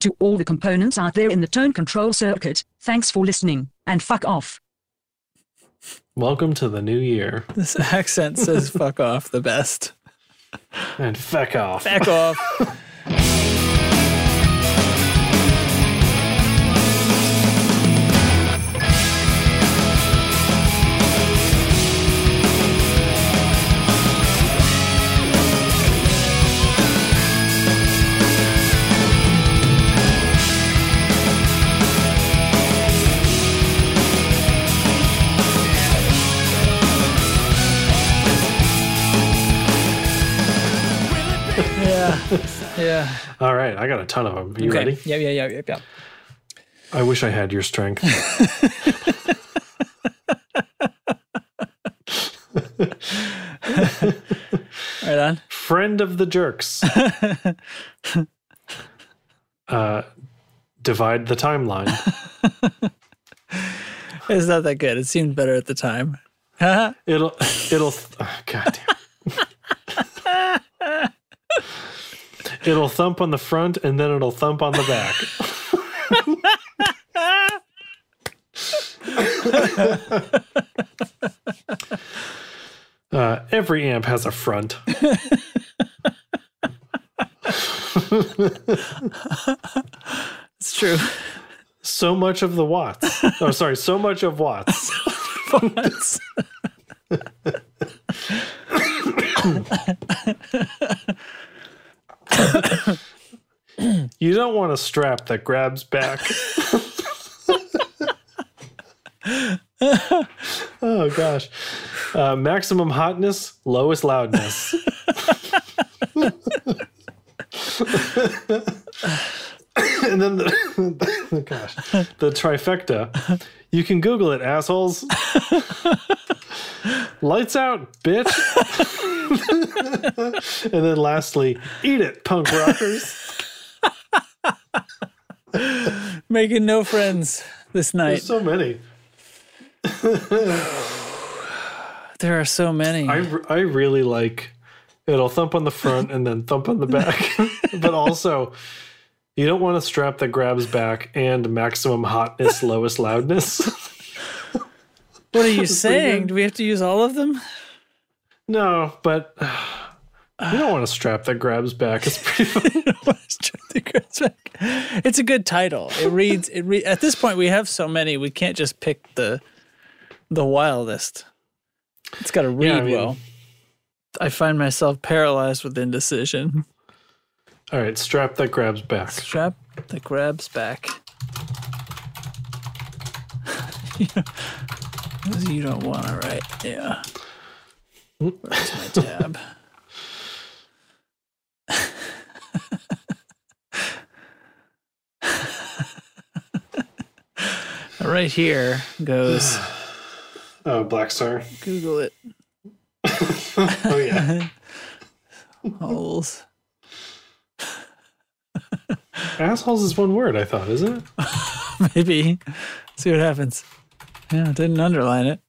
to all the components out there in the tone control circuit. Thanks for listening, and fuck off. Welcome to the new year. This accent says fuck off the best. And feck off. Back off. Yeah. Yeah. All right, I got a ton of them. You ready? Yeah, yeah, yeah, yeah, yeah. I wish I had your strength. Right on. Friend of the jerks. uh, divide the timeline. It's not that good. It seemed better at the time. It'll, it'll, oh, God damn. it'll thump on the front and then it'll thump on the back. uh, every amp has a front. It's true. So much of the watts. Oh, sorry. So much of watts. Fonts. You don't want a strap that grabs back. oh gosh. Uh, maximum hotness, lowest loudness. and then the gosh, the trifecta. You can Google it, assholes. Lights out, bitch. and then lastly, eat it, punk rockers. Making no friends this There's night. so many. there are so many. I, r- I really like it'll thump on the front and then thump on the back. but also, you don't want a strap that grabs back and maximum hotness, lowest loudness. what are you saying? Do we have to use all of them? no, but you don't want a strap that grabs back. It's pretty fun. it's a good title. It reads. It re- at this point we have so many we can't just pick the the wildest. It's got to read Yeah, I mean- well. I find myself paralyzed with indecision. All right, strap that grabs back. Strap that grabs back. you, know, those you don't want to write. Yeah. Where's my tab? right here goes Oh, Black Star. Google it Oh, yeah. holes. Assholes is one word, I thought, isn't it? Maybe. See what happens. Yeah, it didn't underline it.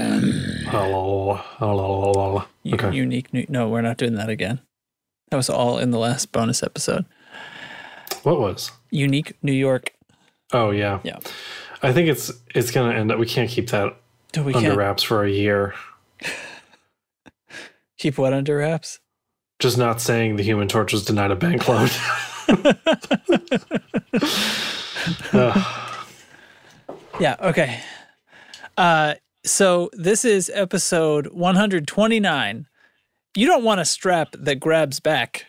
Hello. Hello. hello. U- Okay. Unique. New- no, we're not doing that again. That was all in the last bonus episode. What was? Unique New York. Oh, yeah. Yeah. I think it's it's going to end up. We can't keep that Do we under can't wraps for a year. keep what under wraps? Just not saying the human torch was denied a bank loan. Ugh. Yeah. Okay. Uh, so this is episode 129. You don't want a strap that grabs back.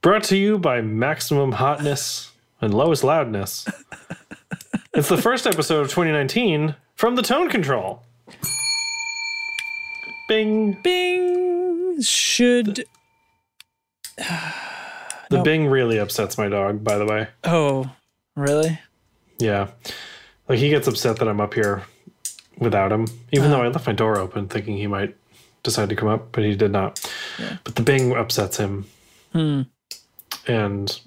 Brought to you by Maximum Hotness and Lowest Loudness. It's the first episode of 2019 from the Tone Control. Bing. Bing. Should. The bing really upsets my dog, by the way. Oh, really? Yeah. Like he gets upset that I'm up here without him, even Oh. though I left my door open thinking he might decide to come up, but he did not. But the bing upsets him. Hmm. And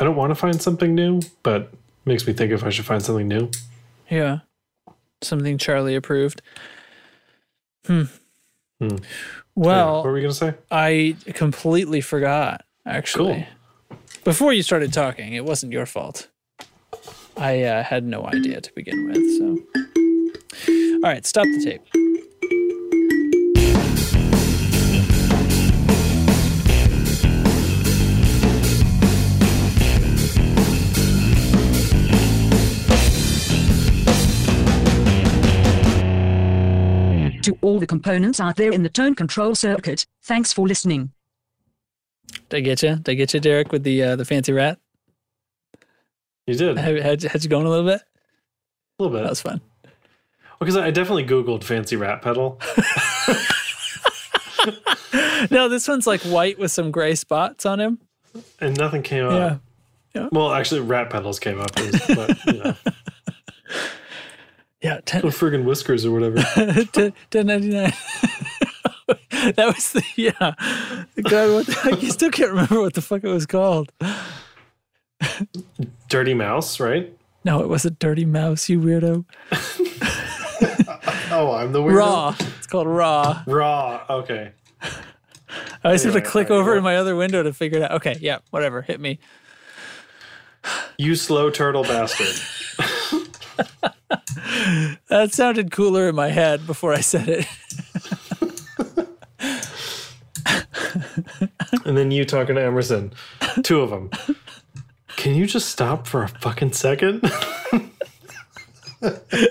I don't want to find something new, but makes me think if I should find something new. Yeah. something Charlie approved. Hmm. Hmm. Well, what were we gonna say? I completely forgot, actually. Before you started talking, it wasn't your fault. I uh, had no idea to begin with, so. All right, stop the tape. To all the components out there in the tone control circuit, thanks for listening. Did I get you? Did I get you, Derek, with the uh, the fancy rat? You did a Had, had, had you going a little bit? little That bit was fun. because I definitely Googled fancy rat pedal. No, this one's like white with some gray spots on him. and nothing came Yeah. up. Well, actually, rat pedals came up, it was- but you know, Yeah. ten- or friggin' whiskers or whatever. Ten ninety nine. that was the yeah. God, what the, I still can't remember what the fuck it was called. Dirty mouse, right? No, it was a dirty mouse, you weirdo. Oh, I'm the weirdo. Raw. It's called raw. Raw. Okay. I just have to Anyway, click alright, over well- in my other window to figure it out. Okay, yeah, whatever. Hit me. You slow turtle bastard. That sounded cooler in my head before I said it. and then you talking to Emerson. Two of them. Can you just stop for a fucking second?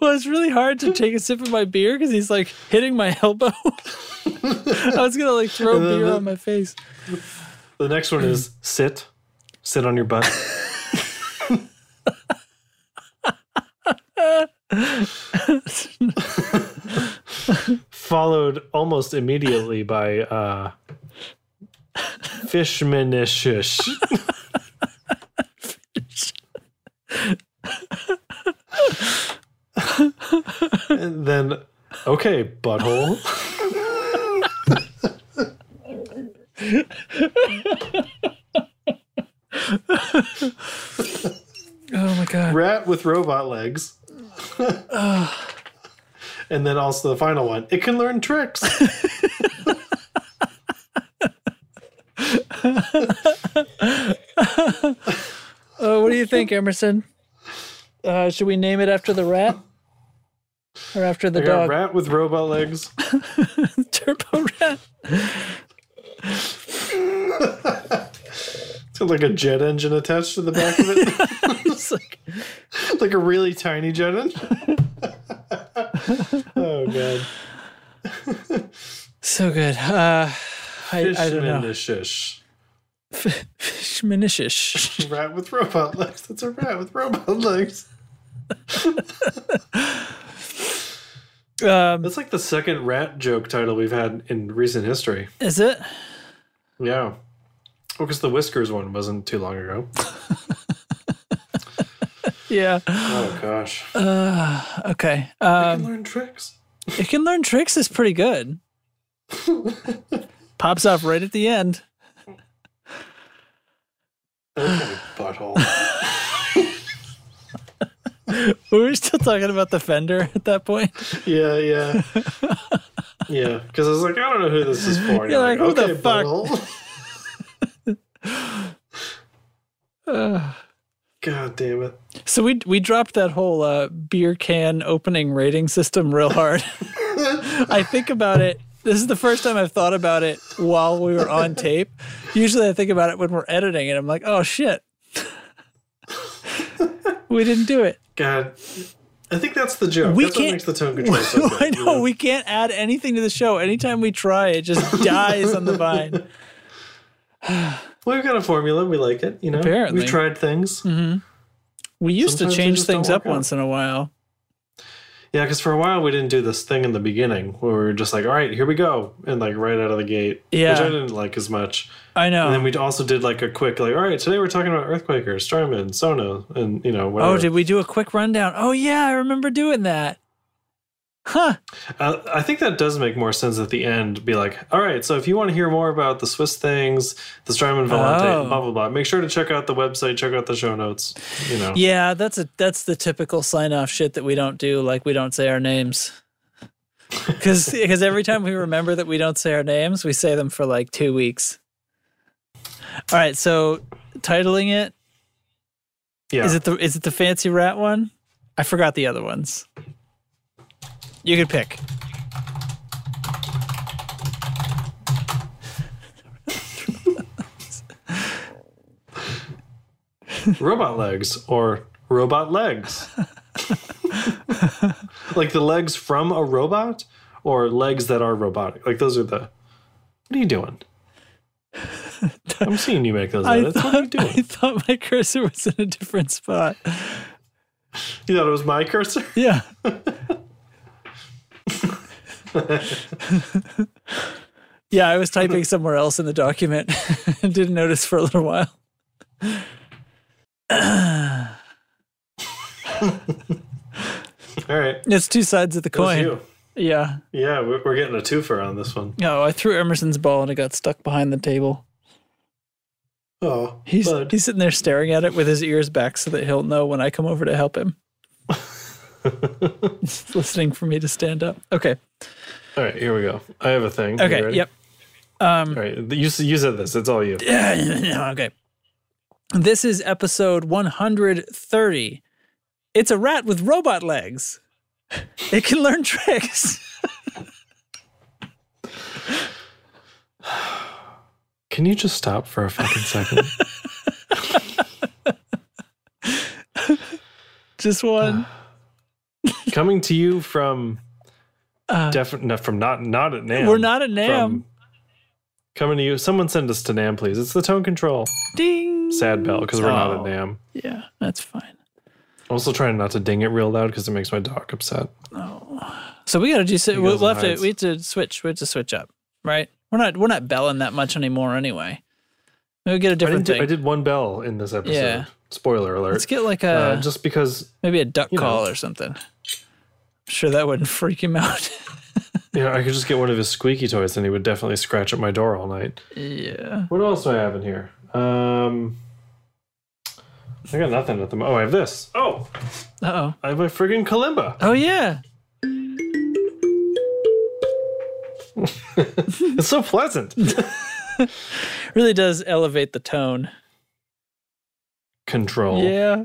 Well, it's really hard to take a sip of my beer because he's like hitting my elbow. I was gonna like throw then beer the- on my face. the next one is sit. Sit on your butt. Followed almost immediately by uh, fishmanishish. and then, okay, butthole. Oh my god. rat with robot legs. and then also the final one, it can learn tricks. Uh, what do you think, Emerson? Uh, should we name it after the rat or after the I got dog? rat with robot legs. Turbo rat. It's got like a jet engine attached to the back of it, It's like, like a really tiny jet engine. oh god, so good. Uh, I, I don't know. Fishmanishish. Fishmanishish. Rat with robot legs. That's a rat with robot legs. Um, That's like the second rat joke title we've had in recent history. is it? Yeah. Well, because the whiskers one wasn't too long ago. Yeah. Oh gosh. Okay. Um, can learn tricks. it can learn tricks is pretty good. Pops off right at the end. Okay, butthole. We were still talking about the fender at that point. Yeah, yeah. yeah, because I was like, I don't know who this is for. And You're like, who the fuck? butthole." Uh, God damn it. so we we dropped that whole uh, beer can opening rating system real hard. I think about it. This is the first time I've thought about it while we were on tape. Usually I think about it when we're editing and I'm like, oh shit. we didn't do it. God. I think that's the joke. We that's can't- what makes the tone control so good. I you know we can't add anything to the show. Anytime we try, it just dies on the vine. Well, we've got a formula. We like it. You know, Apparently. we've tried things. We Sometimes used to they change just don't things up work out. once in a while. Yeah, because for a while we didn't do this thing in the beginning where we were just like, all right, here we go. And like right out of the gate. Yeah. Oh. Which I didn't like as much. I know. And then we also did like a quick, like, all right, today we're talking about Earthquakers, Starman, Sono, and, you know, whatever. oh, did we do a quick rundown? Oh yeah, I remember doing that. huh, Uh, I think that does make more sense at the end. Be like, all right, so if you want to hear more about the Swiss things, the Strymon Volante, Oh. blah blah blah, make sure to check out the website, check out the show notes. You know, yeah, that's a that's the typical sign off shit that we don't do. Like we don't say our names. Because every time we remember that we don't say our names, we say them for like two weeks. All right, so titling it yeah. Is it the is it the fancy rat one? I forgot the other ones. You could pick. robot legs or robot legs? like the legs from a robot or legs that are robotic? Like those are the. What are you doing? I'm seeing you make those edits. what are you doing? I thought my cursor was in a different spot. You thought it was my cursor? Yeah. yeah, I was typing somewhere else in the document and didn't notice for a little while. All right. It's two sides of the That's coin. you. Yeah. Yeah, we're, we're getting a twofer on this one. No, I threw Emerson's ball and it got stuck behind the table. Oh, He's bud. he's sitting there staring at it with his ears back so that he'll know when I come over to help him. He's listening for me to stand up. Okay. All right, here we go. I have a thing. You Okay. ready? Yep. All right, you, s- you said this. It's all you. okay. This is episode 130. It's a rat with robot legs. It can learn tricks. Can you just stop for a fucking second? Just one. Coming to you from definitely from not not at Nam. Uh, We're not at NAMM. From- Coming to you. Someone send us to Nam, please. It's the tone control. Ding. Sad bell because we're not at Oh. Nam. Yeah, that's fine. I'm also trying not to ding it real loud because it makes my dog upset. So we gotta do. So we'll goes and we'll have to. hides. We have to switch. We have to switch up. Right. We're not. We're not belling that much anymore. Anyway. Maybe we get a I, didn't different do- thing. I did one bell in this episode. Yeah. Spoiler alert. Let's get like a uh, just because maybe a duck you know. call or something. I'm sure that wouldn't freak him out. you know, I could just get one of his squeaky toys and he would definitely scratch at my door all night. yeah. What else do I have in here? Um, I got nothing at the moment. Oh, I have this. Oh, Uh oh. I have my friggin' kalimba. Oh yeah. It's so pleasant. Really does elevate the tone. Control. Yeah.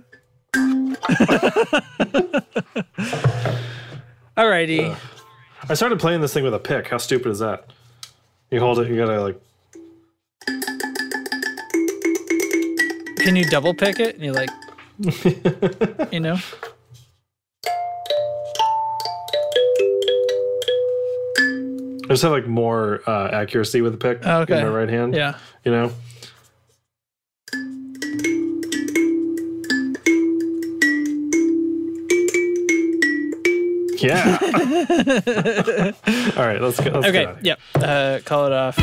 Alrighty. I started playing this thing with a pick. How stupid is that? You hold it. You gotta like. Can you double pick it? And you're like, you know. I just have like more uh, accuracy with the pick Oh, okay. in my right hand. Yeah. You know. Yeah. All right. Let's go. Let's get Okay. out of here. Yep. Uh, call it off.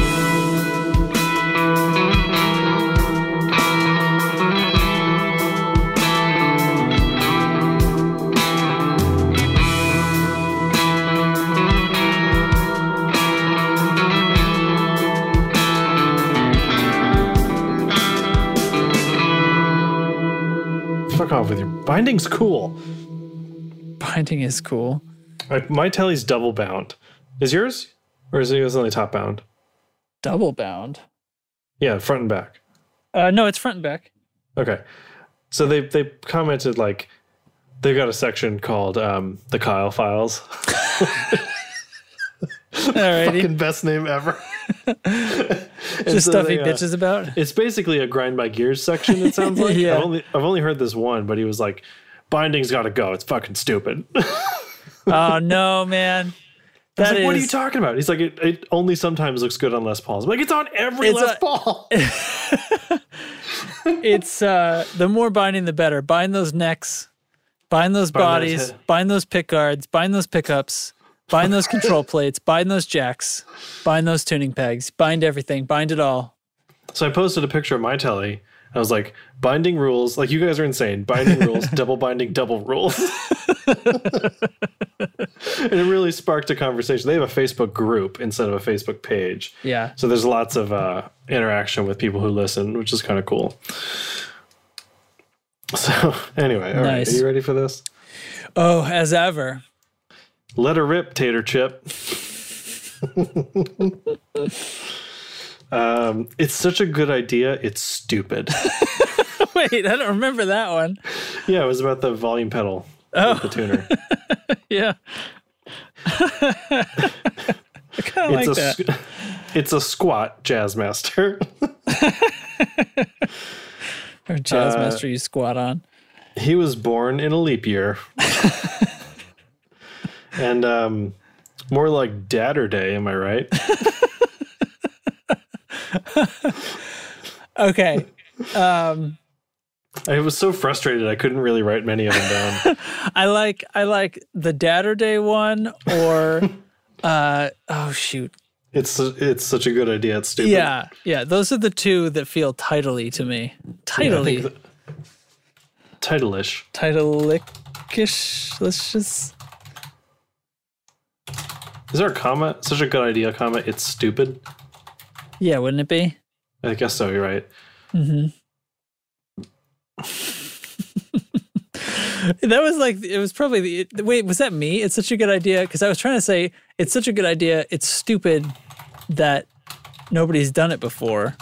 Fuck off with your binding's cool. Binding is cool. I, my telly's double bound. Is yours? Or is yours only top bound? Double bound. Yeah, front and back. Uh, no, it's front and back. Okay. So they they commented like they've got a section called um, the Kyle Files. Alrighty. Fucking best name ever. Just stuff uh, he bitches about. It's basically a grind by gears section, it sounds like. Yeah. I've only I've only heard this one, but he was like, Binding's gotta go. It's fucking stupid. I was Oh no, man. That like, is what are you talking about? He's like, it, it only sometimes looks good on Les Pauls. I'm like, it's on every It's Les a- Paul. it's uh the more binding the better. Bind those necks, bind those Bind those bodies, hip- bind those pick guards, bind those pickups, bind those control plates, bind those jacks, bind those tuning pegs, bind everything, bind it all. So I posted a picture of my telly. I was like, binding rules. Like, you guys are insane. Binding rules, double binding, double rules. and it really sparked a conversation. They have a Facebook group instead of a Facebook page. Yeah. So there's lots of uh, interaction with people who listen, which is kind of cool. So anyway, all right, Nice. are you ready for this? Oh, as ever. Let her rip, Tater Chip. um, it's such a good idea. It's stupid. Wait, I don't remember that one. yeah, it was about the volume pedal, with Oh, the tuner. Yeah. I kind of like it's a that. squ- it's a squat jazz master. Or jazz master you squat on. he was born in a leap year, and um, more like Dadder Day. Am I right? Okay. I was so frustrated. I couldn't really write many of them down. I like I like the Datter Day one or uh oh shoot. it's it's such a good idea. It's stupid. Yeah. Yeah. Those are the two that feel tidily to me. Tidily. think titleish. Titlelicish. Let's just Is there a comma? Such a good idea, comma. It's stupid. Yeah, wouldn't it be? I guess so. You're right. That was like it was probably the it- wait. Was that me? It's such a good idea because I was trying to say it's such a good idea. It's stupid that nobody's done it before,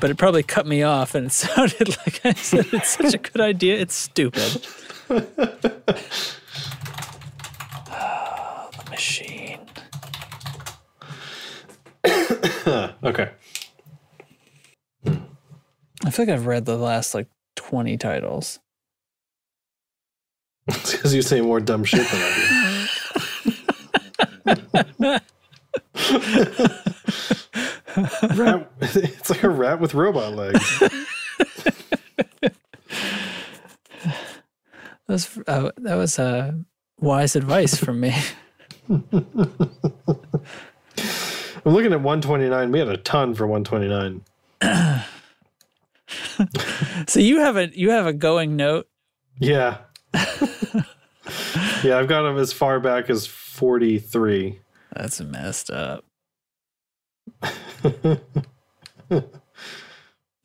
but it probably cut me off and it sounded like I said it's such a good idea. It's stupid. Ah, the machine. Okay. I feel like I've read the last like twenty titles. It's because you say more dumb shit than I do. rat, it's like a rat with robot legs. That was uh, that was uh, wise advice from me. I'm looking at 129. We had a ton for 129. so you have a you have a going note. Yeah. yeah, I've got them as far back as 43. That's messed up.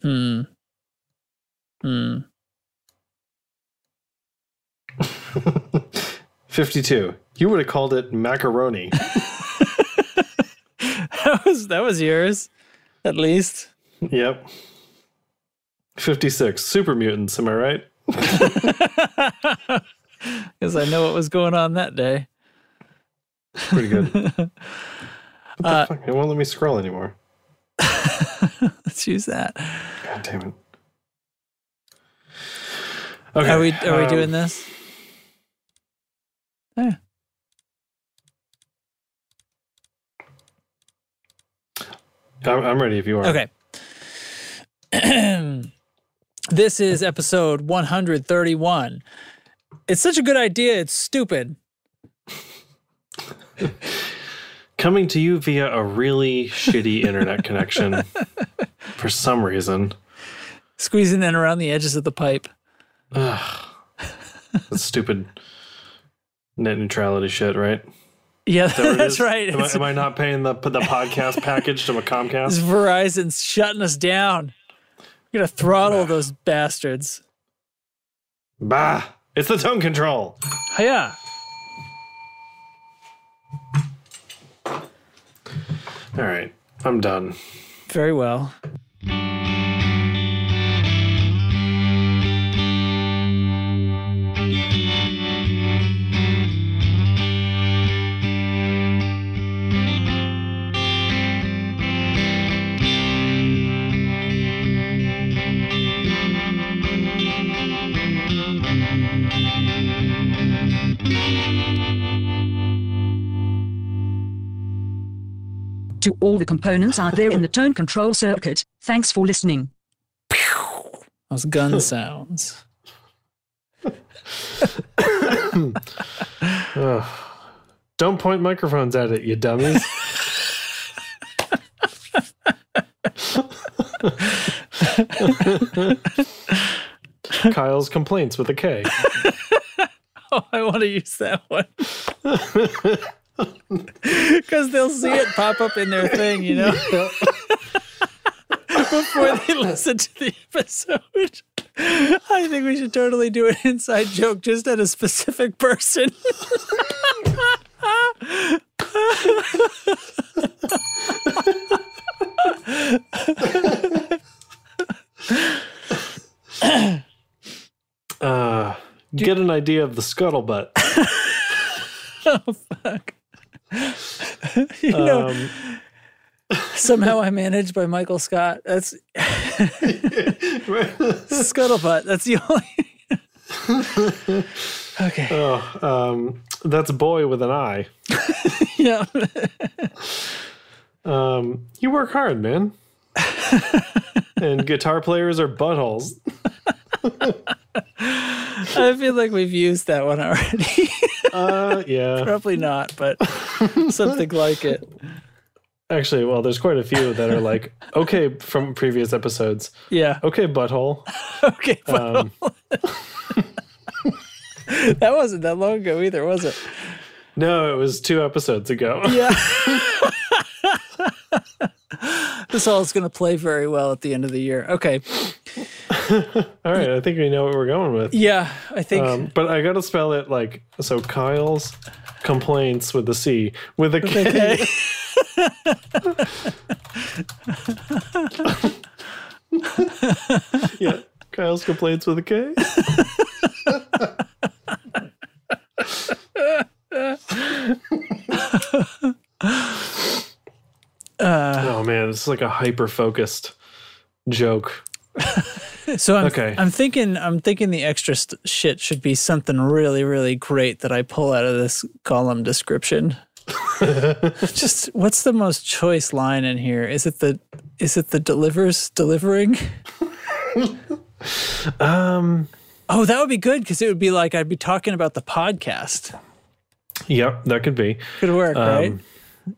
hmm. Hmm. 52. You would have called it macaroni. That was that was yours, at least. Yep. 56. Super mutants, am I right? Because I know what was going on that day. Pretty good. What the Uh, fuck? It won't let me scroll anymore. Let's use that. God damn it. Okay. Are we are we um, doing this? Yeah. I'm, I'm ready if you are. Okay. this is episode 131. It's such a good idea. It's stupid. Coming to you via a really shitty internet connection for some reason. Squeezing in around the edges of the pipe. Ugh. That stupid net neutrality shit, right? Yeah, Is that what it that's is? right. Am I, It's- am I not paying the the podcast package to a This Comcast? Verizon's shutting us down. We're gonna throttle those bastards. Bah! It's the tone control. Yeah. All right, I'm done. Very well. To all the components are there in the tone control circuit, thanks for listening. Those gun sounds. Don't point microphones at it, you dummies. Kyle's complaints with a K. Oh, I want to use that one. Because they'll see it pop up in their thing, you know, before they listen to the episode. I think we should totally do an inside joke just at a specific person. Uh, get an idea of the scuttlebutt. oh, fuck. you know, Um, somehow I managed by Michael Scott. That's Scuttlebutt. That's the only. okay. oh, um, that's boy with an eye. yeah. Um, you work hard, man. and guitar players are buttholes. I feel like we've used that one already. Uh, yeah. Probably not, but something like it. Actually, well, there's quite a few that are like, okay, from previous episodes. Yeah. Okay, butthole. Okay. but Um, that wasn't that long ago either, was it? no, it was two episodes ago. Yeah. this all is going to play very well at the end of the year. Okay. All right, I think we know what we're going with. Yeah. I think. Um, but I gotta spell it like so. Kyle's complaints with the C with a K. okay. yeah, Kyle's complaints with a K. oh man, it's like a hyper focused joke. So I'm, Okay. I'm thinking I'm thinking the extra st- shit should be something really really great that I pull out of this column description. Just what's the most choice line in here? Is it the is it the delivers delivering? Um. Oh, that would be good because it would be like I'd be talking about the podcast. Yep, that could be. Could work, Um, right?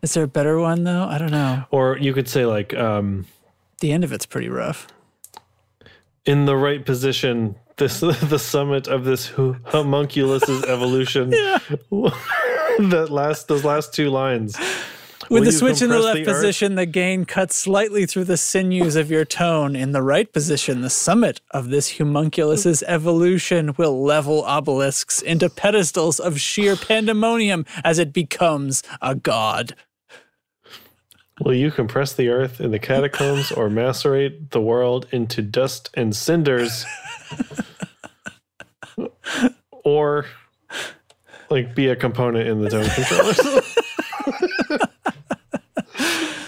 Is there a better one though? I don't know. Or you could say like, um, The end of it's pretty rough. in the right position. This the summit of this hu- homunculus's evolution. that last those last two lines. With Will the you switch in the compress left earth? position, the gain cuts slightly through the sinews of your tone. In the right position, the summit of this humunculus's evolution will level obelisks into pedestals of sheer pandemonium as it becomes a god. Will you compress the earth in the catacombs or macerate the world into dust and cinders? or like be a component in the tone controller.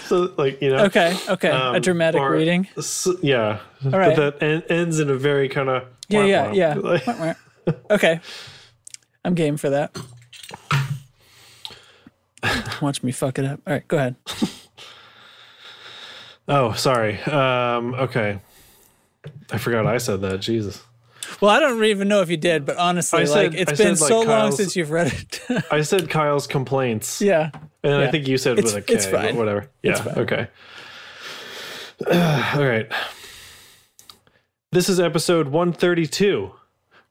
so like, you know. Okay, okay, a um, dramatic or- reading. s- yeah. All right. But that en- ends in a very kind of Yeah, yeah, yeah. Wah, wah. okay, I'm game for that. Watch me fuck it up. All right, go ahead. Oh, sorry. Um, okay. I forgot I said that. Jesus. Well, I don't even know if you did, but honestly, I like said- it's I been said, like, so long Kyle's- since you've read it. I said Kyle's complaints. yeah. And Yeah. I think you said It's- with a K, it's but fine. whatever. Yeah. Okay. All right. This is episode 132.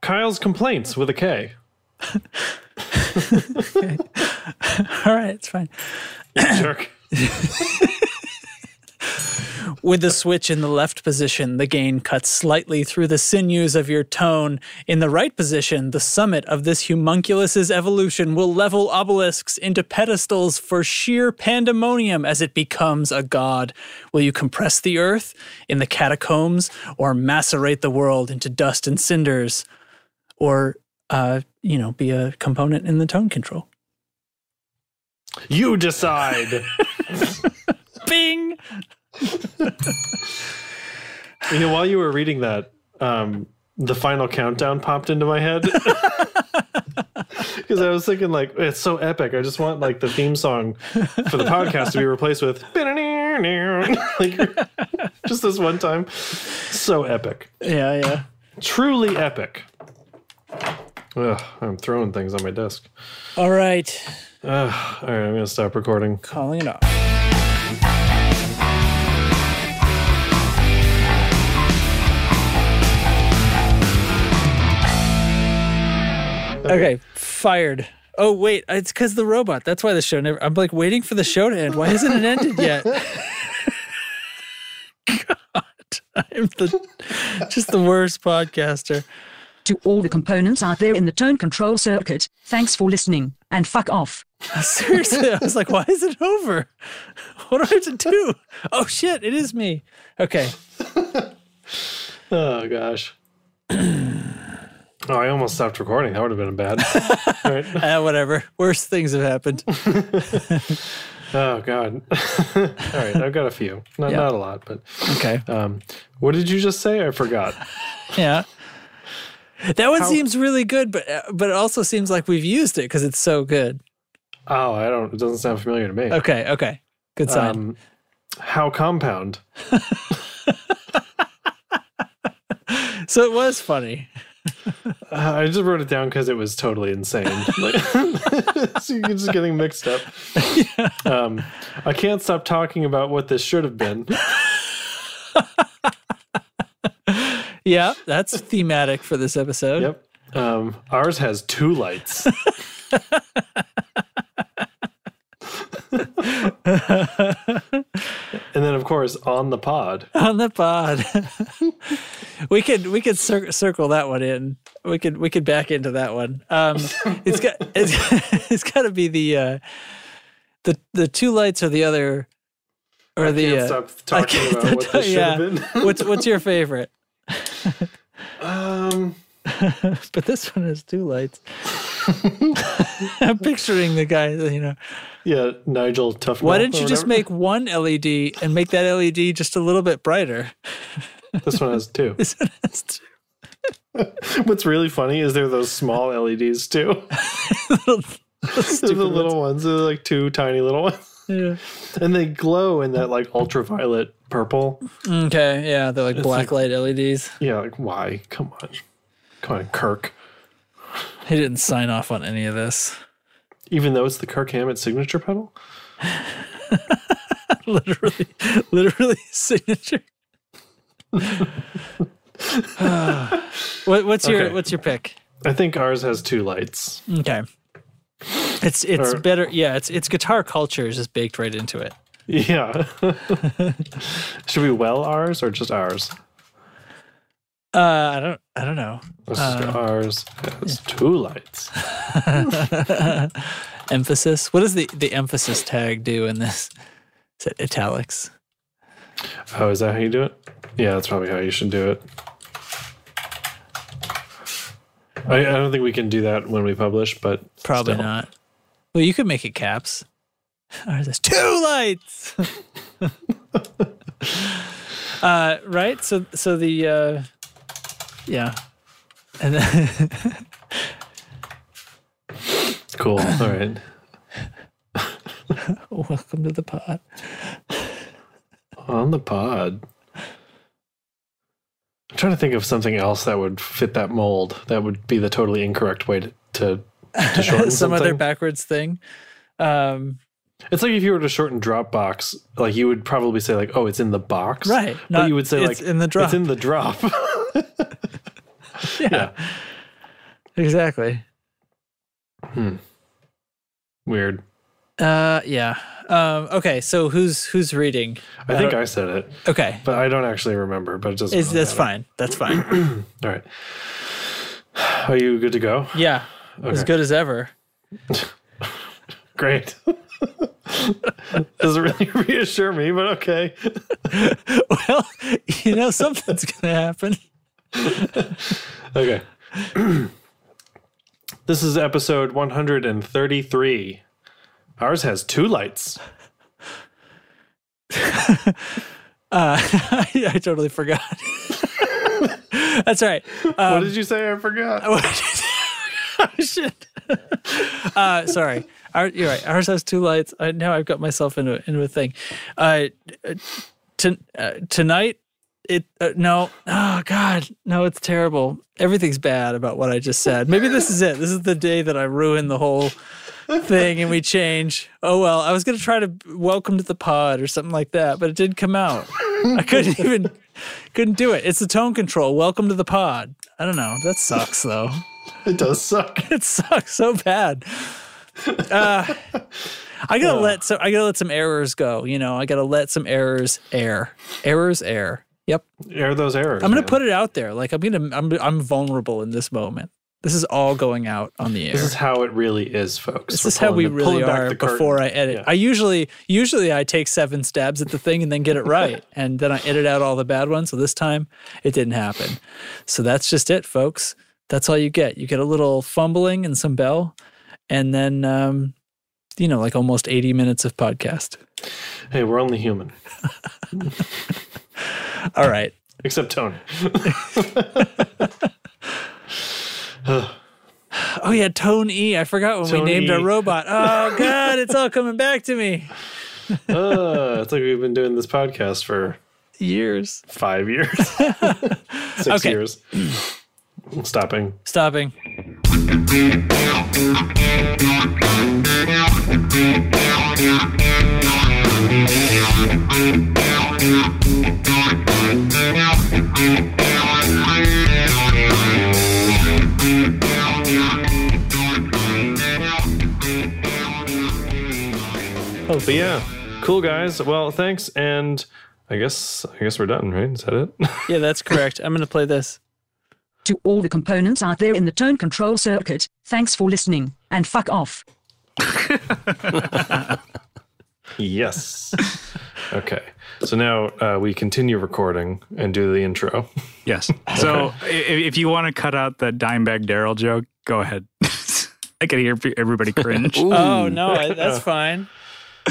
Kyle's complaints with a K. All right, it's fine. Jerk. With the switch in the left position, the gain cuts slightly through the sinews of your tone. In the right position, the summit of this humunculus's evolution will level obelisks into pedestals for sheer pandemonium as it becomes a god. Will you compress the earth in the catacombs or macerate the world into dust and cinders? Or, uh, you know, be a component in the tone control. You decide. Bing! you know, while you were reading that, um, the final countdown popped into my head. Because I was thinking, like, it's so epic. I just want, like, the theme song for the podcast to be replaced with. like, just this one time. So epic. Yeah, yeah. truly epic. Ugh, I'm throwing things on my desk. All right, Ugh, all right, I'm gonna stop recording. calling it off. All Okay, fired. Oh wait, it's because the robot. That's why the show never. I'm like waiting for the show to end. Why hasn't it ended yet? God, I'm the just the worst podcaster. To all the components out there in the tone control circuit, thanks for listening, and fuck off. Seriously, I was like, why is it over? What do I have to do? Oh shit, it is me. Okay, Oh gosh. oh, I almost stopped recording. That would have been bad. Right. uh, whatever. Worst things have happened. Oh god. All right, I've got a few. Not Yeah. not a lot, but Okay, um, what did you just say? I forgot. yeah. That one seems really good, but uh, but it also seems like we've used it because it's so good. Oh, I don't. It doesn't sound familiar to me. Okay, okay, good sign. Um, how compound? So it was funny. Uh, I just wrote it down because it was totally insane. Like, so you're just getting mixed up. Um, I can't stop talking about what this should have been. Yeah, that's thematic for this episode. Yep. Um, ours has two lights. and then, of course, on the pod. On the pod. we could we could cir- circle that one in. We could we could back into that one. Um it's got it's, it's got to be the uh the the two lights or the other or the Can't uh, stop talking can't about what stop- this should yeah. have been. what's what's your favorite? um, But this one has two lights. I'm picturing the guy, you know. yeah, Nigel Tough. Why didn't you just make one LED and make that LED just a little bit brighter? this one has two? This one has two What's really funny is they're those small LEDs too. little, little They're stupid the ones. little ones. They're like two tiny little ones, Yeah. and they glow in that like ultraviolet purple. Okay, yeah, they're like black light E LEDs. Yeah, like why? Come on, come on, Kirk. He didn't sign off on any of this. Even though it's the Kirk Hammett signature pedal. literally, literally signature. what, what's your Okay. what's your pick? I think ours has two lights. Okay. It's it's Or- better. Yeah, it's it's guitar culture is just baked right into it. Yeah. Should we well ours or just ours? Uh, I don't I don't know. Let's just Uh, go, ours has two lights. Emphasis. What does the the emphasis tag do in this? Is it italics? Oh, is that how you do it? Yeah, that's probably how you should do it. I, I don't think we can do that when we publish, but Probably still. not. Well, you could make it caps. Or this two lights. uh, right. So so the uh, yeah, and then, Cool. All right. welcome to the pod. On the pod. I'm trying to think of something else that would fit that mold. That would be the totally incorrect way to to, to shorten Some other something. backwards thing. Um, It's like if you were to shorten Dropbox, like you would probably say like, "Oh, it's in the box," Right, But not, you would say "It's like, in the drop." It's in the drop. yeah, exactly. Weird. Uh, yeah. Um, okay. So who's who's reading? I think I said it, Okay. but I don't actually remember. But it doesn't. Is really that's matter. fine. That's fine. All right. Are you good to go? Yeah. As Okay. good as ever. Great. Doesn't really reassure me, but okay. well, you know something's gonna happen. Okay. this is episode 133. Ours has two lights. Uh, I, I totally forgot. That's all right. what did you say? I forgot. Oh, shit. uh, sorry. Our, you're right. Ours has two lights. I, now I've got myself into into a thing. Uh, to, uh, tonight, it uh, no. Oh God, no! It's terrible. Everything's bad about what I just said. Maybe this is it. This is the day that I ruin the whole thing and we change. Oh well, I was gonna try to welcome to the pod or something like that, but it did come out. I couldn't even couldn't do it. It's the tone control. Welcome to the pod. I don't know. That sucks though. It does suck. it sucks so bad. Uh, I gotta let so I gotta let some errors go. You know, I gotta let some errors air. Errors air. Yep. Air those errors. I'm gonna man. put it out there. Like I'm gonna I'm I'm vulnerable in this moment. This is all going out on the air. This is how it really is, folks. This We're is how pulling we the- really pulling back are the curtain. before I edit. Yeah. I usually usually I take seven stabs at the thing and then get it right. and then I edit out all the bad ones. So this time it didn't happen. So that's just it, folks. That's all you get. You get a little fumbling and some bell, and then um, you know, like almost 80 minutes of podcast. Hey, we're only human, All right. except Tony. Oh yeah, Tone E. I forgot when Tone we named E. our robot. Oh god, it's all coming back to me. Uh, it's like we've been doing this podcast for Years. five years, six Okay. years. Stopping. Stopping. Oh, But yeah, cool guys. Well, thanks, and I guess I guess we're done, right? Is that it? Yeah, that's correct. I'm gonna play this. To all the components out there in the tone control circuit, thanks for listening, and fuck off. yes. Okay. So now uh, we continue recording and do the intro. Yes. So i if you want to cut out the Dimebag Daryl joke, go ahead. I could hear pe- everybody cringe. Oh no, I, that's fine.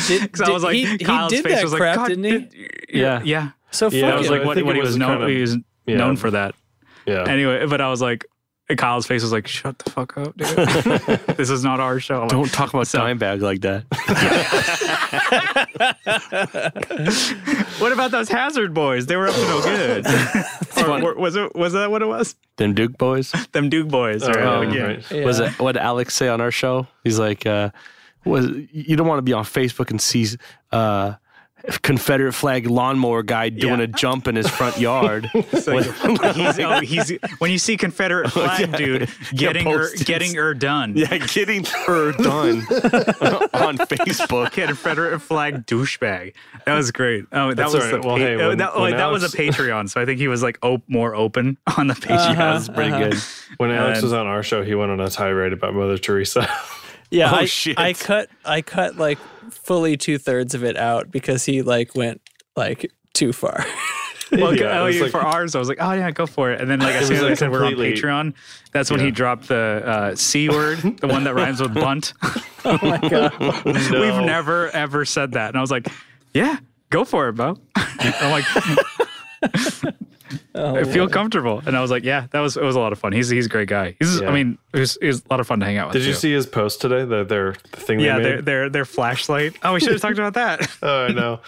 Did, 'Cause I did- was like, he, he Kyle's did face that was like, crap, "God, didn't he? yeah. Yeah. So Yeah, fuck I it. was him. like, I what, think what it he was was known, kind of- he was yeah. known for that. Yeah. Anyway, but I was like, Kyle's face was like, shut the fuck up, dude. this is not our show. Don't talk about So- dime bag like that. What about those Hazard boys? They were up to no good. Or were- was it? Was that what it was? Them Duke boys. Them Duke boys. All right, right? Um, all Yeah. right. Was it what did Alex say on our show? He's like, uh, was you don't want to be on Facebook and see uh, Confederate flag lawnmower guy doing Yeah. a jump in his front yard. he's, oh, he's when you see Confederate flag dude getting her post-its. getting her done. yeah, getting her done on Facebook. Confederate flag douchebag. That was great. Oh, that That's was all the right. Well, pa- hey, oh, when- that, oh, when that was a Patreon, so I think he was like op- more open on the Uh-huh. Patreon. That's pretty good. When Alex And- was on our show, he went on a tirade about Mother Teresa. Yeah, Oh, I, shit. I cut I cut like fully two thirds of it out because he like went like too far. Well, Yeah, go- it oh, was yeah, like- for ours, I was like, oh yeah, go for it. And then like as It soon was as I like said we're on completely- Patreon, that's when he dropped the uh, c word, the one that rhymes with bunt. Oh We've never ever said that, and I was like, yeah, go for it, Bo. I'm like. Oh I feel comfortable, and I was like, "Yeah, that was it. Was a lot of fun. He's he's a great guy. He's Yeah. I mean, it was, it was a lot of fun to hang out with." Did you too. see his post today? The their the thing Yeah, they their made. their their flashlight. Oh, we should have talked about that. Oh, I know.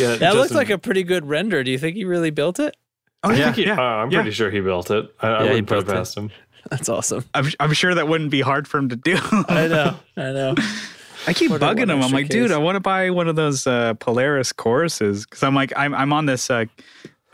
Yeah, That looked like a pretty good render. Do you think he really built it? Oh yeah, Uh, I'm pretty sure he built it. I, I he wouldn't put it built it. past him. That's awesome. I'm, I'm sure that wouldn't be hard for him to do. I know. I know. I keep Order one bugging him. I'm extra like, dude, case. I want to buy one of those uh, Polaris choruses because I'm like, I'm I'm on this. Uh,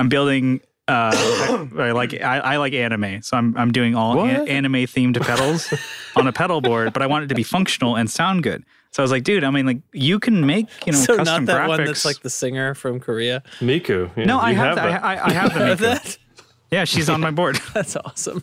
I'm building. Uh, I, I like I, I like anime, so I'm I'm doing all an- What? anime themed pedals on a pedal board, but I want it to be functional and sound good. So I was like, dude, I mean, like you can make you know So custom not that graphics. one that's like the singer from Korea. Miku. yeah, no, I you have, that. I, I, I have the Of maker. that? Yeah, she's on my board. That's awesome.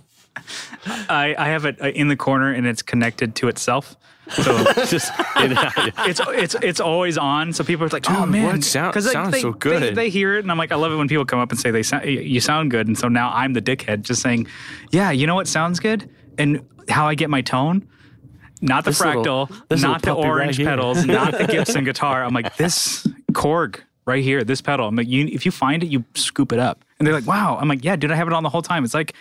I, I have it uh, in the corner and it's connected to itself. So Just and I- it's it's it's always on. So people are like, "Oh Dude, man, what sound- 'Cause, like, sounds they, so they- They, good. hear it, and I'm like, I love it when people come up and say they sound, you sound good. And so now I'm the dickhead, just saying, "Yeah, you know what sounds good, and how I get my tone." Not the This little- fractal, this little not the puppy right orange here. pedals, not the Gibson guitar. I'm like this Korg right here, this pedal. I'm like, you, if you find it, you scoop it up. And they're like, "Wow." I'm like, "Yeah, dude, I have it on the whole time." It's like,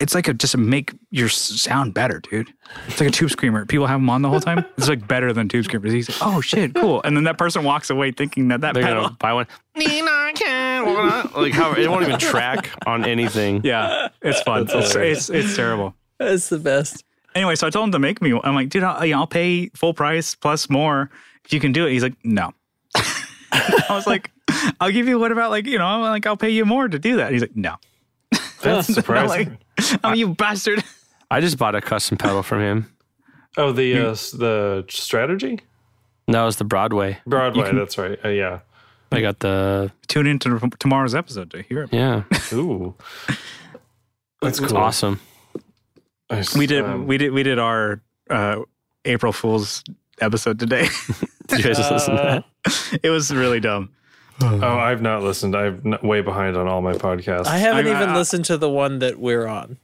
it's like a just a make your s- sound better, dude. It's like a tube screamer. People have them on the whole time. It's like better than tube screamers. He's like, "Oh shit, cool." And then that person walks away thinking that that they're pedal. gonna buy one. Nina can wanna- like how it won't even track on anything. Yeah, it's fun. It's, it's it's terrible. That's the best. Anyway, so I told him to make me. one. I'm like, dude, I'll, you know, I'll pay full price plus more if you can do it. He's like, no. I was like, I'll give you what about like you know I'm like I'll pay you more to do that. He's like, no. That's I'm like, surprising. oh, you bastard. I just bought a custom pedal from him. Oh, the uh, s- the strategy And that was the Broadway. Broadway. that's right. Uh, yeah. I got the Tune in to tomorrow's episode to hear it. yeah. Ooh, That's Awesome. I s- We did um, we did we did our uh, April Fool's episode today. Did you guys just listen to that? it was really dumb. oh, I've not listened. I'm n- way behind on all my podcasts. I haven't I- even I- listened to the one that we're on.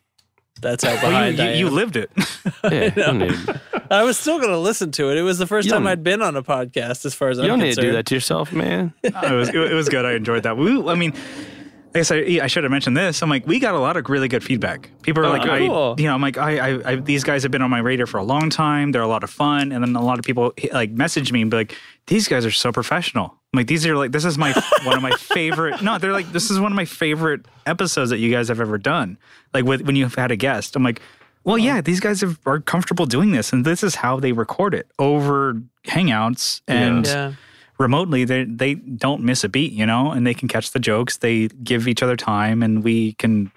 That's how uh, Well, behind you, you, I you am. lived it. Yeah, you don't need, you I was still going to listen to it. It was the first You time don't- I'd been on a podcast, as far as I'm don't need to concerned. do that to yourself, man. it was it, was good. I enjoyed that. We, I mean, I guess I, I should have mentioned this. I'm like, we got a lot of really good feedback. People are like, cool. I, you know, I'm like, I, I, I, these guys have been on my radar for a long time. They're a lot of fun, and then a lot of people like message me and be like, these guys are so professional. I'm like, these are like, this is my one of my favorite. No, they're like, this is one of my favorite episodes that you guys have ever done. Like with when you've had a guest, I'm like. Well, yeah, these guys have, are comfortable doing this, and this is how they record it over Hangouts and Yeah. remotely they they don't miss a beat you know and they can catch the jokes they give each other time and we can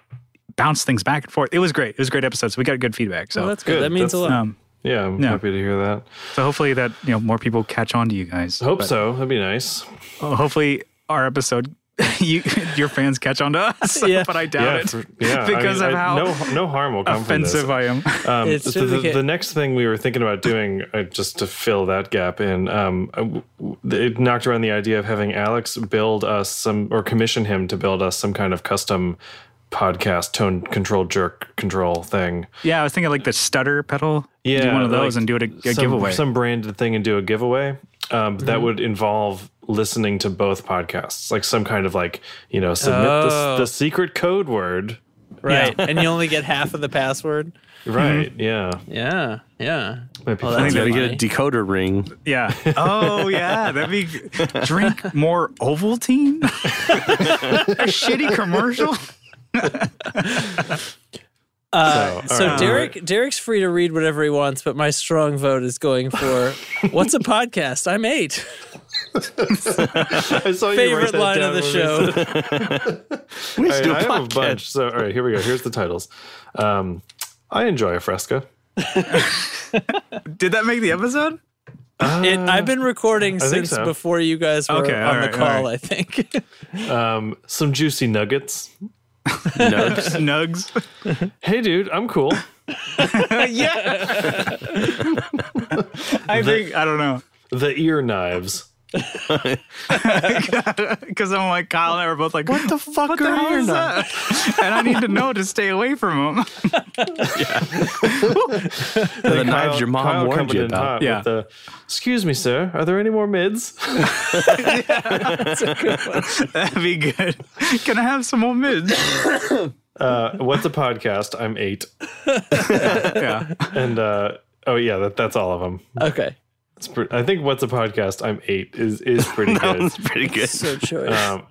bounce things back and forth it was great it was a great episode so we got good feedback so Well, that's good. Good. That means a That's- lot. um yeah, I'm No. happy to hear that. so hopefully that you know more people catch on to you guys Hope so. That'd be nice. so hopefully our episode you your fans catch on to us Yeah. but i doubt Yeah, it for- yeah. I because mean, of I- how no no harm will come from offensive this. i am Um, It's the, true, the- we can't- the next thing we were thinking about doing, uh, just to fill that gap in, um, uh, w- w- it knocked around the idea of having Alex build us some, or commission him to build us some kind of custom podcast tone control jerk control thing. yeah i was thinking like the stutter pedal do one of those like and do it a, a some- giveaway Mm-hmm. Some branded thing and do a giveaway. Um, but That would involve listening to both podcasts, like some kind of like you know submit Oh. the, the secret code word. Right. and you only get half of the password. Right. Mm-hmm. Yeah. Yeah. Yeah. Might be Well, fun. that's You gotta funny. get a decoder ring. yeah oh yeah that'd be drink more ovaltine a shitty commercial Uh, So, so all right. Derek Derek's free to read whatever he wants, but my strong vote is going for what's a podcast? I'm eight. I saw you write Favorite that line down of the when we show. We All should do a right, I have a podcast. bunch. So, all right, here we go. Here's the titles. Um, I enjoy a fresca. Did that make the episode? It, I've been recording think since so. before you guys were Okay, on alright, the call, alright. I think. Um, some juicy nuggets. Nugs. Nugs. Hey, dude, I'm cool. yeah. I think I don't know the ear knives. because I'm like Kyle and I were both like, what the fuck hell is that? and I need to know to stay away from him. The knives your mom Kyle warned coming you in about. hot with Yeah. the, Excuse me, sir. Are there any more mids? That'd be good. Can I have some more mids? Uh, what's a podcast? I'm eight. yeah. And uh, oh yeah, that, that's all of them. okay. It's pre- I think what's a podcast? I'm eight is is pretty That good. one's pretty good. So choice. Um,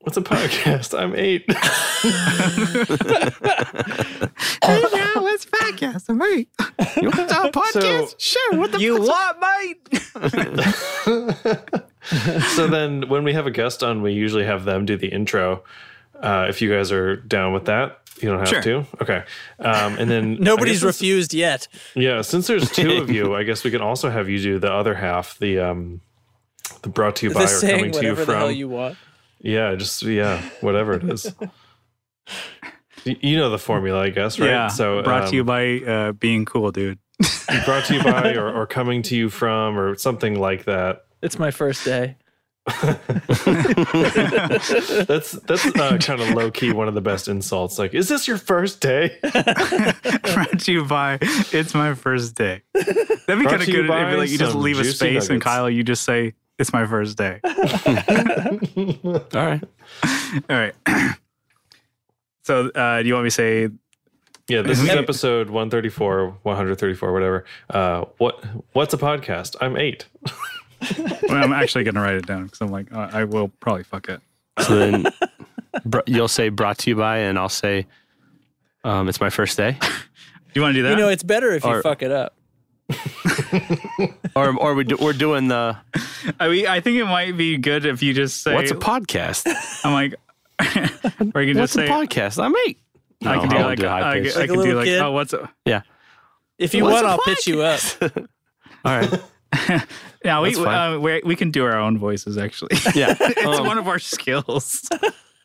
what's a podcast? I'm eight. Hey now, it's podcast, mate. You want our podcast? sure. What the you want, mate? so then when we have a guest on, we usually have them do the intro. Uh, if you guys are down with that, you don't have Sure. to. Okay. Um, and then Nobody's I guess since- refused yet. Yeah, since there's two of you, I guess we can also have you do the other half, the um, the brought to you by The or coming saying to you whatever the hell from. you want. yeah, just yeah, whatever it is. Y- You know the formula, I guess, right? Yeah. So brought um, to you by uh, being cool, dude. brought to you by, or, or coming to you from, or something like that. It's my first day. That's that's uh, kind of low key. One of the best insults. Like, is this your first day? brought to you by it's my first day that'd be Brought kind of to you good if by like, you just some leave a juicy space and nuggets. kyle you just say it's my first day all All right. right so uh, do you want me to say Yeah, this is Yeah. episode 134, 134, whatever. Uh, what what's a podcast? I'm eight. well, i'm actually going to write it down because i'm like uh, i will probably fuck it So then br- you'll say brought to you by, and I'll say um, it's my first day, do you want to do that You know, it's better if you Or- fuck it up. or or we do, we're doing the I, mean, I think it might be good if you just say what's a podcast? i'm like or you can just What's a say podcast? I'm eight. I No, can do I won't like, do high I, pitch. I Like a can do little like kid. oh what's a, If you What's want, a I'll pitch you up. All right. yeah we That's fine. uh, we we can do our own voices actually. Yeah. it's Um, one of our skills.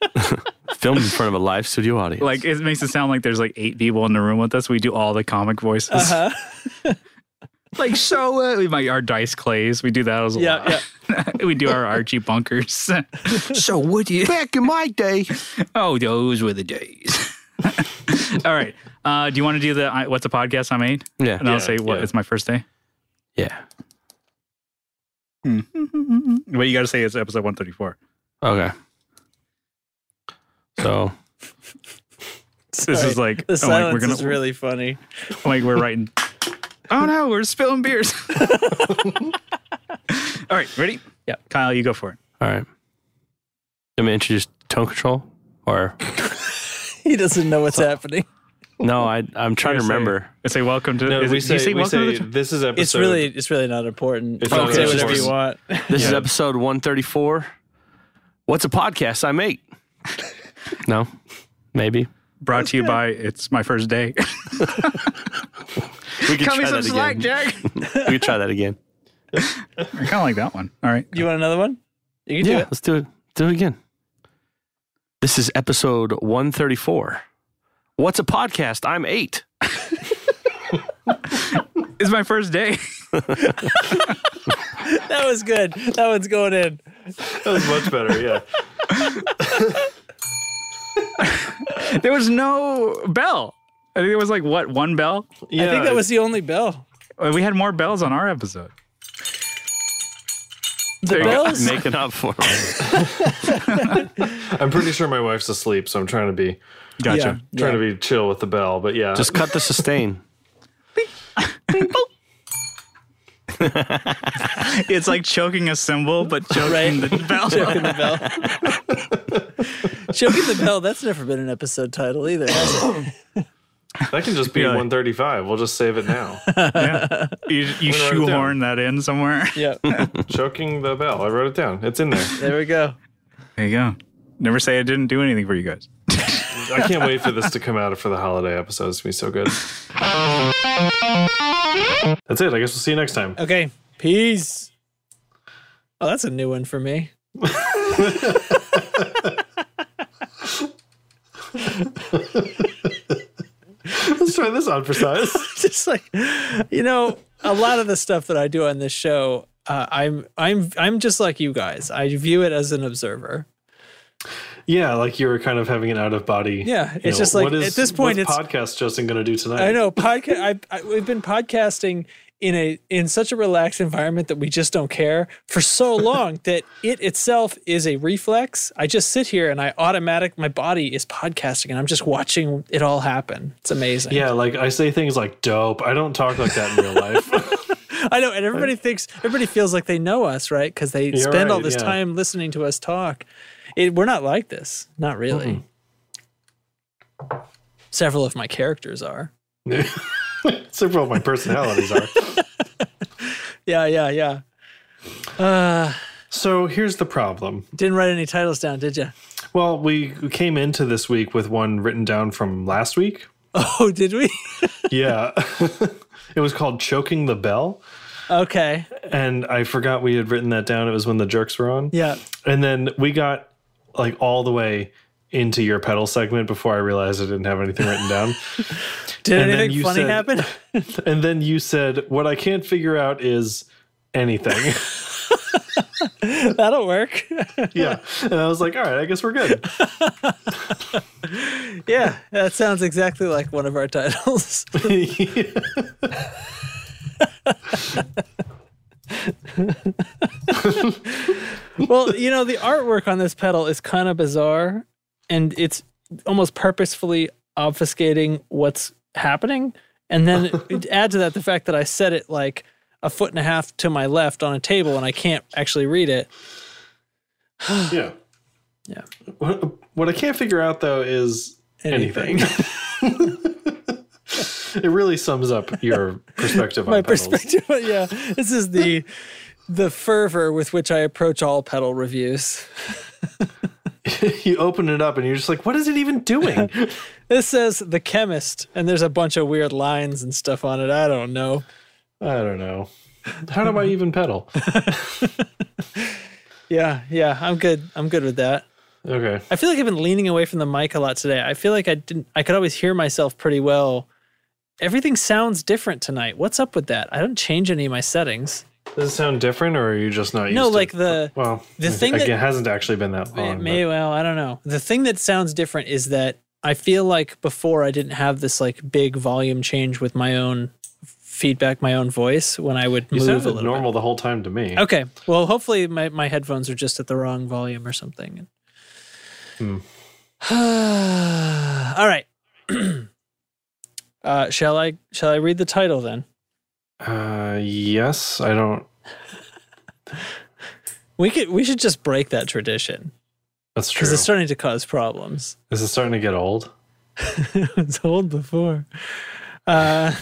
Filmed in front of a live studio audience. like it makes it sound like there's like eight people in the room with us. We do all the comic voices. Uh-huh. Like so, uh, we might our dice clays. We do that as a Yeah, lot. we do our Archie bunkers. so would you? back in my day. Oh, those were the days. all right. Uh, do you want to do the I, what's a podcast I made? Yeah. And I'll Yeah, say what yeah. it's my first day. Yeah. What you got to say is episode one thirty four. Okay. So This Sorry. is like, the I'm like silence we're gonna is really funny. I'm like we're writing. oh no, we're spilling beers. all right, ready? Yeah, Kyle, you go for it. all right. Let me introduce tone control or He doesn't know what's happening. no, I I'm trying to Say- remember. I say welcome to. No, is it- we you say, we welcome to say the tr- this is episode. It's really, it's really not important. It's You not can say whatever you important. want. This is Yeah. episode 134. What's a podcast I make? no. Maybe. brought to you by. It's my first day. We could Cut me try some that slack, again. Jack. we could try that again. I kind of like that one. All right. You want another one? You can Yeah, do it. let's do it. Do it again. This is episode 134. What's a podcast? I'm 8. It's my first day. That was good. That one's going in. that was much better. Yeah, there was no bell. I think there was like what one bell. yeah. I think that was the only bell. Uh, We had more bells on our episode. The bells. Making up for it. I'm pretty sure my wife's asleep, so I'm trying to be Gotcha. trying to be chill with the bell. But yeah, Just cut the sustain. It's like choking a cymbal, but choking Right. the bell. Choking the bell. Choking the bell. That's never been an episode title either. Has it? that can just be Yeah. 135. We'll just save it now. Yeah. You, you gonna write it down. shoehorn that in somewhere. Yeah. Choking the bell. I wrote it down. It's in there. There we go. There you go. Never say I didn't do anything for you guys. I can't wait for this to come out for the holiday episode. It's gonna be so good. That's it. I guess we'll see you next time. Okay. Peace. Oh, that's a new one for me. Let's try this on for size. just like you know a lot of the stuff that i do on this show uh, i'm i'm i'm just like you guys i view it as an observer Yeah, like you were kind of having an out of body. Yeah, you it's just like, what at this point, what's it's- podcast Justin going to do tonight. i know podcast I, I we've been podcasting in a in such a relaxed environment that we just don't care for so long that it itself is a reflex i just sit here and i automatic my body is podcasting and i'm just watching it all happen it's amazing Yeah, like I say things like dope. I don't talk like that in real life. I know, and everybody thinks everybody feels like they know us, right? Because they spend all right, this yeah. time listening to us talk. It, we're not like this, not really. Several of my characters are. Several of my personalities are. Yeah, yeah, yeah. So here's the problem. Didn't write any titles down, did you? Well, we came into this week with one written down from last week. Oh, did we? Yeah. it was called Choking the Bell. okay. And I forgot we had written that down. It was when the jerks were on. Yeah. And then we got like all the way into your pedal segment before I realized I didn't have anything written down. Did And then anything you funny said- happen? And then you said, What I can't figure out is anything. That'll work. yeah. And I was like, All right, I guess we're good. yeah, that sounds exactly like one of our titles. well, you know, the artwork on this pedal is kind of bizarre and it's almost purposefully obfuscating what's happening. And then add to that the fact that I set it like a foot and a half to my left on a table and I can't actually read it. yeah. Yeah. What, what I can't figure out though is anything. it really sums up your perspective on My pedals. perspective, yeah. This is the the fervor with which I approach all pedal reviews. you open it up and you're just like, what is it even doing? This says the chemist, and there's a bunch of weird lines and stuff on it. I don't know. I don't know. How do I even pedal? Yeah, yeah, I'm good. I'm good with that. Okay. I feel like I've been leaning away from the mic a lot today. I feel like I didn't. I could always hear myself pretty well. Everything sounds different tonight. What's up with that? I don't change any of my settings. Does it sound different or are you just not used No, to like the Well, the thing again, that- it hasn't actually been that long. it may well. I don't know. The thing that sounds different is that I feel like before I didn't have this like big volume change with my own feedback, my own voice when I would but you move a sounded little. bit. normal the whole time to me. Okay. Well, hopefully my, my headphones are just at the wrong volume or something. All right. uh, shall I shall I read the title then? Uh, yes, I don't. We could we should just break that tradition That's true. because it's starting to cause problems. This is starting to get old. it's old before. Uh,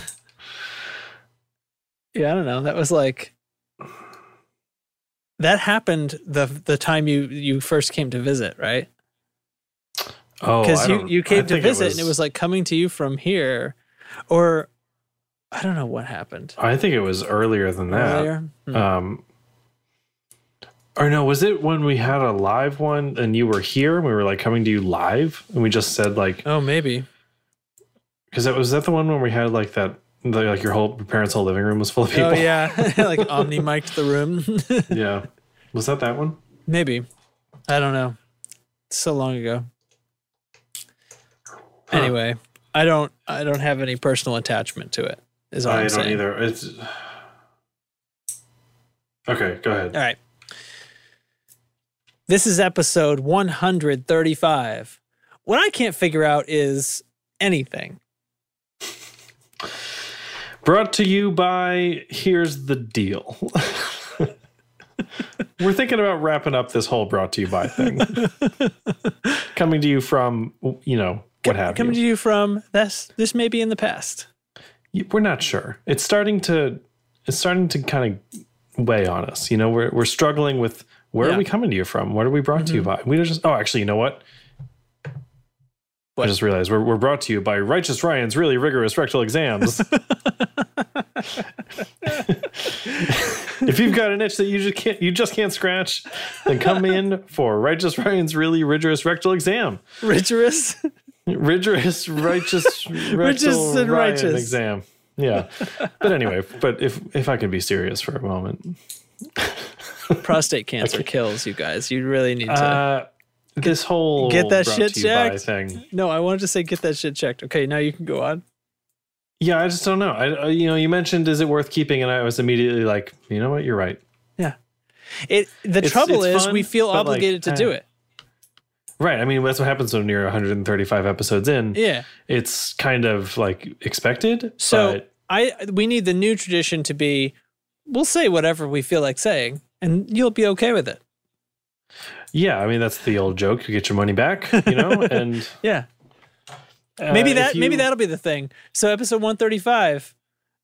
yeah, I don't know. That was like that happened the the time you you first came to visit, right? Oh, because I you, don't- you I came to think visit and it was like coming to you from here or i don't know what happened I think it was earlier than that. earlier Hmm. Um, or no, was it when we had a live one and you were here? and We were like coming to you live, and we just said like, oh maybe because that was that the one when we had like that, the, like your whole your parents' whole living room was full of people. oh yeah like omni mic'd the room yeah. Was that that one? maybe i don't know It's so long ago anyway i don't i don't have any personal attachment to it is all I i'm don't saying either. It's okay. Go ahead. all right this is episode 135 what i can't figure out is anything Brought to you by Here's the Deal. We're thinking about wrapping up this whole brought to you by thing. Coming to you from, you know, what have coming you. to you from this this may be in the past You- We're not sure. It's starting to it's starting to kind of weigh on us. You know, we're we're struggling with where Yeah. Mm-hmm. are we coming to you from? What are we brought to you by? We just oh, actually, you know what? What? I just realized we're, we're brought to you by Righteous Ryan's really rigorous rectal exams. if you've got an itch that you just can't you just can't scratch, then come in for Righteous Ryan's really rigorous rectal exam. rigorous Rigorous, righteous, righteous, and and righteous. righteous exam. Yeah, but anyway, but if if I can be serious for a moment, prostate cancer kills you guys you really need to uh, this whole Get that brought shit to you by checked. thing. no i wanted to say get that shit checked okay now you can go on Yeah, I just don't know. I I- you know you mentioned is it worth keeping, and I was immediately like, you know what, you're right. it the It's- trouble it's is we fun, feel but, like, obligated eh. to do it Right. I mean, that's what happens when you're 135 episodes in. yeah It's kind of like expected. so but i we need the new tradition to be we'll say whatever we feel like saying and you'll be okay with it yeah, I mean that's the old joke. You get your money back, you know, and yeah uh, maybe if that maybe you- that'll be the thing so episode 135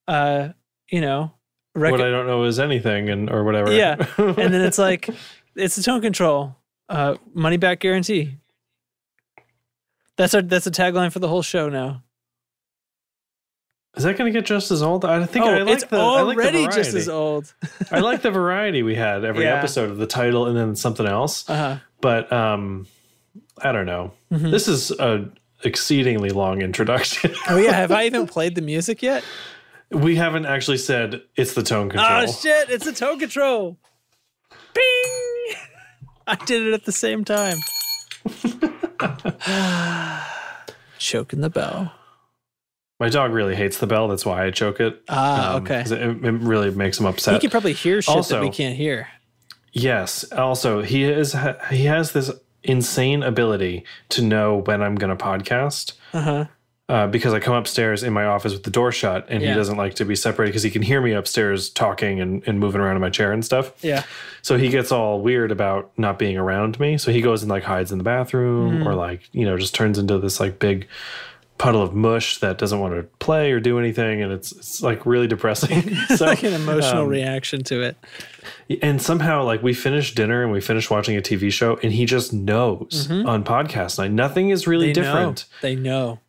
uh you know rec- what I don't know is anything, and or whatever. Yeah. and then it's like it's a tone control uh money back guarantee that's our that's a tagline for the whole show now Is that going to get just as old? I think oh I like it's the already I like the just as variety. old I like the variety we had every Yeah. episode of the title and then something else. uh-huh Mm-hmm. But um, I don't know. This is a exceedingly long introduction. oh yeah have i even played the music yet we haven't actually said it's the tone control. oh shit it's a tone control Bing! i did it at the same time choking the bell My dog really hates the bell. That's why I choke it. Ah, okay. 'cause Um, It, it really makes him he upset. can probably hear shit that we also- can't hear yes. Also, he is he has this insane ability to know when I'm going to podcast. uh-huh uh, because I come upstairs in my office with the door shut, and Yeah. he doesn't like to be separated because he can hear me upstairs talking and, and moving around in my chair and stuff. yeah So he gets all weird about not being Mm. around me. So he goes and like hides in the bathroom or like, you know, just turns into this like big puddle of mush that doesn't want to play or do anything, and it's it's like really depressing. so like an emotional um, reaction to it. and somehow like we finish dinner and we finish watching a TV show, and he just knows on podcast night nothing is really Mm-hmm. They different. know. They know.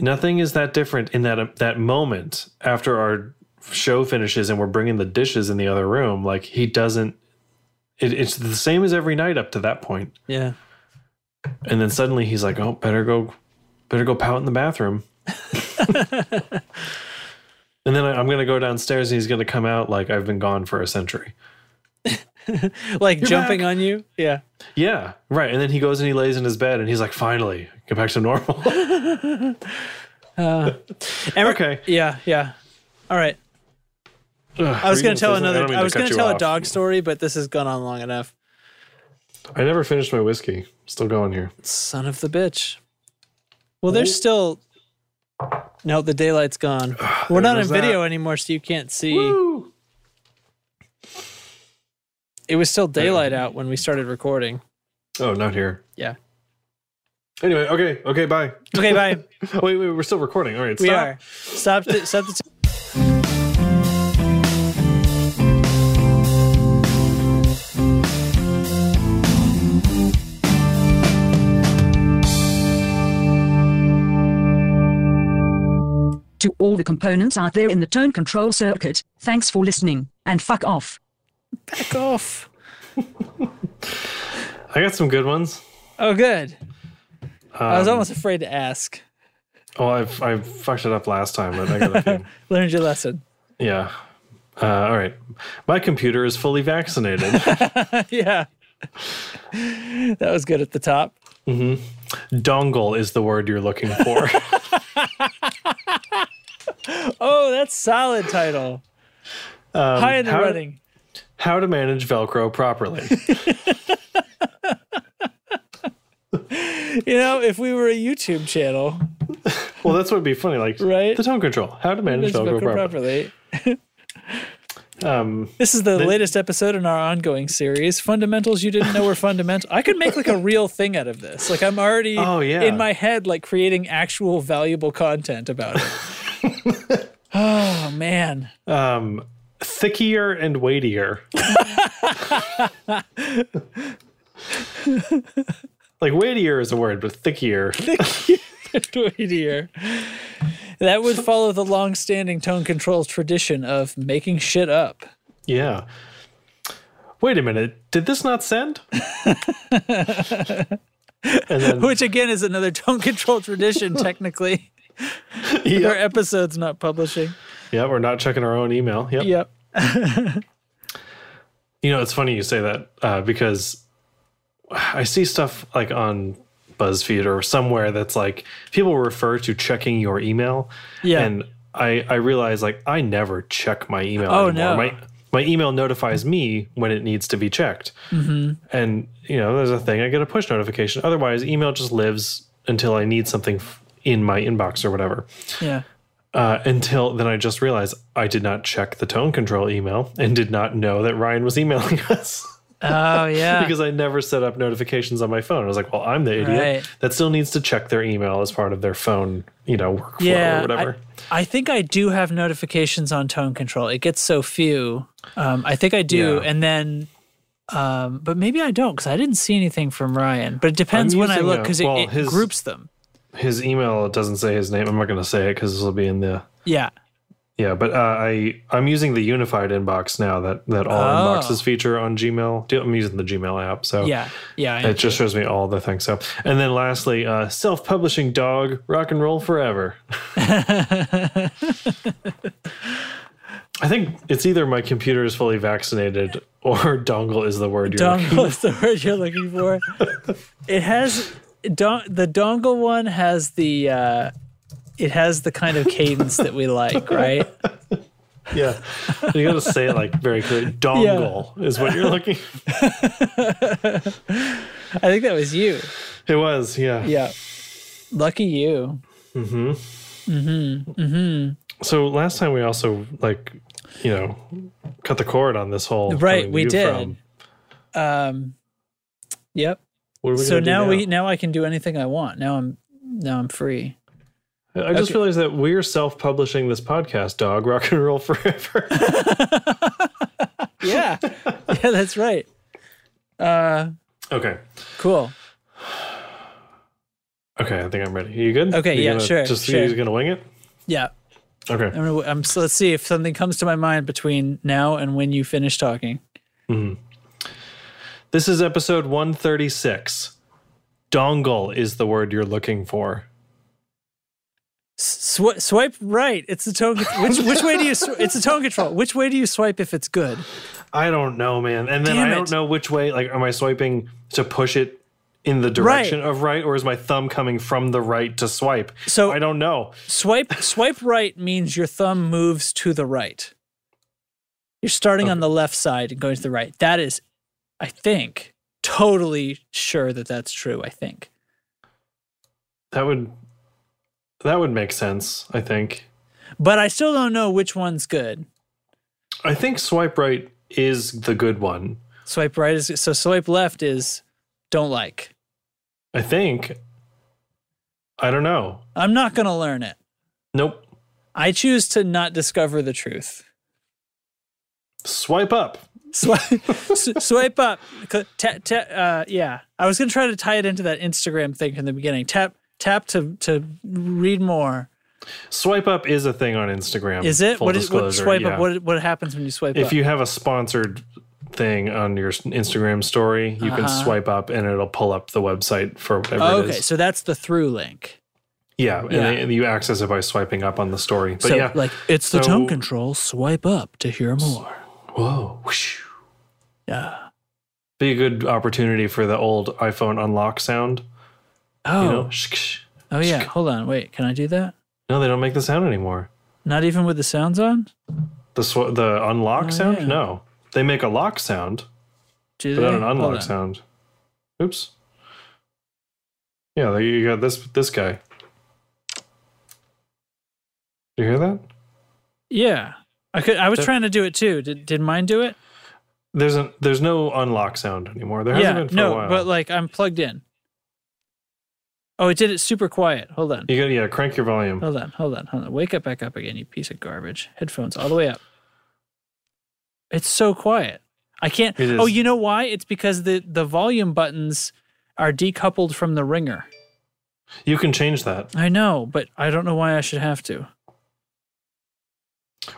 nothing is that different in that that moment after our show finishes and we're bringing the dishes in the other room like he doesn't it, it's the same as every night up to that point Yeah. and then suddenly he's like oh better go better go pout in the bathroom and then I, i'm gonna go downstairs and he's gonna come out like i've been gone for a century Like jumping on you. Yeah. yeah right and then he goes and he lays in his bed and he's like finally get back to normal And we're- okay Yeah, yeah. All right. I was going to tell another. I, was going to tell a dog story, but this has gone on long enough. i never finished my whiskey still going here Son of the bitch. Oh. Well, there's still. No, the daylight's gone. We're not on was video that. anymore, so you can't see. Woo! It was still daylight out when we started recording. Oh, not here. Yeah. Anyway, okay, okay, bye. Okay, bye. Wait, wait, we're still recording. All right, we stop. are. Stop. The, stop the. To all the components out there in the tone control circuit, thanks for listening, and fuck off. Back off. I got some good ones. Oh, good. I was Um, almost afraid to ask. Oh, I I fucked it up last time, but I got a few. Learned your lesson. yeah. Uh, all right. My computer is fully vaccinated. yeah. that was good at the top. Dongle is the word you're looking for. Oh, that's solid title. High in the Um, how- running. How to manage Velcro properly. You know, if we were a YouTube channel, Well, that's what would be funny. Like Right. the tone control. How to it's manage Velcro spoken properly. properly. Um, This is the latest episode in our ongoing series, fundamentals you didn't know were fundamental. I could make like a real thing out of this. Like I'm already Oh, yeah. in my head like creating actual valuable content about it. oh man. um, thickier and weightier. like weightier is a word, but thickier. Tweetier. That would follow the long-standing tone control tradition of making shit up. Yeah. Wait a minute. Did this not send? and then Which again is another tone control tradition technically. Their yeah, episodes not publishing. uh, yeah, we're not checking our own email. Yep. Yep. You know, it's funny you say that uh, because I see stuff like on BuzzFeed or somewhere that's like people refer to checking your email. Yeah. And I I realize like I never check my email. Oh, anymore. no. My my email notifies me when it needs to be checked. Mm-hmm. And you know, there's a thing I get a push notification. Otherwise, email just lives until I need something f- in my inbox or whatever. Yeah. Uh, until then, I just realized I did not check the tone control email and did not know that Ryan was emailing us Oh yeah. because I never set up notifications on my phone. I was like, well, I'm the idiot Right. that still needs to check their email as part of their phone, you know, workflow or yeah, whatever. I, I think I do have notifications on tone control. It gets so few. Um, I think I do, Yeah. and then, um, but maybe I don't because I didn't see anything from Ryan. But it depends when I using look a- because well, it, it his- groups them. His email doesn't say his name. I'm not going to say it because this will be in the Yeah. yeah. But uh, I I'm using the unified inbox now that that all Oh. inboxes feature on Gmail. I'm using the Gmail app, so Yeah. Yeah. I- It just shows me all the things. So, and then lastly, uh, self-publishing dog, rock and roll forever. I think it's either my computer is fully vaccinated or dongle is the word you're looking dongle is the word you're looking for. it has don- the dongle one has the uh, it has the kind of cadence that we like, right? Yeah, you got to say it like very clear. Dongle is what you're looking. I think that was you. It was, yeah. Yeah. Lucky you. So last time we also like, you know, cut the cord on this whole Right, coming to we you did. from. Um, yep. What are we gonna so do now now we now I can do anything I want. Now I'm now I'm free. I just realized that we're self-publishing this podcast, dog. Rock and roll forever. Yeah. yeah, that's right. Uh, okay. cool. Okay, I think I'm ready. You good? Okay, You yeah, gonna sure, Just sure. he's gonna wing it. Yeah. Okay. I'm, gonna, I'm so let's see if something comes to my mind between now and when you finish talking. This is episode 136. Dongle is the word you're looking for. Swi swipe right. It's the tone. Which which way do you? Sw- it's a tone control. Which way do you swipe if it's good? I don't know, man. And then Damn I it. don't know which way. Like, am I swiping to push it in the direction of right, or is my thumb coming from the right to swipe? So- I don't know. Swipe swipe right means your thumb moves to the right. You're starting on the left side and going to the right. That is, I think, totally sure that that's true. I think. That would that would make sense. I think. But I still don't know which one's good. I think swipe right is the good one. Swipe right is so. Swipe left is don't like. I think. I don't know. I'm not gonna learn it. Nope. I choose to not discover the truth. Swipe up. swipe, s- swipe up. Cl- ta- ta- uh, yeah, I was gonna try to tie it into that Instagram thing from the beginning. Tap, tap to to read more. Swipe up is a thing on Instagram. Is it Um, Full what is what disclosure, swipe yeah. up? What what happens when you swipe if up? you have a sponsored thing on your s- Instagram story, you can swipe up and it'll pull up the website for whatever Uh-huh. Oh, it okay, is. so that's the through link. yeah, and, Yeah. they- and you access it by swiping up on the story. But so yeah, like it's the So- tone control. Swipe up to hear more. whoa, whoosh. Yeah. be a good opportunity for the old iPhone unlock sound. Oh. You know, Shk, shk. oh yeah. Hold on. Wait. Can I do that? no, they don't make the sound anymore. Not even with the sounds on. The sw- the unlock sound? Oh, yeah. No, they make a lock sound, Do but they? not an Hold unlock on. sound. Oops. Yeah, there you got this this guy. Do you hear that? Yeah. I could. I was That- trying to do it too. Did did mine do it? There's a there's no unlock sound anymore. There hasn't yeah, been for no, a while. but like I'm plugged in. Oh, it did it super quiet. Hold on. you got yeah, crank your volume. Hold on. Hold on. Hold on. Wake up back up again, you piece of garbage. Headphones all the way up. It's so quiet. I can't It Oh, is. you know why? It's because the the volume buttons are decoupled from the ringer. You can change that. I know, but I don't know why I should have to.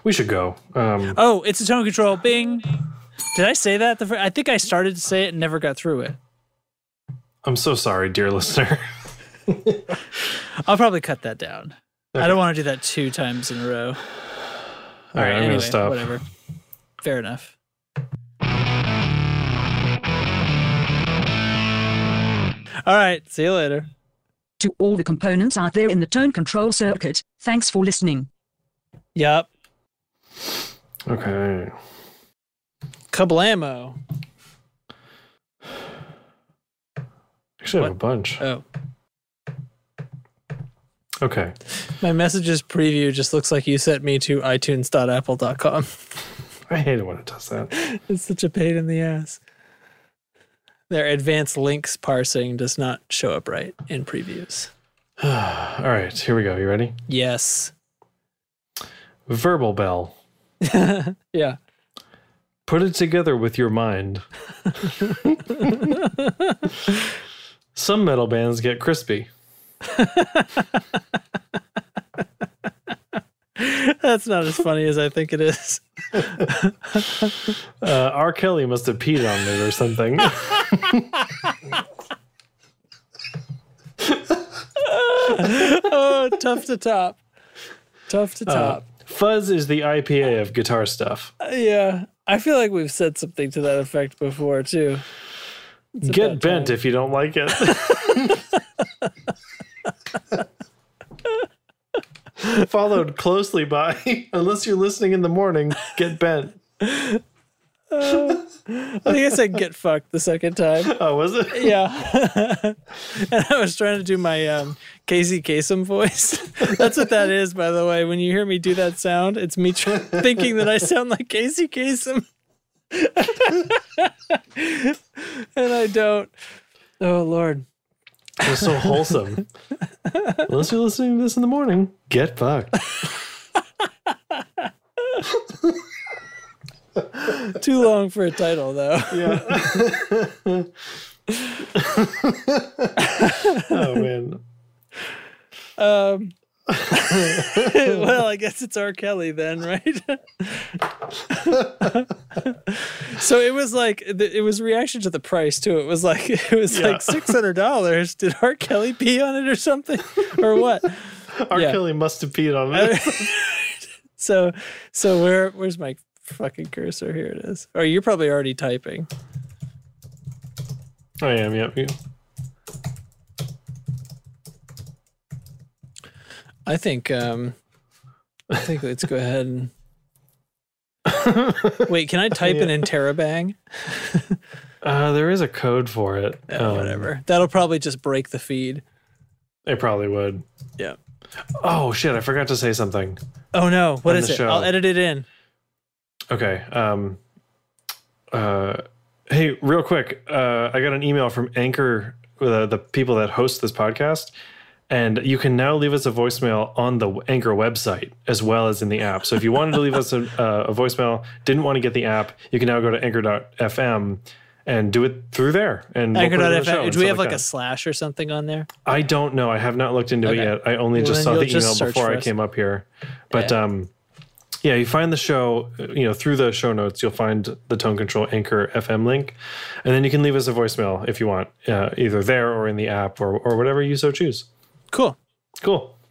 We should go. Um, Oh, it's a tone control. Bing. Did I say that? The fir- I think I started to say it and never got through it. I'm so sorry, dear listener. I'll probably cut that down. I don't want to do that two times in a row. All right, I'm anyway, gonna stop. Whatever. Fair enough. All right. See you later. To all the components out there in the tone control circuit, thanks for listening. Yup. Okay. Kablamo. Actually, I have a bunch. Oh, Okay. my messages preview just looks like you sent me to itunes.apple.com. I hate it when it does that. It's such a pain in the ass. Their advanced links parsing does not show up right in previews. All right, here we go. You ready? Yes. Verbal bell. Yeah. Put it together with your mind. Some metal bands get crispy. That's not as funny as I think it is. Uh, R. Kelly must have peed on it or something. Oh, tough to top. Tough to top. Fuzz is the IPA of guitar stuff. Yeah, I feel like we've said something to that effect before too. Get bent if you don't like it. Followed closely by, unless you're listening in the morning, get bent. I think I said "get fucked" the second time. Oh, was it? Yeah, and I was trying to do my um, Casey Kasem voice. That's what that is, by the way. When you hear me do that sound, it's me tr- thinking that I sound like Casey Kasem, and I don't. Oh Lord. It was so wholesome. Unless you're listening to this in the morning, get fucked. Too long for a title, though. Oh man. Um, well, I guess it's R. Kelly then, right? so it was like the- it was reaction to the price too. It was like it was like six hundred dollars. Did R. Kelly pee on it or something or what? R. Yeah. Kelly must have peed on it. So so where where's my fucking cursor? Here it is. Oh, you're probably already typing. I am, yep. Yeah. I think um I think let's go ahead and wait. Can I type an interrobang? Uh, there is a code for it. Um, Whatever. That'll probably just break the feed. It probably would. Yeah. Oh shit, I forgot to say something. Oh no! on What is the it? show. I'll edit it in. Okay. Um uh hey, real quick, uh I got an email from Anchor the, the people that host this podcast. And you can now leave us a voicemail on the Anchor website as well as in the app. So if you wanted to leave us a, uh, a voicemail, didn't want to get the app, you can now go to anchor.fm and do it through there. And we'll put it on the show Anchor.fm. and Do we stuff have like a that. slash or something on there? I don't know. I have not looked into Okay. it yet. I only Well, just then saw you'll the just email search before for I us. came up here. But yeah. um yeah, you find the show, uh, you know, through the show notes, you'll find the tone control anchor FM link. And then you can leave us a voicemail if you want, uh, either there or in the app or or whatever you so choose. Cool. Cool.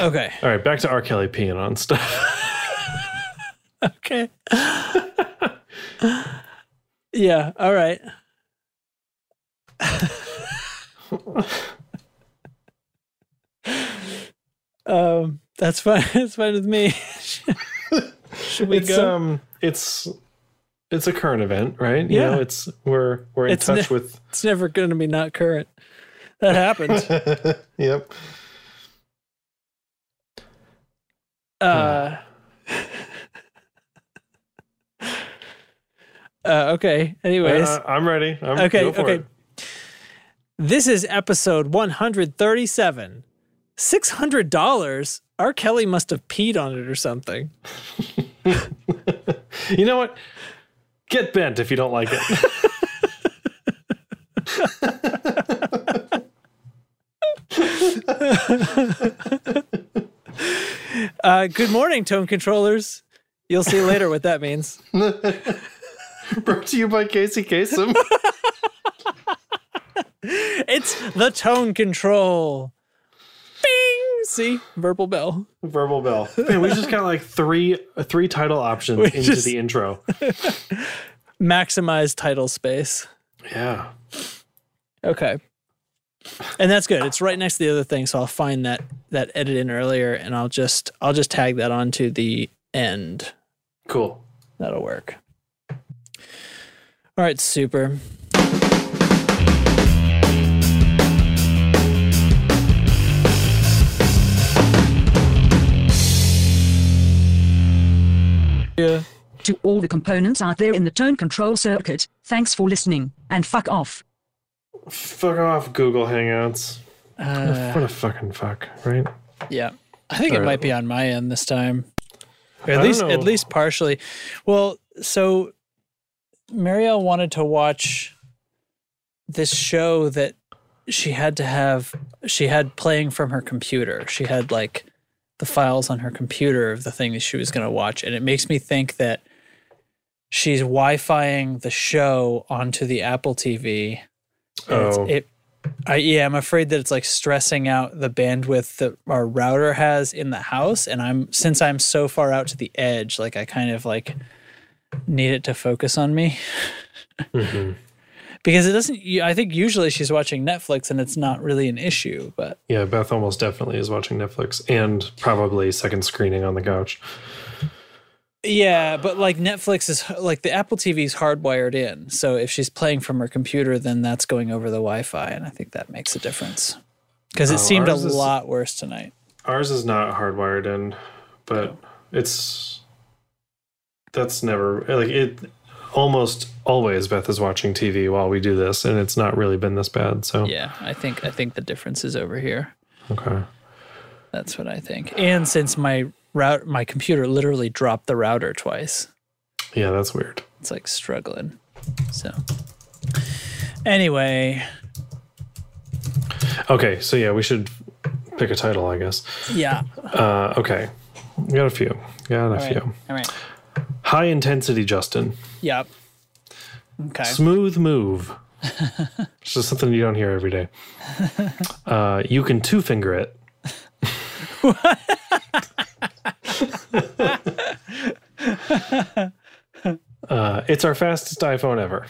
Okay. All right, back to R. Kelly peeing on stuff. okay. yeah. All right. um, that's fine. That's fine with me. Should we it's go? um it's it's a current event, right? You Yeah. know, it's we're we're in It's touch ne- with it's never going to be not current. That happened. Yep. Uh, uh, okay. Anyways, Uh, I'm ready. I'm Okay, go for okay. it. this is episode 137. $600. R. Kelly must have peed on it or something. You know what? Get bent if you don't like it. Uh, good morning, tone controllers. You'll see later what that means. Brought to you by Casey Kasem. It's the tone control. Bing! See? Verbal bell. Verbal bell. Man, we just got like three uh, three title options into just- the intro. Maximize title space. Yeah. Okay. And that's good. It's right next to the other thing, so I'll find that that edit in earlier and I'll just I'll just tag that onto the end. Cool. That'll work. All right, super. Yeah. To all the components out there in the tone control circuit, thanks for listening, and fuck off. Fuck off, Google Hangouts. Uh, What a fucking fuck, right? yeah. I think it might be on my end this time. Or I at don't least at know. least partially. Well, so Marielle wanted to watch this show that she had to have she had playing from her computer. She had like the files on her computer of the thing that she was going to watch and it makes me think that she's wi-fiing the show onto the Apple TV. And it's- Oh. It I yeah, I'm afraid that it's like stressing out the bandwidth that our router has in the house and I'm since I'm so far out to the edge, like I kind of like need it to focus on me. Because it doesn't you- I think usually she's watching Netflix and it's not really an issue, but Yeah, Beth almost definitely is watching Netflix and probably second screening on the couch. Yeah, but like Netflix is like the Apple TV is hardwired in. So if she's playing from her computer, then that's going over the Wi Fi. And I think that makes a difference. Because it seemed a Oh, ours is- lot worse tonight. Ours is not hardwired in, but it's that's never like it almost always Beth is watching TV while we do this, and it's not really been this bad. So Yeah, I think I think the difference is over here. okay. That's what I think. And since my route my computer literally dropped the router twice. Yeah, that's weird. It's like struggling. So anyway, Okay, so yeah, we should pick a title, I guess. yeah. Uh, okay, We got a few, got a All right. few. All right. High intensity, Justin. Yep. Okay. Smooth move. It's just something you don't hear every day. Uh, you can two finger it. uh, it's our fastest iPhone ever.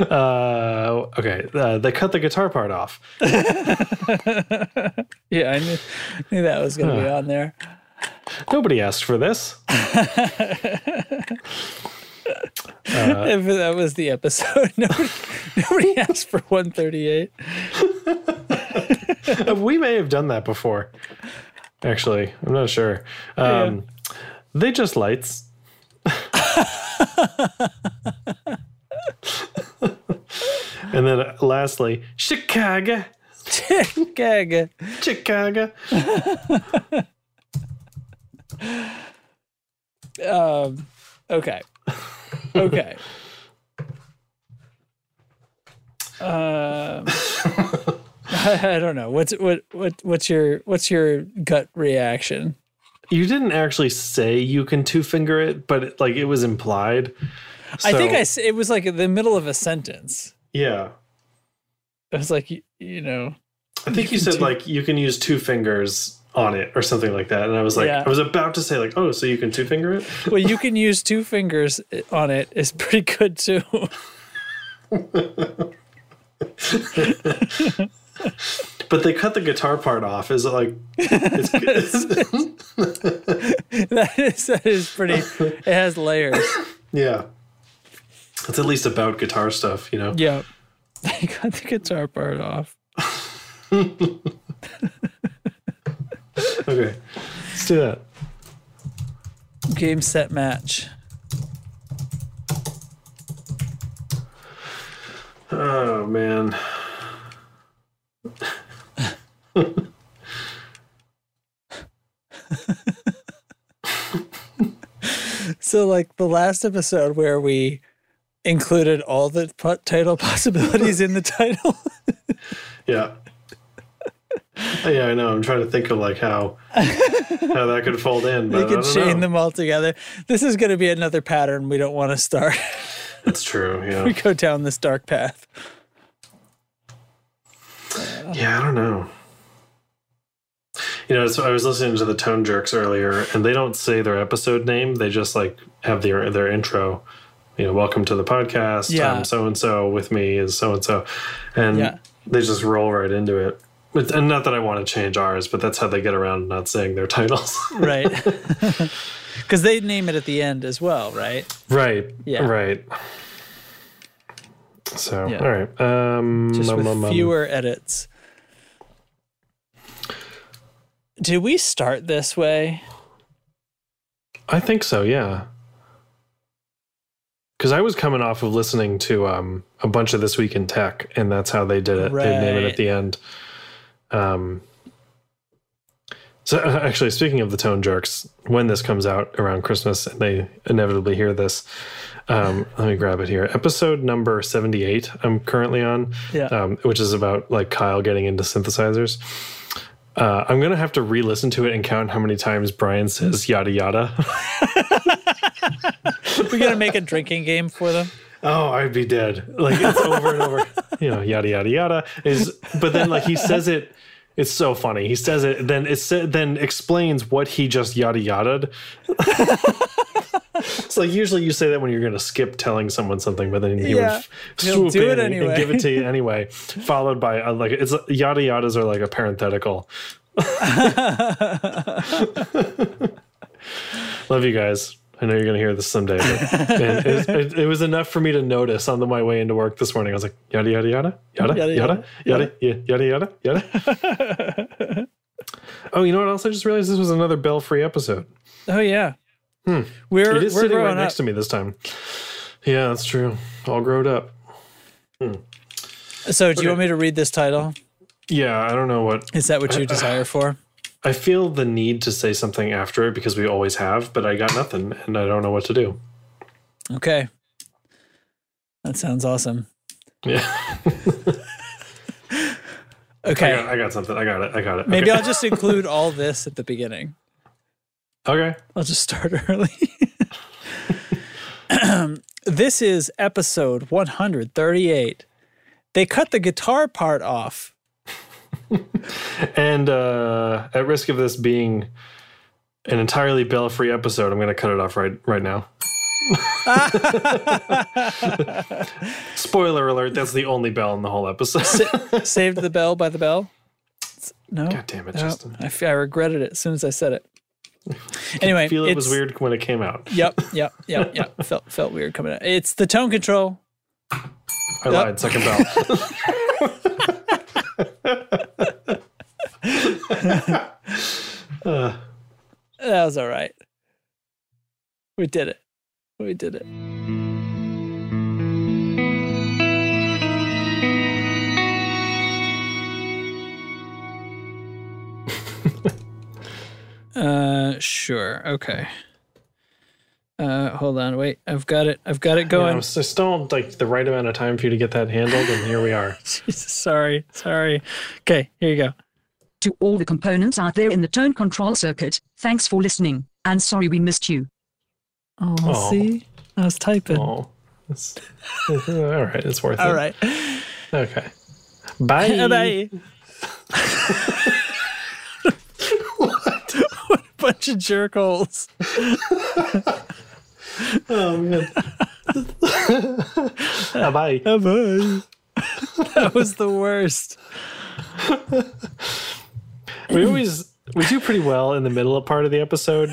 uh, okay, uh, they cut the guitar part off. Yeah, I knew, knew that was going to be on there. Nobody asked for this. if that was the episode, nobody, nobody asked for 138. Uh, we may have done that before. Actually, I'm not sure. Um, They just lights. and then uh, lastly, Chicago, Gag. Chicago. Um, okay. Okay. Um, I, I don't know. What's what what what's your what's your gut reaction? You didn't actually say you can two finger it, but it, like it was implied. I think So, I s- it was like in the middle of a sentence. yeah. It was like you, you know. I think you, said like you can use two fingers on it or something like that, and I was like, Yeah. I was about to say like, oh, so you can two finger it. Well, you can use two fingers eh, on it is pretty good too. But they cut the guitar part off. Is it like it's, that is that is pretty. It has layers. yeah? It's at least about guitar stuff, you know. Yep. They got the guitar part off. Okay, let's do that. Game set match. Oh man. So like the last episode where we included all the po- title possibilities in the title. Yeah. yeah, I know. I'm trying to think of like how how that could fold in, we but I could don't chain know. them all together. This is going to be another pattern we don't want to start. That's true. we Yeah. go down this dark path. Yeah, I don't know. You know, so I was listening to the Tone Jerks earlier, and they don't say their episode name. They just like have their their intro. You know, welcome to the podcast. Yeah. I'm so and so. With me is so and so, Yeah. and they just roll right into it. But, and not that I want to change ours, but that's how they get around not saying their titles. Right. Cuz they name it at the end as well, right? right. Yeah. Right. So Yeah. all right. Um, Just um, with um, um. fewer edits. Did we start this way? I think so, yeah. Because I was coming off of listening to um, a bunch of This Week in Tech, and that's how they did it. They name it Right. at the end. Um, so, actually, speaking of the tone jerks, when this comes out around Christmas and they inevitably hear this, um, let me grab it here. Episode number 78, I'm currently on, Yeah. um, which is about like Kyle getting into synthesizers. Uh, I'm going to have to re listen to it and count how many times Brian says yada yada. We're gonna make a drinking game for them. oh, I'd be dead. Like it's over and over. You know, yada yada yada is. But then like he says it. It's so funny. He says it, then it sa- then explains what he just yada yadaed. it's like usually you say that when you're going to skip telling someone something, but then he Yeah. would f- He'll swoop do in it and- anyway. and give it to you anyway, followed by uh, like it's yada yadas are like a parenthetical. Love you guys. I know you're going to hear this someday. But man, it, it, it was enough for me to notice on the, my way into work this morning. I was like, yada, yada, yada, yada, Yada, yada, yada, yada, yada, yada. Oh, you know what else? I just realized this was another bell free episode. Oh yeah. Hmm. We're it is we're sitting right growing next up. to me this time. Yeah, that's true. All grown up. So do you want me to read this title? Yeah, I don't know what. Is that what you desire for? I feel the need to say something after it because we always have, but I got nothing and I don't know what to do. Okay. That sounds awesome. Yeah, I, got, Okay. I got something. I got it. I got it. Maybe okay. I'll just include all this at the beginning. Okay. I'll just start early. this is episode 138. They cut the guitar part off. And uh, at risk of this being an entirely bell free episode, I'm going to cut it off right right now. Spoiler alert, that's the only bell in the whole episode. Saved the bell by the bell. No. God damn it, no. Justin. I, f- I regretted it as soon as I said it. Anyway, I feel it was it's- weird when it came out. Yep, yep, yep, yep. felt felt weird coming out. It's the tone control. I lied, second bell. That was all right. We did it. We did it. uh sure okay uh hold on wait i've got it i've got it I going was just still like the right amount of time for you to get that handled, and here we are. Jesus, sorry sorry okay here you go To all the components out there in the tone control circuit, thanks for listening, and sorry we missed you. oh, Oh. see i was typing Oh, it's, all right, it's worth it. all right okay. Bye. Bye. what? what a bunch of jerk holes. Oh man. Bye. that was the worst. We always we do pretty well in the middle part of the episode.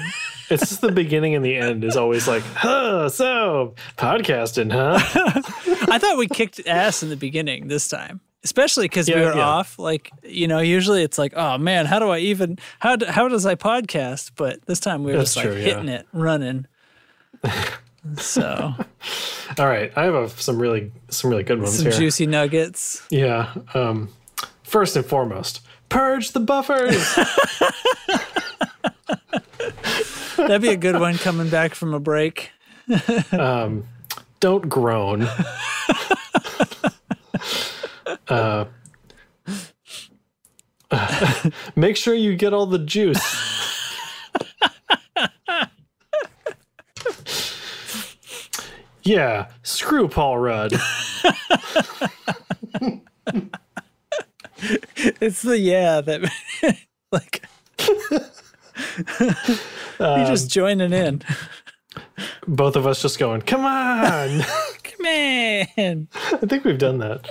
It's just the beginning and the end is always like, huh, so podcasting, huh? I thought we kicked ass in the beginning this time. Especially because we Yeah, were yeah. off, like you know. Usually it's like, oh man, how do I even how do, how does I podcast? But this time we were That's just true, like yeah. hitting it, running. so All right, I have a, some really some really good ones some here. juicy nuggets. Yeah. Um, first and foremost, purge the buffers. That'd be a good one coming back from a break. Don't groan. Uh, make sure you get all the juice. yeah, screw Paul Rudd. It's the yeah that like you're Um, just joining in. Both of us just going, come on. Come in. I think we've done that.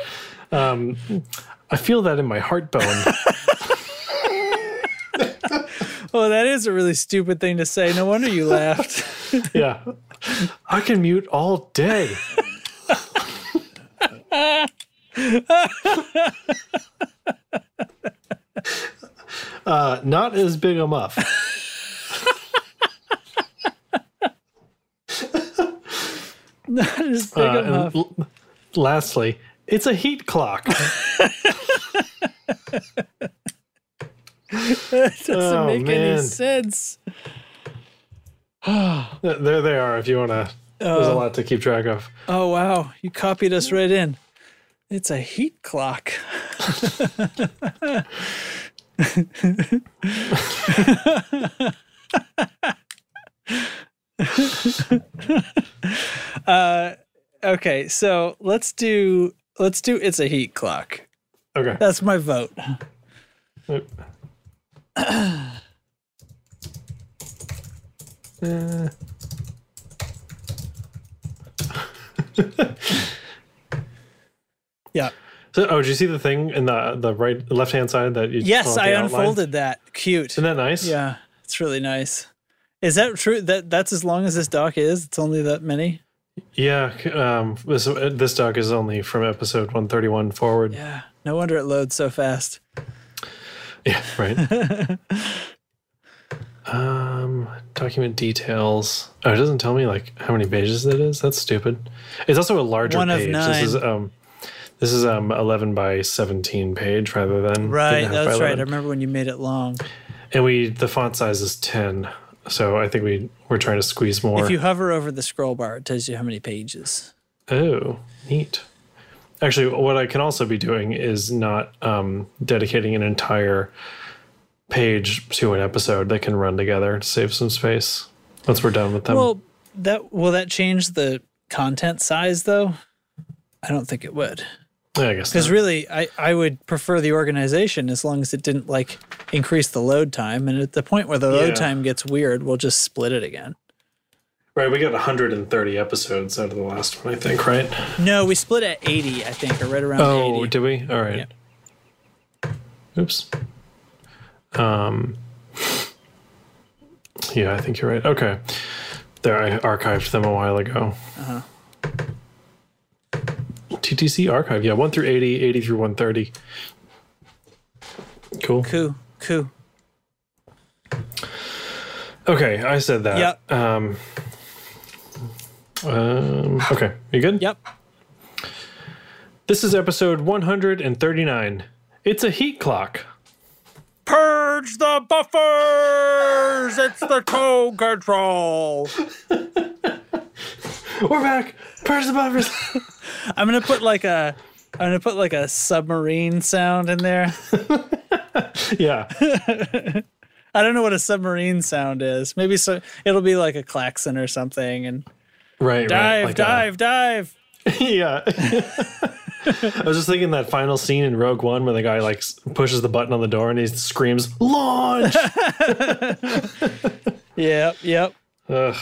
Um, I feel that in my heart bone. Oh, that is a really stupid thing to say. No wonder you laughed. yeah. I can mute all day. uh, not as big a muff. just Uh, pick 'em and up. l- lastly, it's a heat clock. That doesn't oh, make any man. sense. there they are if you want to. There's a lot to keep track of. Oh wow, you copied us right in. It's a heat clock. uh, okay, so let's do let's do it's a heat clock. Okay. That's my vote. Uh. Yeah. So, oh, did you see the thing in the the right left hand side that you? Yes, on I the outline? unfolded that. Cute. Isn't that nice? Yeah, it's really nice. Is that true? That that's as long as this doc is. It's only that many. Yeah. c- Um. This uh, this doc is only from episode one thirty one forward. Yeah. No wonder it loads so fast. Yeah. Right. Um, document details. Oh, it doesn't tell me like how many pages that is. That's stupid. It's also a larger One of page. This nine. is um, this is um, eleven by seventeen page rather than Right, 8.5 by that's right. I 11. remember when you made it long. And we the font size is ten, so I think we we're trying to squeeze more. If you hover over the scroll bar, it tells you how many pages. Oh, neat. Actually, what I can also be doing is not um, dedicating an entire page to an episode that can run together to save some space once we're done with them. well, that will that change the content size though? I don't think it would. yeah, I guess Because not. really, I, I would prefer the organization as long as it didn't like increase the load time. And at the point where the load Yeah. time gets weird, we'll just split it again. right. We got 130 episodes out of the last one, I think. Right? No, we split at 80, I think, or right around Oh, 80. did we? All right. Oops. Um. Yeah, I think you're right. Okay. There, I archived them a while ago. Uh-huh. TTC archive. Yeah, 1 through 80, 80 through 130. Cool. Coo, coo. Okay, I said that. Yep. Um, um, okay, you good? Yep. This is episode 139. It's a heat clock. Purge the buffers! It's the tow control! We're back. Purge the buffers. I'm gonna put like a I'm gonna put like a submarine sound in there. yeah. I don't know what a submarine sound is. Maybe so it'll be like a klaxon or something and Right. right. dive, like uh, a- dive, dive. yeah. I was just thinking that final scene in Rogue One where the guy like s- pushes the button on the door and he screams launch. Yep, yep. Ugh.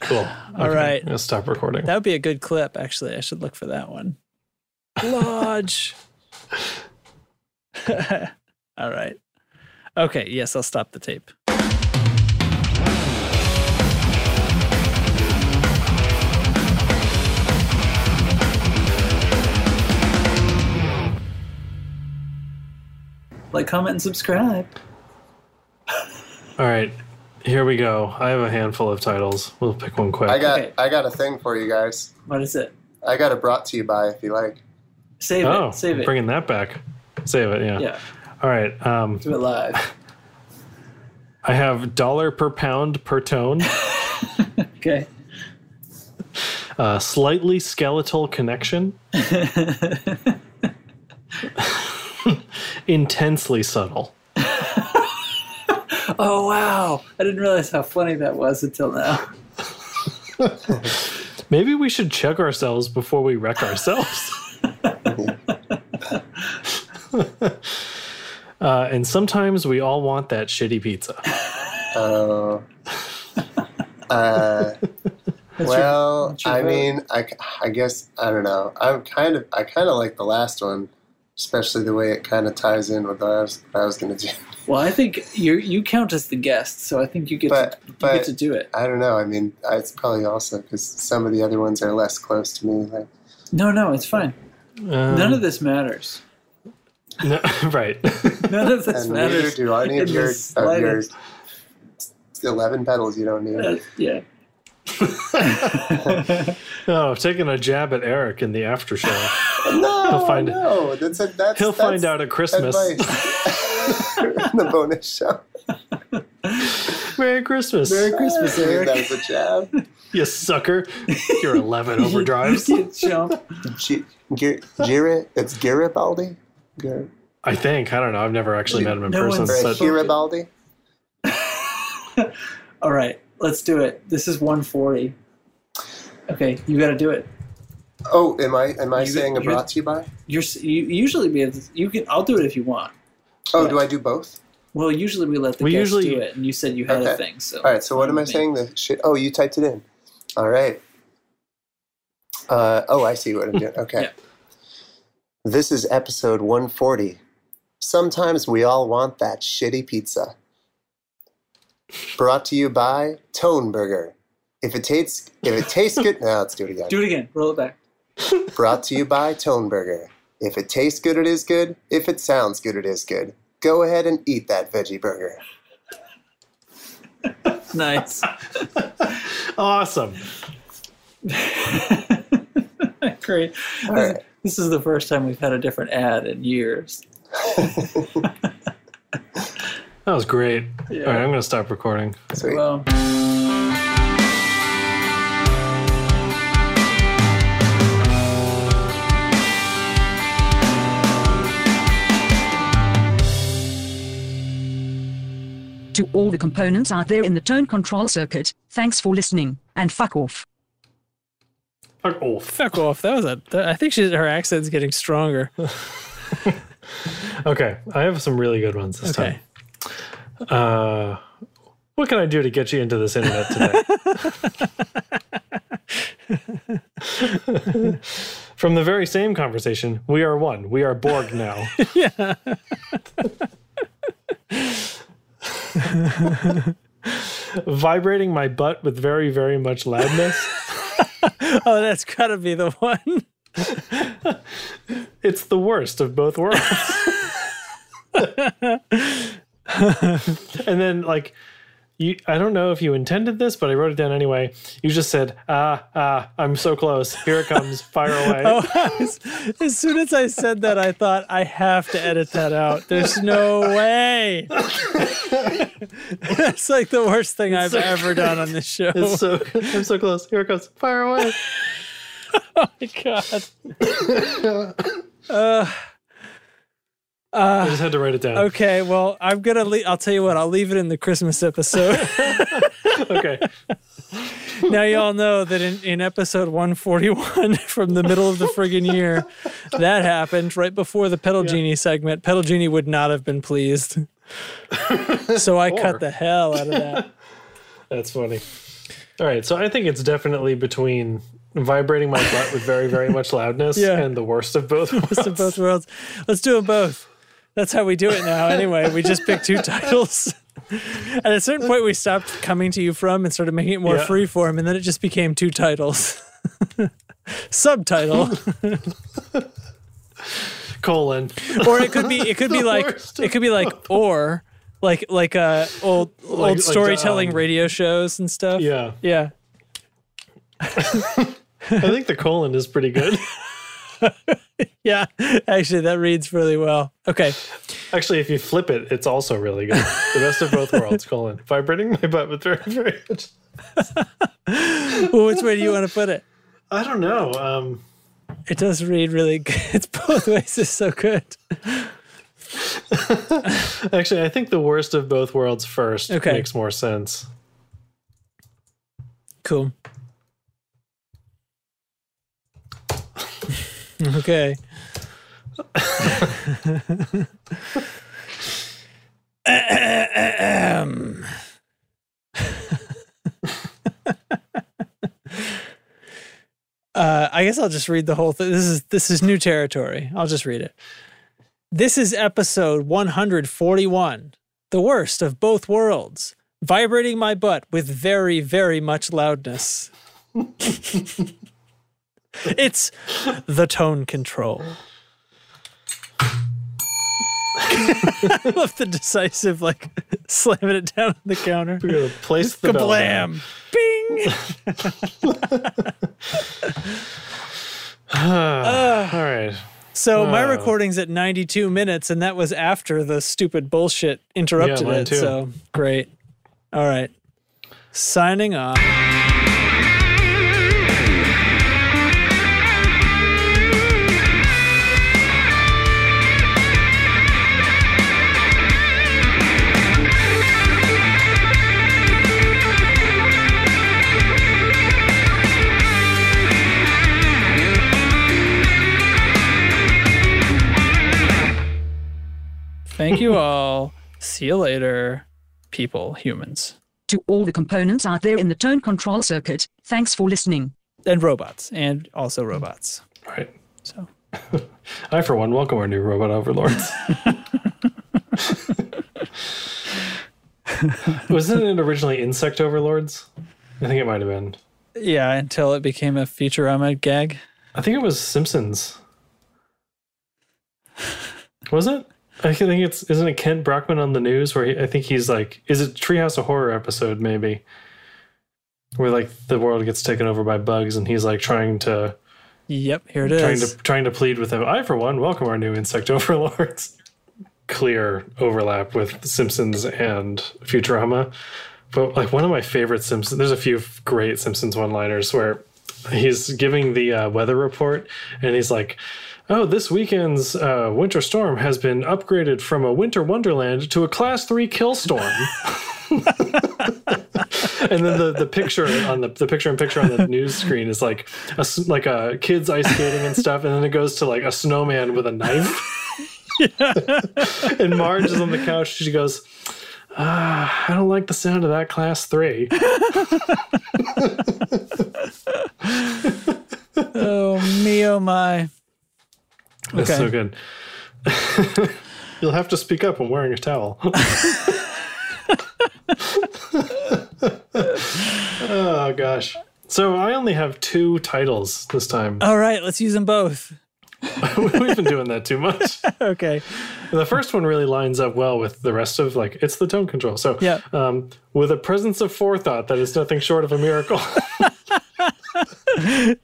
Cool. All right. Let's stop recording. That would be a good clip, actually. I should look for that one. Lodge. All right. Okay, yes, I'll stop the tape. Like, comment, and subscribe. All right. Here we go. I have a handful of titles. We'll pick one quick. I got Okay. I got a thing for you guys. What is it? I got it brought to you by if you like. Save oh, it. Save it. bringing that back. Save it. Yeah. yeah, All right. Um, do it live. I have dollar per pound per tone. Okay. uh, slightly skeletal connection. Intensely subtle. Oh wow! I didn't realize how funny that was until now. Maybe we should check ourselves before we wreck ourselves. uh, and sometimes we all want that shitty pizza. Uh, uh, well, your I vote? mean, I, c- I guess I don't know. I'm kind of I kind of like the last one, especially the way it kind of ties in with what I was, what I was gonna do. Well, I think you you count as the guest, so I think you get But to, you but get to do it. I don't know. I mean, I- it's probably also because some of the other ones are less close to me. Like No, no, it's fine. Um, None of this matters. No, right. None of this and neither matters. do any of in your the of your slightest. eleven pedals you don't Uh, need. yeah. No, I've taken Oh, a jab at Eric in the after show. No, He'll find- no. That's a, that's, He'll that's find out at Christmas. advice. in the bonus show. Merry Christmas. Merry Christmas, Eric. That was a jab. you sucker. You're 11 overdrives. You jump. G- Gir- Gir- it's Garibaldi. Gir- I think. I don't know. I've never actually met him in No person. one's- or but- Garibaldi. All right, let's do it. This is 140. Okay, you got to do it. Oh, am I am I You- saying a you- brought to you by? You're s- you usually we have, you can I'll do it if you want. Oh, do I do both? Well, usually we let the We guest usually- do it, and you said you had a Okay. thing. So All right. So what am I Me. saying? The shit. Oh, you typed it in. All right. Uh, oh, I see what I'm doing. Okay. Yeah. This is episode 140. Sometimes we all want that shitty pizza. Brought to you by Tone Burger. If it tastes, if it tastes good, now let's do it again. do it again. Roll it back. Brought to you by Tone Burger. If it tastes good, it is good. If it sounds good, it is good. Go ahead and eat that veggie burger. nice. Awesome. Great. All This, right. this is the first time we've had a different ad in years. That was great. All right, I'm going to stop recording. Sweet. Well, To all the components out there in the tone control circuit, thanks for listening, and fuck off. Fuck off. fuck off. That was a. That, I think she's, her accent's getting stronger. Okay, I have some really good ones this Okay. time. Uh, what can I do to get you into this internet today? From the very same conversation, we are one. We are Borg now. Vibrating my butt with very, very much loudness. Oh, that's gotta be the one. It's the worst of both worlds. and then like you I don't know if you intended this, but I wrote it down anyway. You just said, "Ah, ah, I'm so close. Here it comes. Fire away." Oh. as, as soon as I said that, I thought I have to edit that out. There's no way. That's like the worst thing I've ever done on this show. It's so I'm so close. Here it comes. Fire away. God. I just had to write it down. Okay. Okay, well, I'm gonna. Le- I'll tell you what. I'll leave it in the Christmas episode. now you all know that in, in episode 141 from the middle of the friggin' year, that happened right before the Pedal Genie segment. Pedal Genie would not have been pleased. so I Or- cut the hell out of that. That's funny. All right, so I think it's definitely between vibrating my butt with very, very much loudness Yeah. and the worst of both worlds. Best of both worlds. Let's do them both. That's how we do it now. Anyway, we just pick two titles. At a certain point, we stopped coming to you from and started making it more Yeah. free form, and then it just became two titles. Subtitle, colon. or it could be it could be like worst it could be like or like like uh old like old the, storytelling um, radio shows and stuff. Yeah. yeah. I think the colon is pretty good. Yeah, actually, that reads really well. Okay, Actually, if you flip it, it's also really good. The best of both worlds, colon. Vibrating my butt with very, very much. well, which way do you want to put it? I don't know. Um, It does read really good. It's both ways is so good. actually, I think the worst of both worlds first Okay. makes more sense. Cool. okay. Ahem. uh, I guess I'll just read the whole thing. This is this is new territory. I'll just read it. This is episode 141, the worst of both worlds, vibrating my butt with very, very much loudness. it's the tone control. I love the decisive, like slamming it down on the counter. We're going to place the bell down. Kablam! Bing! All right. So my recording's at 92 minutes, and that was after the stupid bullshit interrupted Yeah, mine it. too. So great. All right. Signing off. Thank you all. See you later, people, humans, To all the components out there in the tone control circuit, thanks for listening. and robots, and also robots. All right. So. I, for one, welcome our new robot overlords. Wasn't it originally insect overlords? I think it might have been. Yeah, until it became a Futurama gag. I think it was Simpsons. Was it? I think it's isn't it Kent Brockman on the news where he, I think he's like, is it Treehouse of Horror episode maybe, where like the world gets taken over by bugs and he's like trying to Yep, here it trying is. to trying to plead with them. I for one welcome our new insect overlords. Clear overlap with Simpsons and Futurama, but like one of my favorite Simpsons. There's a few great Simpsons one-liners where he's giving the uh, weather report and he's like. Oh, this weekend's uh, winter storm has been upgraded from a winter wonderland to a class three kill storm. and then the, the picture on the the picture in picture on the news screen is like a s- like a kids ice skating and stuff, and then it goes to like a snowman with a knife. and Marge is on the couch. She goes, ah, "I don't like the sound of that class three. Oh me, oh my. That's so Okay. good. You'll have to speak up. I'm wearing a towel. oh gosh. So I only have two titles this time. All right, let's use them both. We've been doing that too much. Okay. the first one really lines up well with the rest of like it's the tone control. So Yeah. um, with a presence of forethought that is nothing short of a miracle.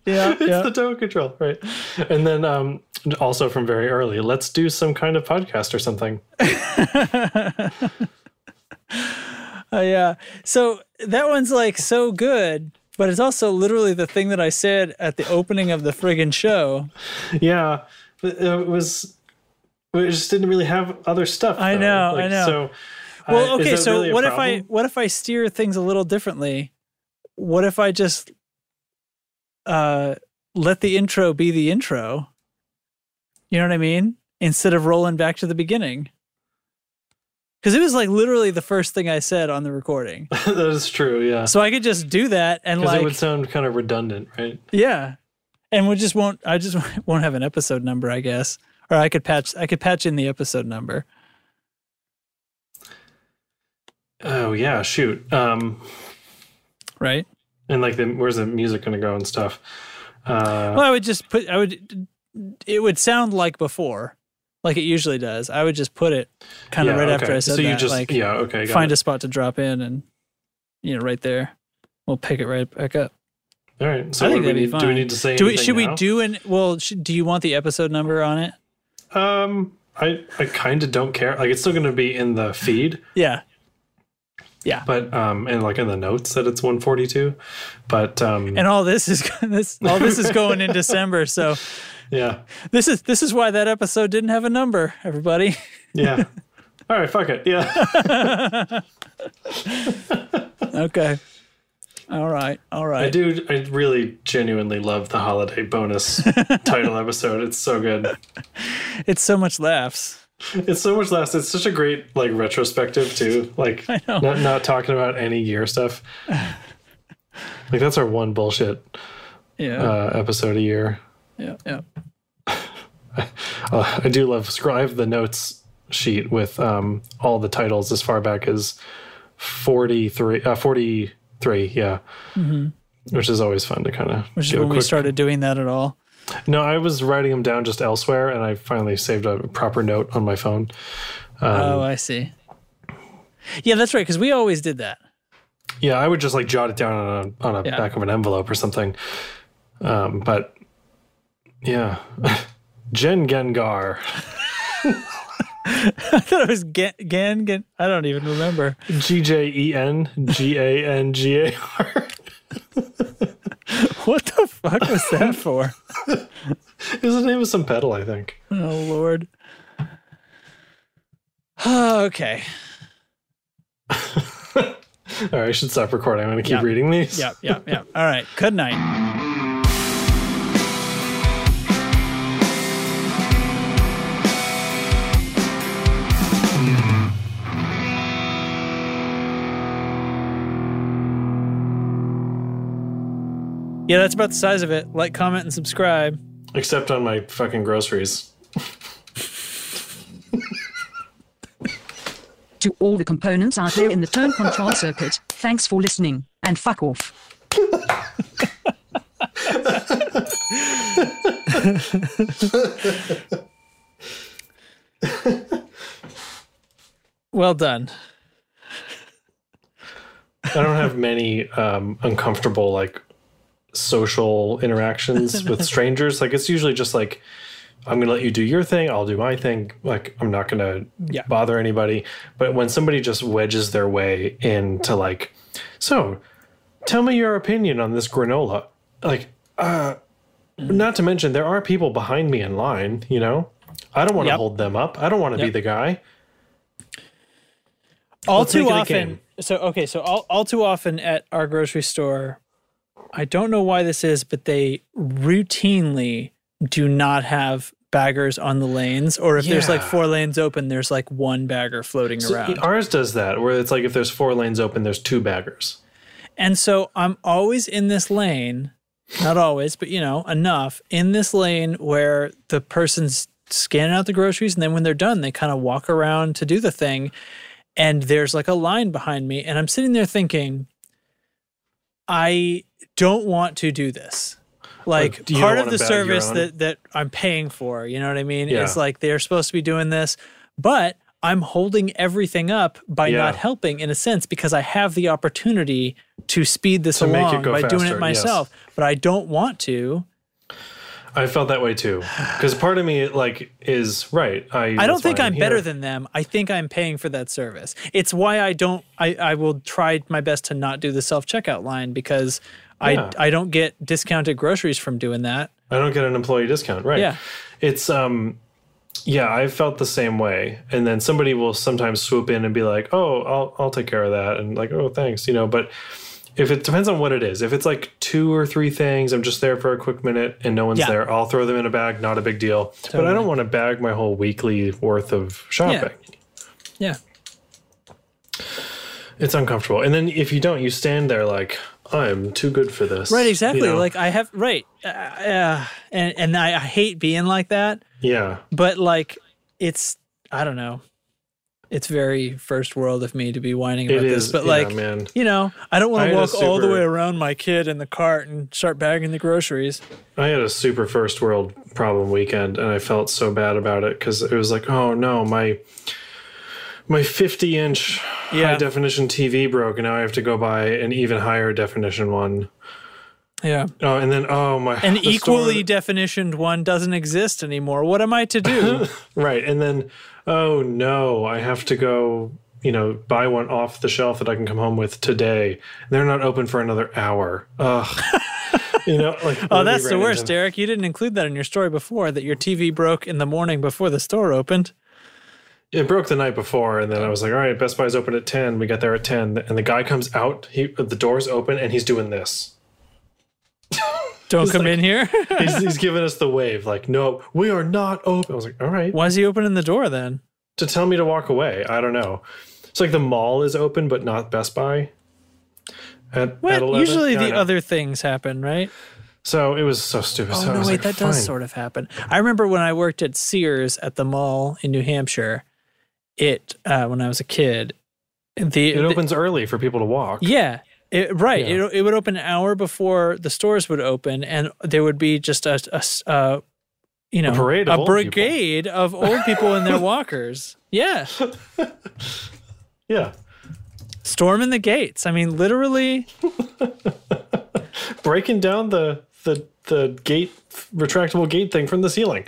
Yeah, it's yeah. the tone control, right? And then um, also from very early, let's do some kind of podcast or something. Oh, yeah. So that one's like so good, but it's also literally the thing that I said at the opening of the friggin' show. Yeah, but it was. We just didn't really have other stuff. I though. know, I know. So, uh, Well, is okay, that so really a what if I problem? what if I steer things a little differently? What if I just uh let the intro be the intro? You know what I mean? Instead of rolling back to the beginning. Cuz it was like literally the first thing I said on the recording. that is true. Yeah, So I could just do that and because like it would sound kind of redundant, right? Yeah, and we just won't. I just won't have an episode number, I guess. Or I could patch. I could patch in the episode number. Oh yeah, shoot. Um, Right. and like, the, where's the music going to go and stuff? Uh, Well, I would just put. I would. It would sound like before, like it usually does. I would just put it kind of yeah, right okay. after I said so you that. Just, like, yeah, okay, got find it. a spot to drop in, and you know, right there, we'll pick it right back up. All right. So I think what do we need, that'd be do we fine. need to say? Do we? anything Should we now? do an? Well, sh- do you want the episode number on it? Um, I I kind of don't care. Like, it's still going to be in the feed, Yeah. but um, and like in the notes that it's 142, but um, And all this is this all this is going in December, so yeah, This is this is why that episode didn't have a number, everybody. yeah. All right, fuck it. Yeah. okay. All right. All I right. do. I really genuinely love the holiday bonus title episode. It's so good. It's so much laughs. It's so much less. It's such a great like retrospective too. Like know. not not talking about any year stuff. Like that's our one bullshit Yeah. uh, episode a year. yeah. Yeah. Uh, I do love scroll. I have the notes sheet with um, all the titles as far back as 43, uh, 43 yeah. Which is always fun to kind of Mm-hmm. Which is when we started doing that at all. No, I was writing them down just elsewhere, and I finally saved a proper note on my phone. Um, oh, I see. Yeah, that's right. Because we always did that. Yeah, I would just like jot it down on a on a Yeah. back of an envelope or something. Um, but yeah, Jen Gengar, I thought it was Gan, Gan, Gan. I don't even remember. G J E N G A N G A R. What the fuck was that for? Is the name of some pedal, I think. Oh Lord. okay. All right, I should stop recording. I'm going to keep Yeah. reading these. Yep. Yep. Yep. All right. Good night. Yeah, that's about the size of it. Like, comment, and subscribe. Except on my fucking groceries. To all the components out there in the tone control circuit, thanks for listening, and fuck off. Well done. I don't have many um, uncomfortable like social interactions with strangers. Like it's usually just like I'm gonna let you do your thing, I'll do my thing. Like I'm not gonna Yeah. bother anybody. But when somebody just wedges their way into like, so tell me your opinion on this granola. Like, uh, not to mention there are people behind me in line. You know, I don't want to Yep. hold them up. I don't want to be Yep. the guy. all Let's too make it a often game. so okay so all, all too often at our grocery store i don't know why this is but they routinely do not have baggers on the lanes or if there's like Yeah. four lanes open there's like one bagger floating So around ours does that, where it's like if there's four lanes open, there's two baggers. and so i'm always in this lane not always but you know enough in this lane where the person's scanning out the groceries and then when they're done they kind of walk around to do the thing and there's like a line behind me and i'm sitting there thinking i don't want to do this like do you part not of wanna the bag your service own? that that i'm paying for you know what i mean Yeah. it's like they're supposed to be doing this but i'm holding everything up by Yeah. not helping in a sense because i have the opportunity to speed this To make it along go by doing faster, it yes. myself but i don't want to I felt that way too, because part of me like is right. I I don't that's think why I'm better here. than them. I think I'm paying for that service. It's why I don't. I, I will try my best to not do the self checkout line because Yeah. I I don't get discounted groceries from doing that. I don't get an employee discount, right? Yeah. It's um yeah, I felt the same way. And then somebody will sometimes swoop in and be like, "Oh, I'll I'll take care of that." And like, "Oh, thanks." You know, but if it depends on what it is. If it's like two or three things, I'm just there for a quick minute and no one's Yeah. there, I'll throw them in a bag, not a big deal. But I don't want to bag my whole weekly worth of shopping. Yeah. It's uncomfortable. And then if you don't, you stand there like, "I'm too good for this." Right. you Exactly. know? Like I have. Right. Uh, uh, and and I, I hate being like that. yeah. But like, it's I don't know. It's very first world of me to be whining about It this, is- but yeah, like, man. you know, I don't I want had to a walk all the super- way around my kid in the cart and start bagging the groceries. I had a super first world problem weekend, and I felt so bad about it because it was like, oh no, my my 50 inch Yeah. high definition TV broke, and now I have to go buy an even higher definition one. Yeah. Oh, and then oh my, An the store- equally definitioned one doesn't exist anymore. What am I to do? right, and then oh no, I have to go, you know, buy one off the shelf that I can come home with today. They're not open for another hour. Ugh. you know, like oh, that's the worst, Eric. Derek. You didn't include that in your story before that your TV broke in the morning before the store opened. it broke the night before and then i was like all right best buy's open at 10 we got there at 10 and the guy comes out he the door's open and he's doing this Don't come in here. he's, he's giving us the wave like no we are not open i was like all right Why is he opening the door then? to tell me to walk away i don't know it's like the mall is open but not best buy at, at What? 11? Usually Yeah, I the know. other things happen, right? so it was so stupid Oh, so no, wait, that does sort of happen. I remember when I worked at Sears at the mall in New Hampshire, it, uh, when I was a kid, the, it the- opens early for people to walk Yeah. It, right. Yeah. It, it would open an hour before the stores would open, and there would be just a, a s- uh, you know, parade of old people. brigade of old people and their walkers. Yeah. yeah Storming the gates. I mean, literally, breaking down the the the gate retractable gate thing from the ceiling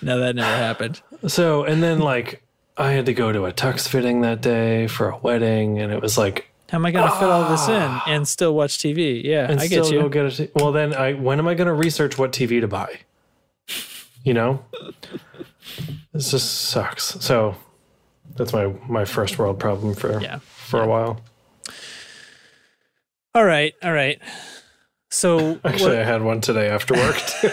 no, that never happened. So, and then like I had to go to a tux fitting that day for a wedding, and it was like, How am I going to fit all this in and still watch TV? Yeah, Ah. and I still get you. go get a. T- well, then I when am I going to research what TV to buy? You know, this just sucks. So that's my my first world problem for Yeah. for a while. All right. All right. So, Actually, what- I had one today after work. too.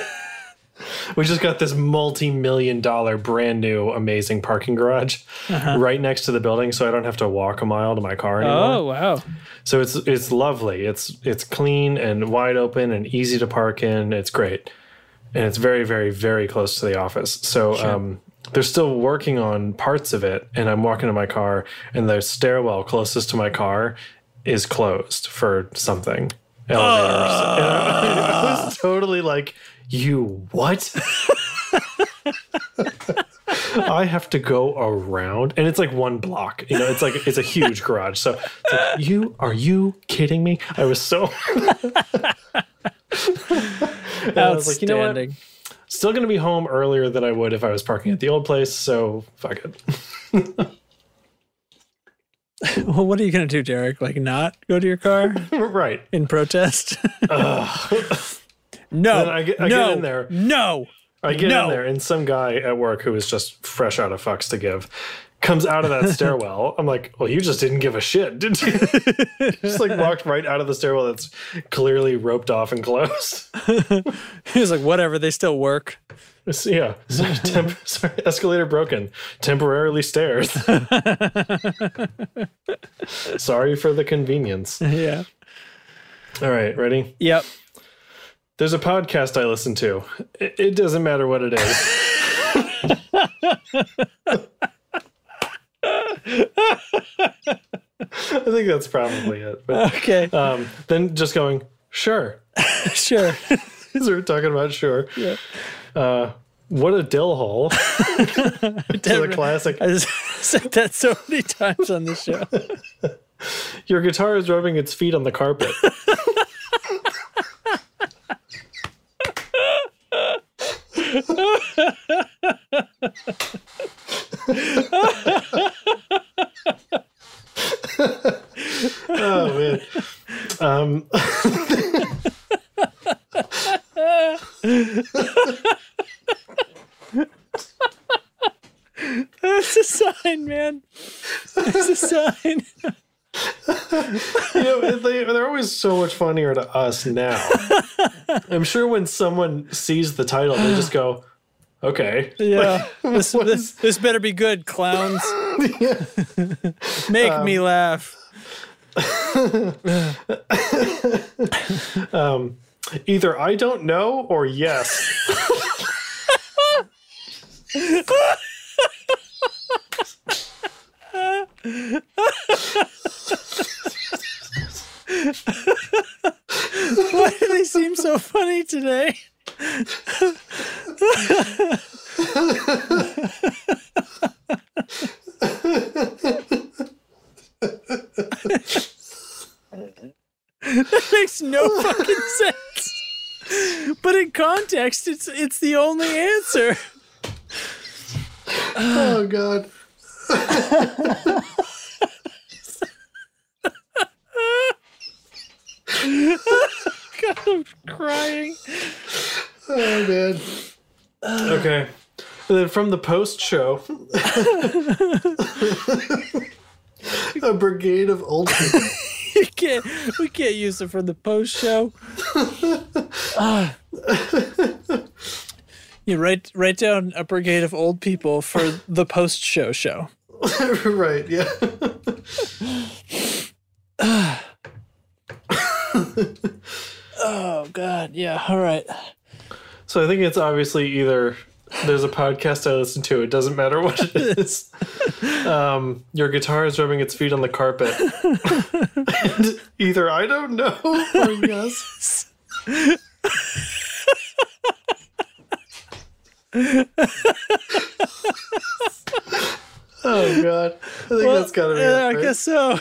we just got this multi-million dollar brand new amazing parking garage right next to the building so I don't have to walk a mile to my car anymore. Uh-huh. oh, wow. So it's it's lovely. It's it's clean and wide open and easy to park in. It's great, and it's very very very close to the office. So um, they're still working on parts of it, and I'm walking to my car, and the stairwell closest to my car is closed for something elevators. and I, I was totally like, you what? I have to go around, and it's like one block. You know, it's like it's a huge garage. So, it's like, you are you kidding me? I was so. And I was like, you know what? Outstanding. Still going to be home earlier than I would if I was parking at the old place. So fuck it. Well, what are you gonna do, Derek? Like, not go to your car right. in protest? no, Then I get- I get no, in there. No, I get No. in there, and some guy at work who is just fresh out of fucks to give comes out of that stairwell. I'm like, well, you just didn't give a shit, did you? just like walked right out of the stairwell that's clearly roped off and closed. he was like, whatever. They still work. It's- yeah, sorry, temp- sorry, escalator broken, temporarily stairs. sorry for the convenience. Yeah. All right, ready? Yep. There's a podcast I listen to. It, it doesn't matter what it is. I think that's probably it. But, Okay. um, then just going, sure. sure. Because we're talking about sure. Yeah. Uh, what a dill hole. to the classic. I just said that so many times on the show. Your guitar is rubbing its feet on the carpet. oh man. Um, It's a sign, man. It's a sign. you know, they, they're always so much funnier to us now. I'm sure when someone sees the title, they just go, "Okay." Yeah. This, What this, this better be good, clowns. Make Um, me laugh. Either I don't know or yes. Why do they seem so funny today? that makes no fucking sense. But in context, it's it's the only answer. Oh god. Crying. Oh man. Okay. And then from the post show, a brigade of old people. We can't we can't use it for the post show. Ah. You write write down a brigade of old people for the post show show. right, yeah. Oh God, yeah. All right. So I think it's obviously either there's a podcast I listen to, it doesn't matter what it is. Um, your guitar is rubbing its feet on the carpet. And either I don't know or yes. oh god. I think that's gotta be it, yeah, I right? guess so.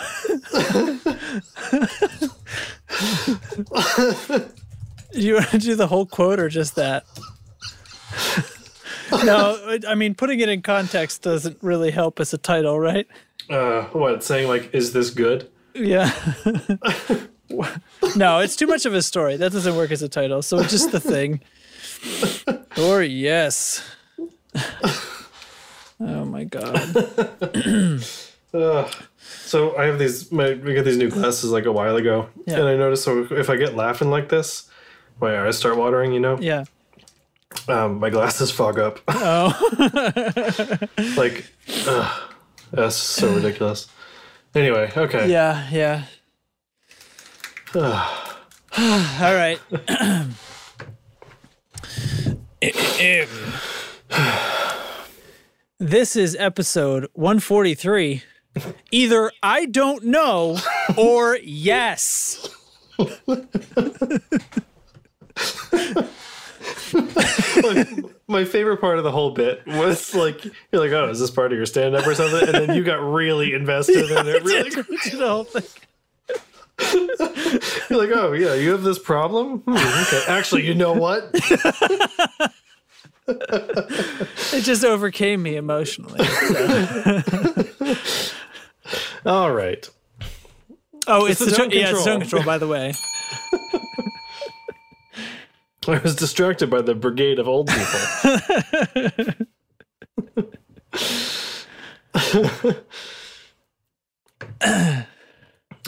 you want to do the whole quote or just that? no, I- I mean putting it in context doesn't really help as a title, right? Uh, what, saying like, is this good? Yeah. no, it's too much of a story. That doesn't work as a title. So it's just the thing. or yes. oh my god. Ugh. So I have these. My, we got these new glasses like a while ago, Yeah. and I noticed so if I get laughing like this, my eyes start watering. You know, Yeah. um, my glasses fog up. Oh. like, ugh. that's so ridiculous. Anyway, okay. yeah, yeah. Ugh. All right. this is episode 143. Either I don't know or yes. my, my favorite part of the whole bit was like you're like, oh, is this part of your stand up or something? And then you got really invested in it. Really, Did the whole thing. you're like, oh yeah, you have this problem. Hmm, okay, actually, you know what? It just overcame me emotionally. All right. Oh, it's, the the tone tone, yeah, it's control. tone control. By the way, I was distracted by the brigade of old people.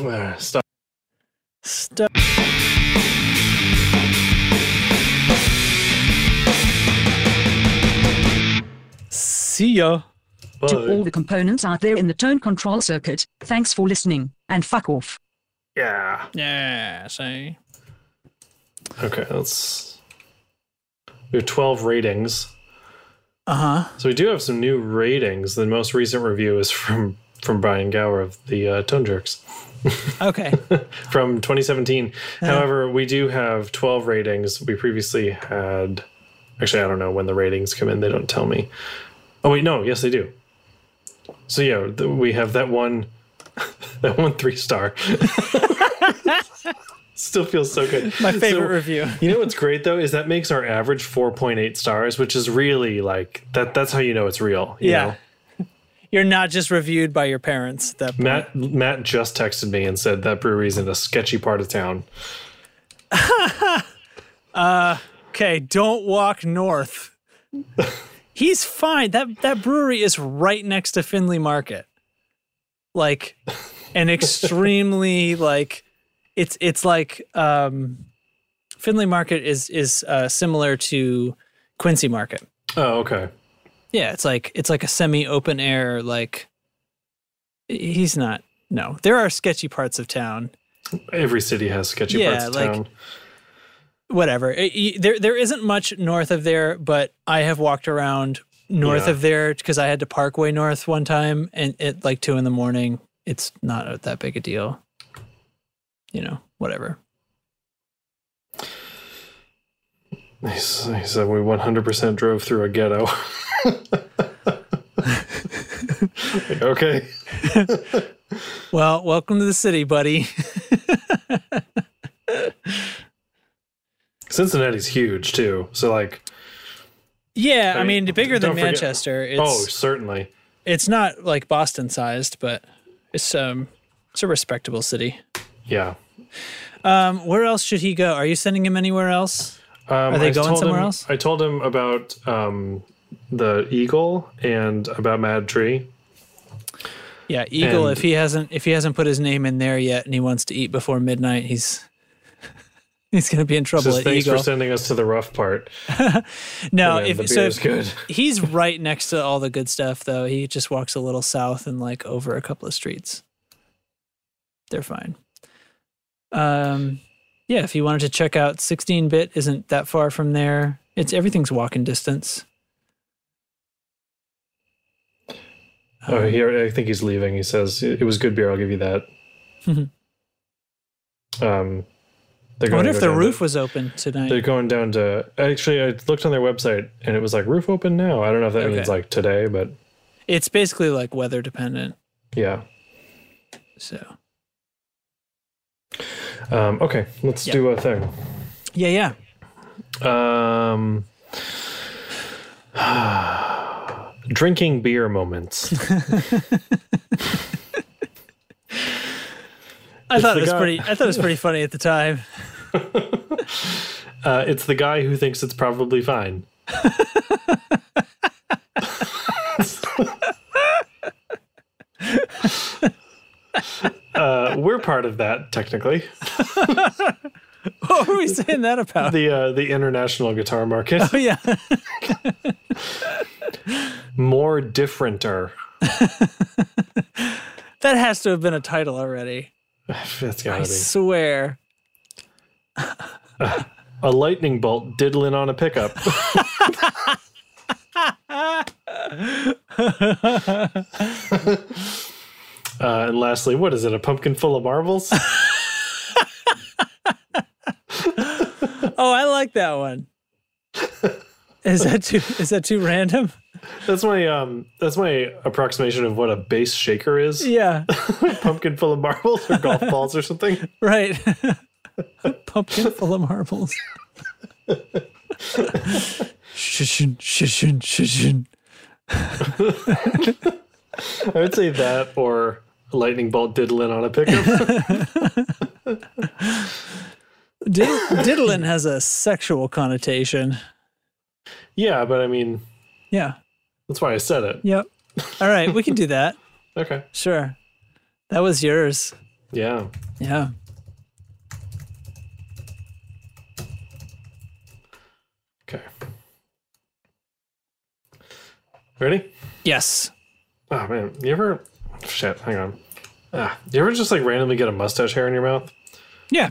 Uh, Stop. stuff. See ya. To all Bye. the components out there in the tone control circuit, thanks for listening, and fuck off. Yeah. Yeah. See. Okay, that's we have twelve ratings. Uh huh. So we do have some new ratings. The most recent review is from from Brian Gower of the uh, Tone Jerks Okay. from 2017. Uh-huh. However, we do have 12 ratings. We previously had actually I don't know when the ratings come in. They don't tell me. Oh wait, no, yes they do. So yeah, th- we have that one that one three star. Still feels so good. My favorite So- review. you know what's great though is that makes our average 4.8 stars, which is really like that. That's how you know it's real. you know? Yeah. You're not just reviewed by your parents. That Matt Matt just texted me and said that brewery's in a sketchy part of town. okay. Don't walk north. He's fine. That that brewery is right next to Findlay Market. Like, an extremely like, it's it's like um, Findlay Market is is uh, similar to Quincy Market. Oh, okay. Yeah, it's like it's like a semi open air like he's not no. There are sketchy parts of town. Every city has sketchy Yeah, parts of like- town. Whatever. It- y- there there isn't much north of there, but I have walked around north Yeah. of there because I had to park way north one time and at like two in the morning. It's not that big a deal. You know, whatever. He s- he said we 100% drove through a ghetto. Like, okay. Well, welcome to the city, buddy. Cincinnati's huge too. So like yeah, I Hey, mean, bigger than don't forget- Manchester. oh, It's certainly. it's not like Boston sized, but it's um it's a respectable city. Yeah. Um, where else should he go? Are you sending him anywhere else? Um, Are they I going told somewhere him- else? I told him about um, the eagle and about Mad Tree. Yeah, Eagle. And- if he hasn't, if he hasn't put his name in there yet, and he wants to eat before midnight, he's he's gonna be in trouble Says, at Thanks Eagle. for sending us to the rough part. no, Man, if the beer so, is if- good. he's right next to all the good stuff, though. He just walks a little south and like over a couple of streets. They're fine. Um, yeah, if you wanted to check out 16 bit, isn't that far from there? It's everything's walking distance. Um, Oh, here I think he's leaving. He says it was good beer. I'll give you that. Mhm. um, they're I wonder to go if the down roof to, was open tonight. They're going down to. Actually, I looked on their website and it was like roof open now. I don't know if that Okay. means like today, but It's basically like weather dependent. yeah. So Um, okay, let's Yeah. do a thing. yeah, yeah. Um, drinking beer moments. I thought it was guy- pretty. I thought it was pretty funny at the time. Uh, it's the guy who thinks it's probably fine. uh, we're part of that technically. What were we saying that about? The uh, the international guitar market oh yeah, more differenter. that has to have been a title already. That's gotta I be swear. a lightning bolt diddling on a pickup. Uh, and lastly, what is it? A pumpkin full of marbles? Oh, I like that one. Is that too is that too random? That's my um. That's my approximation of what a base shaker is. Yeah, Pumpkin full of marbles or golf balls or something. right. Pumpkin full of marbles. Shushin, shushin, shushin. I would say that or a lightning bolt diddling on a pickup. Did- diddling has a sexual connotation. yeah, but I mean Yeah. that's why I said it. Yep. All right, we can do that. Okay. Sure. That was yours. Yeah. Yeah. Okay. Ready? Yes. Oh man, you ever? Shit, hang on. Ah, you ever just like randomly get a mustache hair in your mouth? Yeah.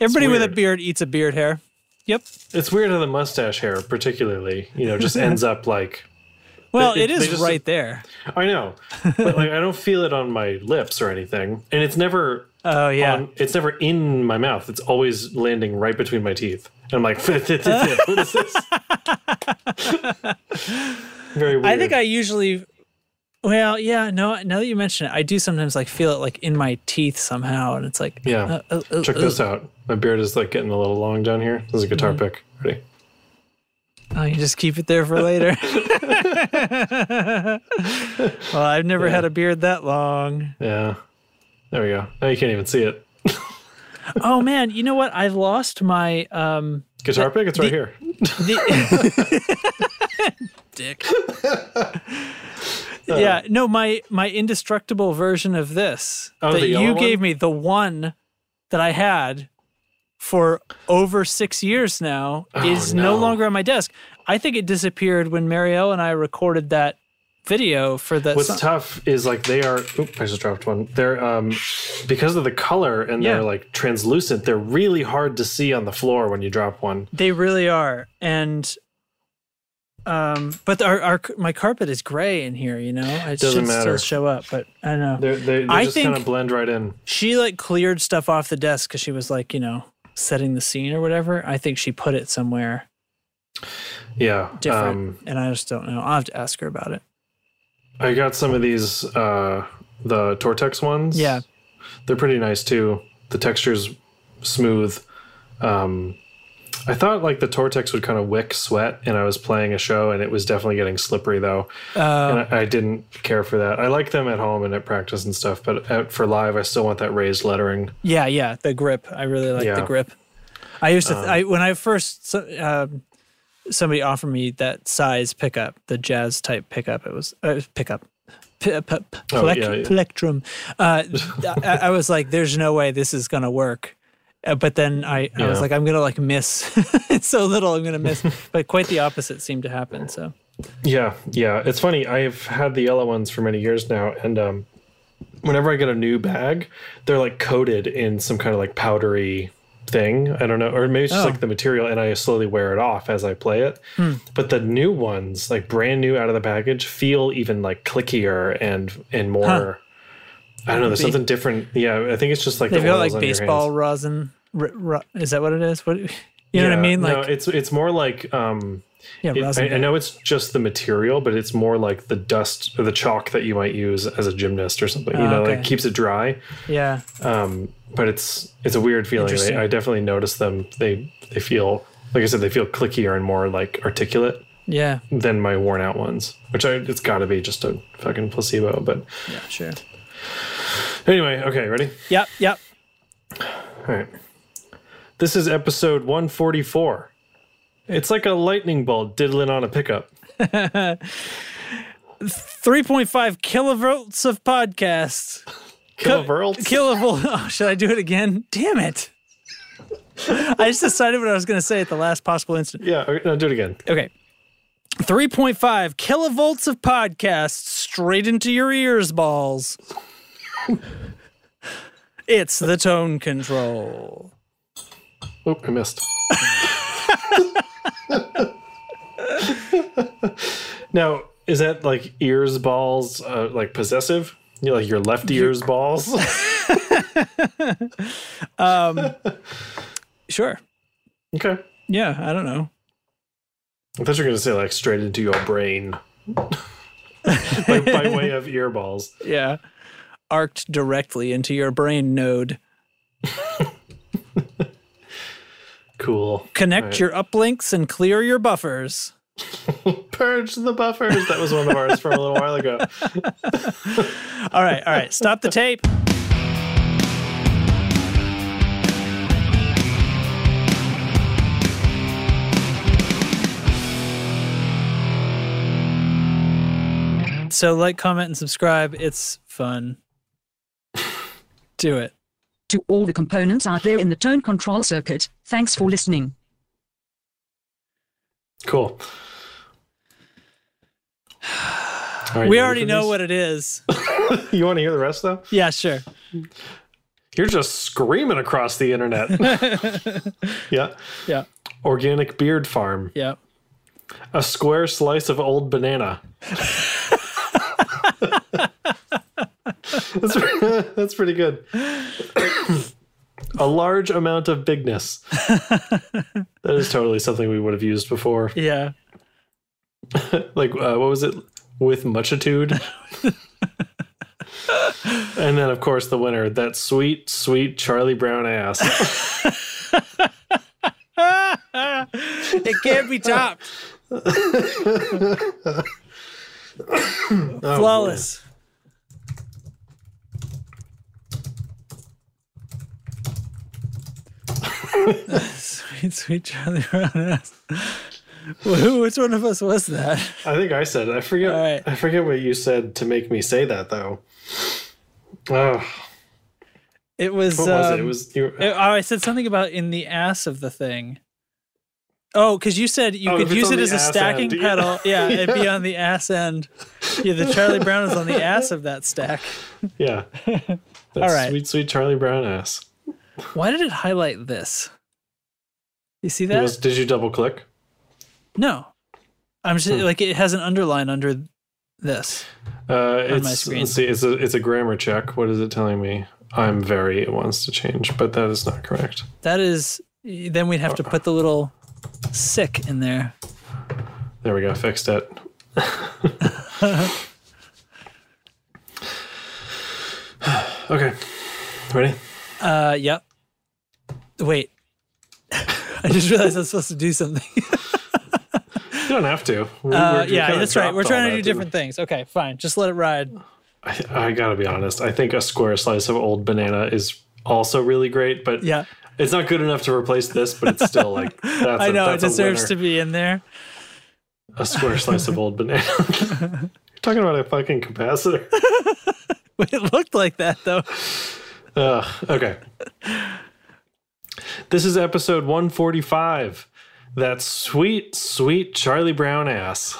Everybody with a weird. beard eats a beard hair. Yep. It's weird how the mustache hair, particularly, you know, just ends up like Well, They- it they is just- right there. I know, but like I don't feel it on my lips or anything, and it's never Oh yeah. on, it's never in my mouth. It's always landing right between my teeth. And I'm like, what is this? Very weird. I think I usually well, yeah, no, now that you mention it, I do sometimes like feel it like in my teeth somehow and it's like Yeah. uh, uh, uh, Check uh. Mm-hmm. this out. My beard is like getting a little long down here. This is a guitar pick. Ready? Oh, you just keep it there for later. well, I've never had a beard that long. Yeah. There we go. Now you can't even see it. Oh man, you know what? I've lost my um Guitar pick? It's right here. dick. yeah, no, my my indestructible version of this Oh, that the yellow you gave one? me, the one that I had for over six years now, is no. Oh, no. longer on my desk. I think it disappeared when Mario and I recorded that video for the. What's song- tough is like they are. Oop, I just dropped one. They're um because of the color and Yeah. they're like translucent. They're really hard to see on the floor when you drop one. They really are, and um, but our, our my carpet is gray in here. You know, it Doesn't should still matter. show up, but I don't know. They're, they they I just think- kind of blend right in. she like cleared stuff off the desk because she was like you know setting the scene or whatever i think she put it somewhere Yeah. different Um, and i just don't know i'll have to ask her about it I got some of these uh the Tortex ones. yeah They're pretty nice too. The texture's smooth. Um I thought like the Tortex would kind of wick sweat and I was playing a show and it was definitely getting slippery though. and I, I didn't care for that. I like them at home and at practice and stuff, but out for live I still want that raised lettering. yeah yeah the grip i really like the Yeah. grip i used to th- i when i first so, um, somebody offered me that size pickup the jazz type pickup it was uh, pickup P- p- p- Oh, plec- yeah, yeah. plectrum uh, I, I was like there's no way this is gonna work Uh, but then I, I was Yeah. like, I'm gonna like miss It's so little. I'm gonna miss, but quite the opposite seemed to happen. So Yeah, yeah. It's funny. I've had the yellow ones for many years now, and um, whenever I get a new bag, they're like coated in some kind of like powdery thing. I don't know, or maybe it's just Oh. Hmm. like the material, and I slowly wear it off as I play it. But the new ones, like brand new out of the package, feel even like clickier and and more. I don't know. There's Maybe. something different. Yeah, I think it's just like they've the got oils like on your hands. baseball rosin. R- ro- is that what it is? What you know what I Yeah, mean? no, Like it's it's more like um, yeah, It- rosin. I, I know it's just the material, but it's more like the dust or the chalk that you might use as a gymnast or something. You Ah, know, okay. like keeps it dry. yeah. Um, but it's it's a weird feeling. Interesting. I, I definitely noticed them. They they feel like I said they feel clickier and more like articulate Yeah. than my worn out ones. Which I it's got to be just a fucking placebo. But Yeah. Sure. anyway, okay, ready? Yep. Yep. All right. This is episode one forty four. It's like a lightning bolt diddling on a pickup. 3.5 kilovolts of podcasts. Kilovolts. Kilovol. Oh, should I do it again? Damn it. I just decided what I was going to say at the last possible instant. yeah, okay, no, do it again. Okay. 3.5 kilovolts of podcasts straight into your ears, balls. it's the tone control. Oh, I missed. now, is that like ears balls uh, like possessive? You know, like your left ears balls? Sure. okay. Yeah, I don't know. I thought you were going to say like straight into your brain, like by way of earballs. Yeah. Arced directly into your brain node. Cool. Connect Right. your uplinks and clear your buffers. Purge the buffers. That was one of ours from a little while ago. All right, all right. Stop the tape. So like, comment, and subscribe. It's fun. Do it. To all the components out there in the tone control circuit, thanks for listening. Cool. All right, We you ready already for know this? what it is. You want to hear the rest though? Yeah, sure. You're just screaming across the internet. yeah. Yeah, Organic beard farm. yeah. A square slice of old banana. that's, pre- that's pretty good. a large amount of bigness. that is totally something we would have used before. Yeah. Like, uh, what was it? With muchitude. and then, of course, the winner that sweet, sweet Charlie Brown ass. It can't be topped. Oh, Flawless. sweet, sweet Charlie Brown ass. Well, who- Which one of us was that? I think I said it. I forget. All right. I forget what you said to make me say that though. Oh, It was. what was it? It um, was you. it- oh, I said something about in the ass of the thing. Oh, because you said you Oh, if could it's use on it the as a ass stacking end, yeah. pedal. Yeah, it'd be on the ass end. Yeah, the Charlie Brown is on the ass of that stack. yeah. That's All right. Sweet, sweet Charlie Brown ass. Why did it highlight this? You see It that? was- did you double click? No. I'm just Hmm. like it has an underline under this. Uh, it's, screen. Let's see. It's a it's a grammar check. What is it telling me? I'm very. It wants to change, but that is not correct. That is then we'd have to put the little sick in there. There we go. Fixed it. okay. Ready? Uh yep. Wait. I just realized I'm supposed to do something. You don't have to. We- Uh, we- we yeah, kinda that's right. dropped We're all trying that, didn't to do we? different things. Okay, fine. Just let it ride. I, I gotta be honest. I think a square slice of old banana is also really great, but Yeah. it's not good enough to replace this. But it's still like that's I a- know it that's a deserves winner. to be in there. a square slice of old banana. You're talking about a fucking capacitor. It looked like that though. Ugh, okay. This is episode 145. That sweet, sweet Charlie Brown ass.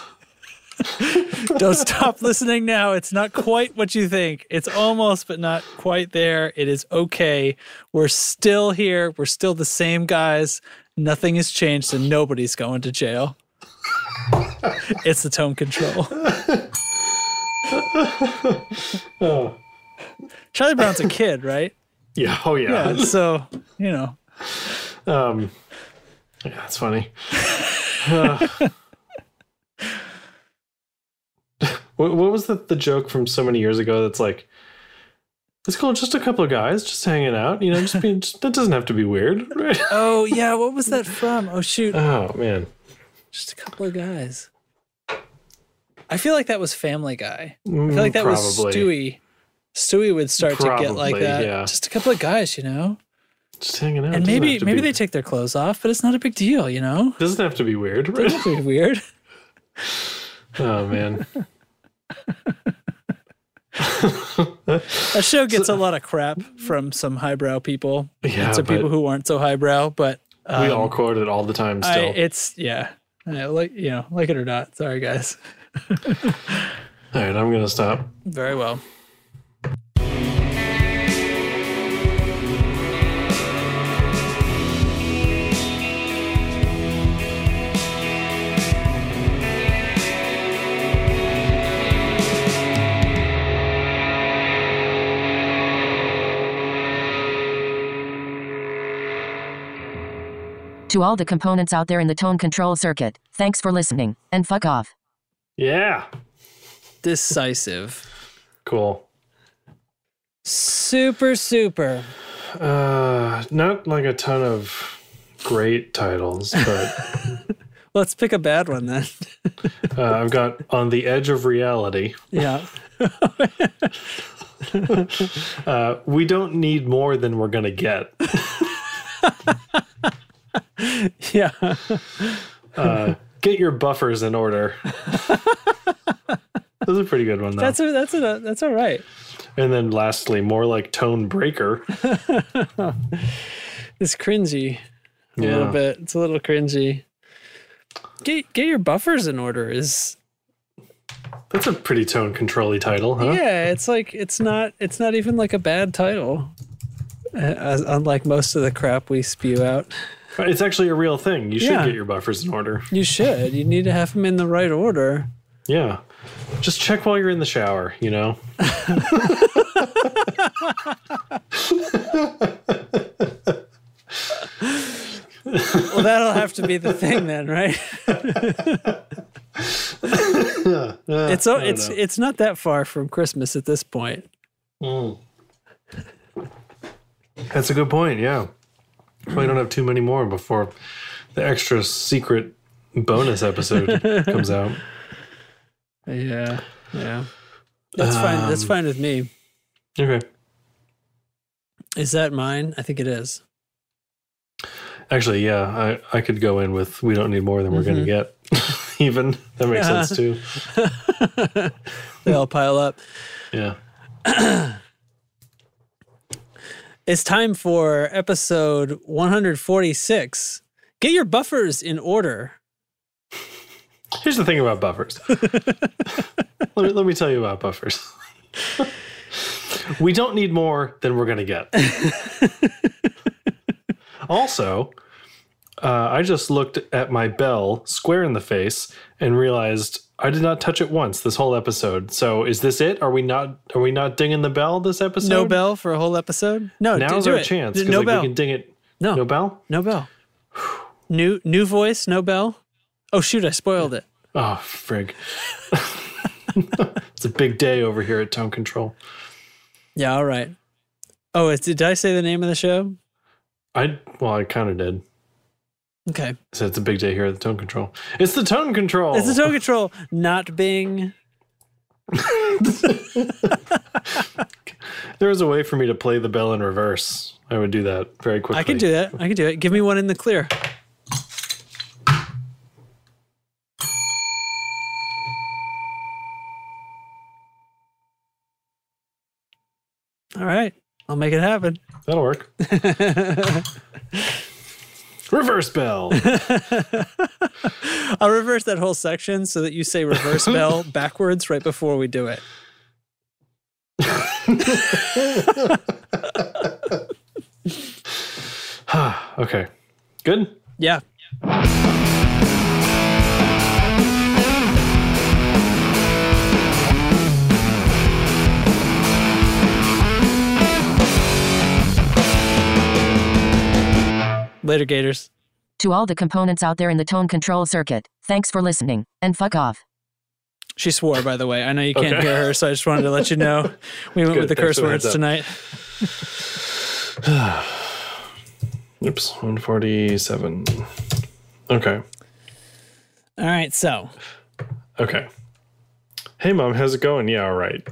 Don't stop listening now. It's not quite what you think. It's almost, but not quite there. It is okay. We're still here. We're still the same guys. Nothing has changed, and nobody's going to jail. It's the tone control. Charlie Brown's a kid, right? Yeah. Oh yeah. So, you know, Um, yeah that's funny. what, what was the, the joke from so many years ago? That's like, it's cool. Just a couple of guys just hanging out. You know, just being. Just, that doesn't have to be weird. Right? oh, yeah, what was that from? Oh, shoot. Oh man. Just a couple of guys. I feel like that was Family Guy. Mm, I feel like that was Stewie. Stewie would start to get like Probably, that. yeah. Just a couple of guys, you know. Just hanging out. And Doesn't have maybe to maybe be- they take their clothes off, but it's not a big deal, you know. doesn't have to be weird. Right? It's pretty weird. Oh man. That show gets a lot of crap from some highbrow people. Yeah, and some people but- who aren't so highbrow, but um, we all quote it all the time. I, Still. it's yeah. I like you know, like it or not. Sorry, guys. all right. I'm gonna stop. Very well. To all the components out there in the tone control circuit, thanks for listening, and fuck off. Yeah. Decisive. Cool. Super, super. Uh, not like a ton of great titles, but Let's pick a bad one then. uh, I've got On the Edge of Reality. Yeah. Uh, we don't need more than we're going to get. Yeah. Uh, get your buffers in order. This is a pretty good one, though. That's a, that's a, that's all right. and then lastly, more like Tone Breaker. It's cringy a little Yeah. bit. It's a little cringy. Get get your buffers in order is That's a pretty tone controlly title, huh? yeah, it's like it's not it's not even like a bad title. Uh, as- unlike most of the crap we spew out. It's actually a real thing. You should Yeah. get your buffers in order. You should. You need to have them in the right order. Yeah. Just check while you're in the shower, you know? Well, that'll have to be the thing then, right? it's o- it's it's not that far from Christmas at this point. That's a good point. Yeah. Probably don't have too many more before the extra secret bonus episode comes out. Yeah, yeah. That's fine. That's Um, fine with me. Okay. Is that mine? I think it is. Actually, yeah, I, I could go in with we don't need more than we're going to get. Even that makes Mm-hmm. Yeah. sense too. They all pile up. Yeah. It's time for episode 146. Get your buffers in order. Here's the thing about buffers. let, me, let me tell you about buffers. we don't need more than we're going to get. also, uh, I just looked at my bell square in the face and realized I did not touch it once this whole episode. So is this it? Are we not are we not dinging the bell this episode? No bell for a whole episode. No, d- Now's do our it. chance D- 'cause, No like, bell. we can ding it. No. no bell. no bell. New new voice. No bell. Oh shoot! I spoiled it. Oh, frig. it's a big day over here at Tone Control. Yeah. All right. Oh, it's, did I say the name of the show? I well, I kind of did. Okay. So it's a big day here at the Tone Control. It's the Tone Control. It's the Toe Control, not Bing. there was a way for me to play the bell in reverse. I would do that very quickly. I can do that. I can do it. Give me one in the clear. All right. I'll make it happen. That'll work. reverse bell. I'll reverse that whole section so that you say reverse bell backwards right before we do it. Okay. Good. Yeah. Later, Gators. To all the components out there in the tone control circuit, thanks for listening, and fuck off. She swore, by the way. I know you can't Okay. hear her, so I just wanted to let you know. We went with Good, the thanks curse for the words heads up. tonight. Oops. 147. Okay. All right, so Okay. Hey mom, how's it going? Yeah, all right.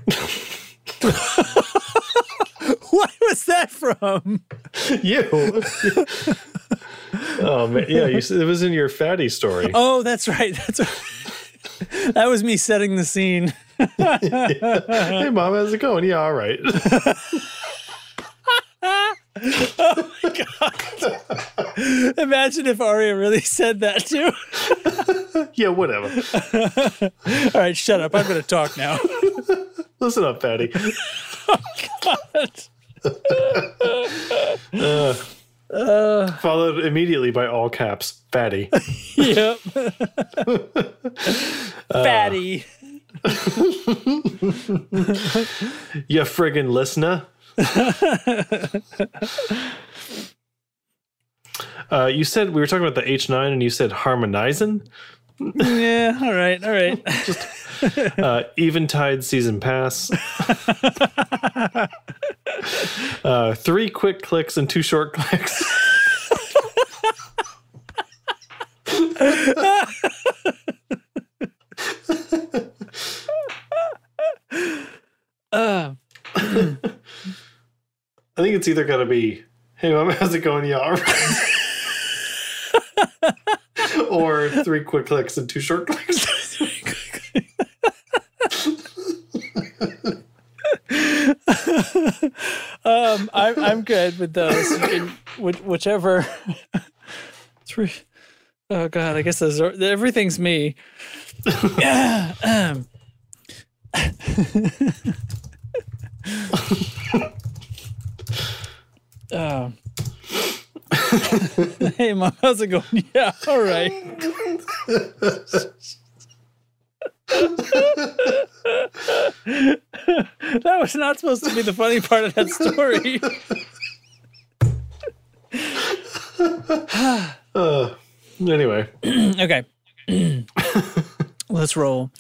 what was that from? you. oh man, yeah, you, s- it was in your fatty story. Oh, that's right. That's that was me setting the scene. Hey mom, how's it going? Yeah, all right. Imagine if Aria really said that too. yeah, whatever. All right, shut up. I'm going to talk now. Listen up, fatty. Oh, Uh, Followed immediately by all caps, fatty. yep. Fatty. you friggin' listener. Uh, you said we were talking about the H9, and you said harmonizing. Yeah, all right, all right. uh, Eventide season pass. uh, three quick clicks and two short clicks. Uh, I think it's either gonna be, "Hey mom, how's it going, y'all?" or three quick clicks and two short clicks. um, I'm I'm good with those. You can- which, whichever. Three. Oh God, I guess those are everything's me. Yeah. um. Oh. hey, mom, how's it going? Yeah, all right. that was not supposed to be the funny part of that story. anyway, Okay. Let's roll.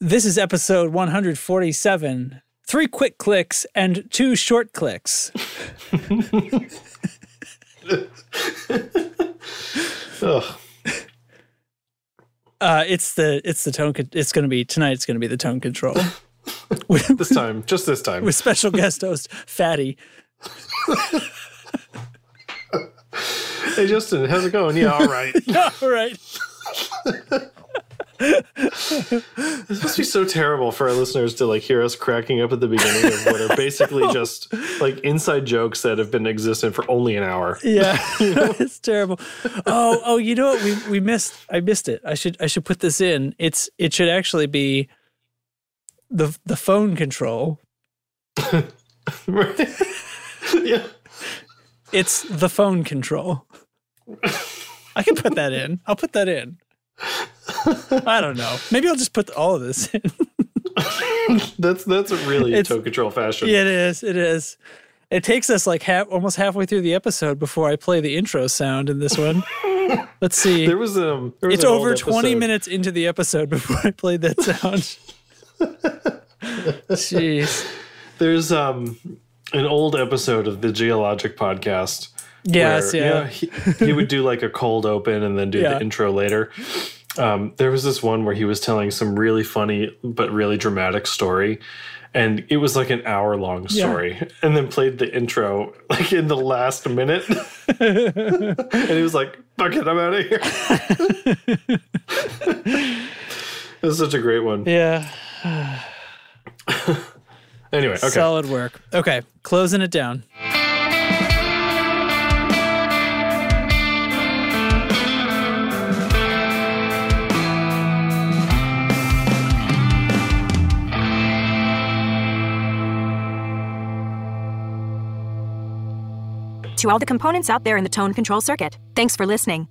This is episode 147. Three quick clicks and two short clicks. Ugh. Uh, it's the it's the tone. Con- it's going to be tonight. It's going to be the tone control this time, just this time. with special guest host Fatty. Hey Justin, how's it going? Yeah, all right. It's All right. must be so terrible for our listeners to like hear us cracking up at the beginning of what are basically just like inside jokes that have been existent for only an hour. Yeah, it's terrible. Oh, oh, you know what? We we missed. I missed it. I should I should put this in. It's it should actually be the the phone control. Right? yeah. It's the phone control. I can put that in. I'll put that in. I don't know. Maybe I'll just put all of this in. That's that's a really It's- toe control fashion. it is. It is. It takes us like half, almost halfway through the episode before I play the intro sound in this one. Let's see. There was um there was it's an old over 20 episode- minutes into the episode before I played that sound. Jeez. There's um an old episode of the Geologic podcast. Yes, where, yeah. You know, he, he would do like a cold open and then do Yeah. the intro later. Um, there was this one where he was telling some really funny but really dramatic story, and it was like an hour long story, and then played the intro like in the last minute, and he was like, "Fuck it, I'm out of here." it was such a great one. Yeah. Anyway, okay. Solid work. Okay. Closing it down. to all the components out there in the tone control circuit. Thanks for listening.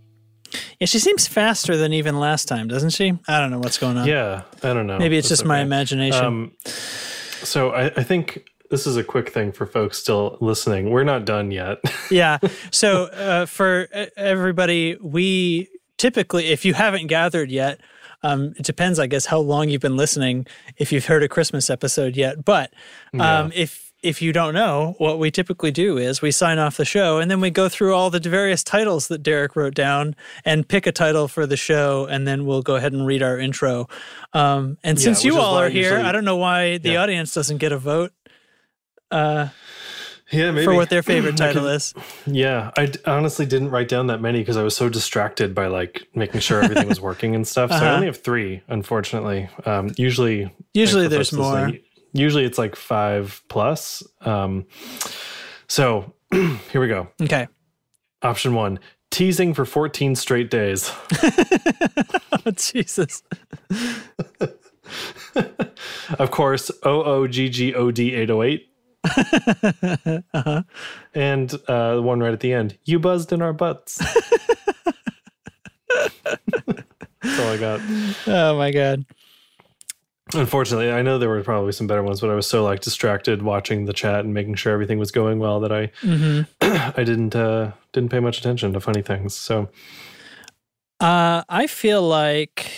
Yeah, she seems faster than even last time, doesn't she? I don't know what's going on. yeah, I don't know. Maybe it's That's just my okay. imagination. Um, so I, I think this is a quick thing for folks still listening. We're not done yet. yeah. So uh, for uh, everybody, we typically, if you haven't gathered yet, um, it depends, I guess, how long you've been listening. If you've heard a Christmas episode yet, but um, if if you don't know, what we typically do is we sign off the show and then we go through all the various titles that Derek wrote down and pick a title for the show, and then we'll go ahead and read our intro. Um, and since which you is all why are here, usually- I don't know why the Yeah. audience doesn't get a vote yeah, maybe. for what their favorite title is. yeah, I d- honestly didn't write down that many because I was so distracted by like making sure everything was working and stuff. So Uh-huh. I only have three, unfortunately. Um, usually, like, Usually for there's folks listening, more. Usually it's like five plus. Um, so here we go. Okay. Option one: teasing for 14 straight days. Oh, Jesus. Of course, O O G G O D 808. And uh, the one right at the end, you buzzed in our butts. That's all I got. Oh my God. Unfortunately, I know there were probably some better ones, but I was so like distracted watching the chat and making sure everything was going well that I Mm-hmm. I didn't uh didn't pay much attention to funny things. So Uh, I feel like,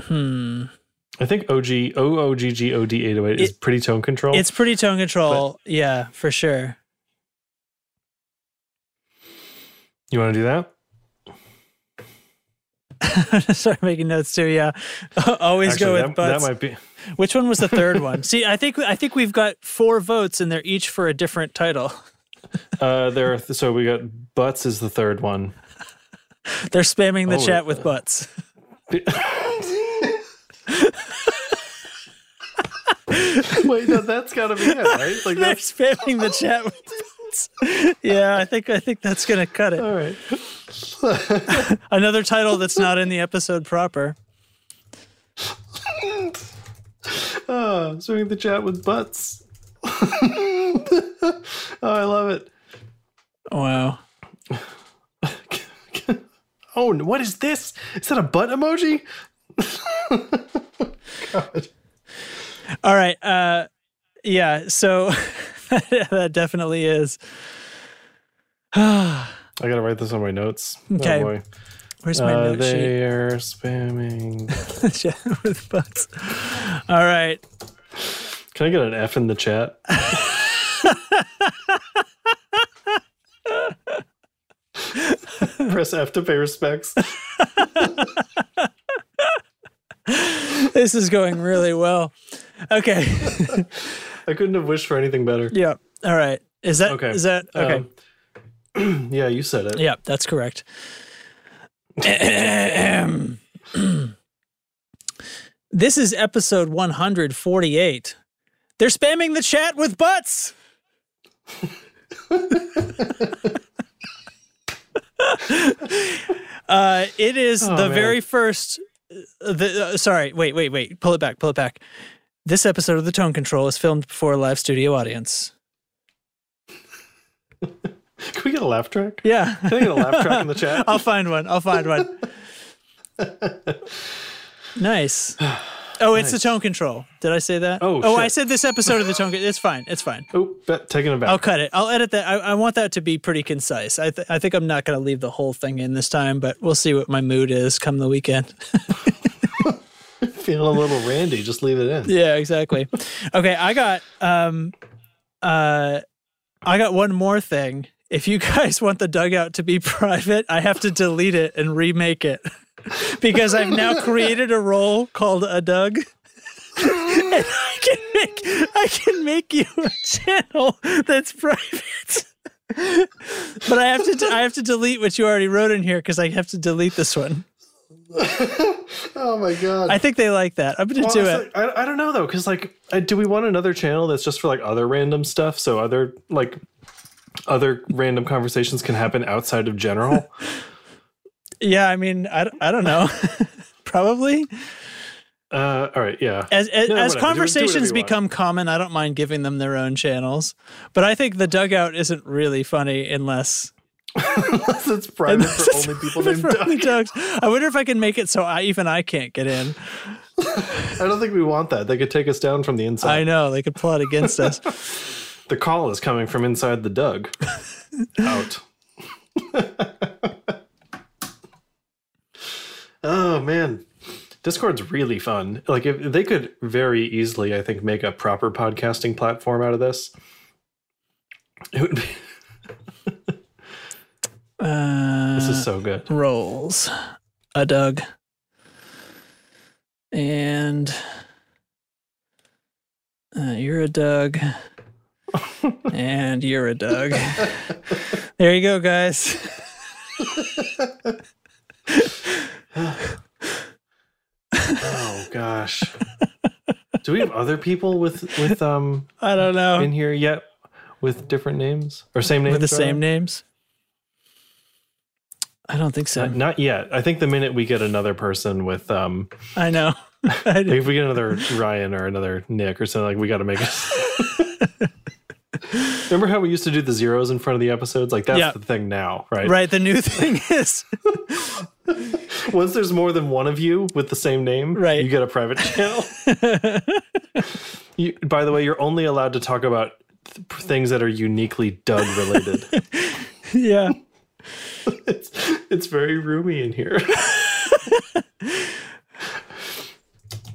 hmm, I think OG OOGGOD 808 is It- pretty tone control. it's pretty tone control. yeah, for sure. you want to do that? Start making notes too. Yeah, always go with that, butts. that might be Which one was the third one? See, I think I think we've got four votes, and they're each for a different title. uh there are th- so we got butts is the third one. They're spamming the Oh, chat with butts. Wait, no, that's gotta be it, right? Like They're that's Oh, spamming the chat with butts. Yeah, I think I think that's gonna cut it. all right. Another title that's not in the episode proper. Oh, swimming the chat with butts. oh, I love it. Wow. Oh, what is this? Is that a butt emoji? All right. Uh, yeah. So that definitely is. I gotta write this on my notes. Oh, Okay. boy. Where's my Uh, note sheet? they are spamming. The chat with butts. All right. Can I get an F in the chat? Press F to pay respects. This is going really well. Okay. I couldn't have wished for anything better. yeah. All right. Is that Okay. is that okay? Um, yeah, you said it. Yeah, that's correct. this is episode 148. They're spamming the chat with butts. uh, it is the man. very first. The, uh, sorry, wait, wait, wait. Pull it back, pull it back. This episode of The Tone Control is filmed before a live studio audience. Can we get a laugh track? Yeah. Can I get a laugh track in the chat? I'll find one. I'll find one. nice. Oh, it's the tone control. Did I say that? Oh, oh, I shit. said this episode of the tone. con- It's fine. It's fine. oh, bet, taking it back. I'll cut it. I'll edit that. I, I want that to be pretty concise. I, th- I think I'm not going to leave the whole thing in this time, but we'll see what my mood is come the weekend. Feeling a little randy. Just leave it in. yeah, exactly. okay, I got um, uh, I got one more thing. If you guys want the dugout to be private, I have to delete it and remake it because I've now created a role called a Doug. and I can make I can make you a channel that's private. but I have to I have to delete what you already wrote in here because I have to delete this one. Oh my god. I think they like that. I'm gonna Well, do it's it. like- I, I don't know though, because like, I, do we want another channel that's just for like other random stuff? So other like other random conversations can happen outside of general. Yeah, I mean, I, I don't know. Probably. uh, all right, yeah. As as, No, as whatever. Do- do conversations whatever you want. become common, I don't mind giving them their own channels. But I think the dugout isn't really funny unless Unless it's private for It's only people for named only Doug. dogs. I wonder if I can make it so I even I can't get in. I don't think we want that. They could take us down from the I inside. know they could plot against us. the call is coming from inside the Doug. Out. oh man. Discord's really fun. Like if they could very easily, I think, make a proper podcasting platform out of this. It would be Uh, this is so good. rolls a Doug and uh, you're a Doug and you're a Doug. there you go, guys. Oh gosh. Do we have other people with with um I don't in know here yet with different names or same names? with the same rather? names. I don't think so. Not, Uh, not yet. I think the minute we get another person with um I know. I do. Like, if we get another Ryan or another Nick or something, like we got to make it. Remember how we used to do the zeros in front of the episodes? Like that's Yeah. the thing now, right? Right. The new thing is Once there's more than one of you with the same name, Right. you get a private channel. you, by the way, you're only allowed to talk about th- things that are uniquely Doug related. yeah. it's, it's very roomy in here.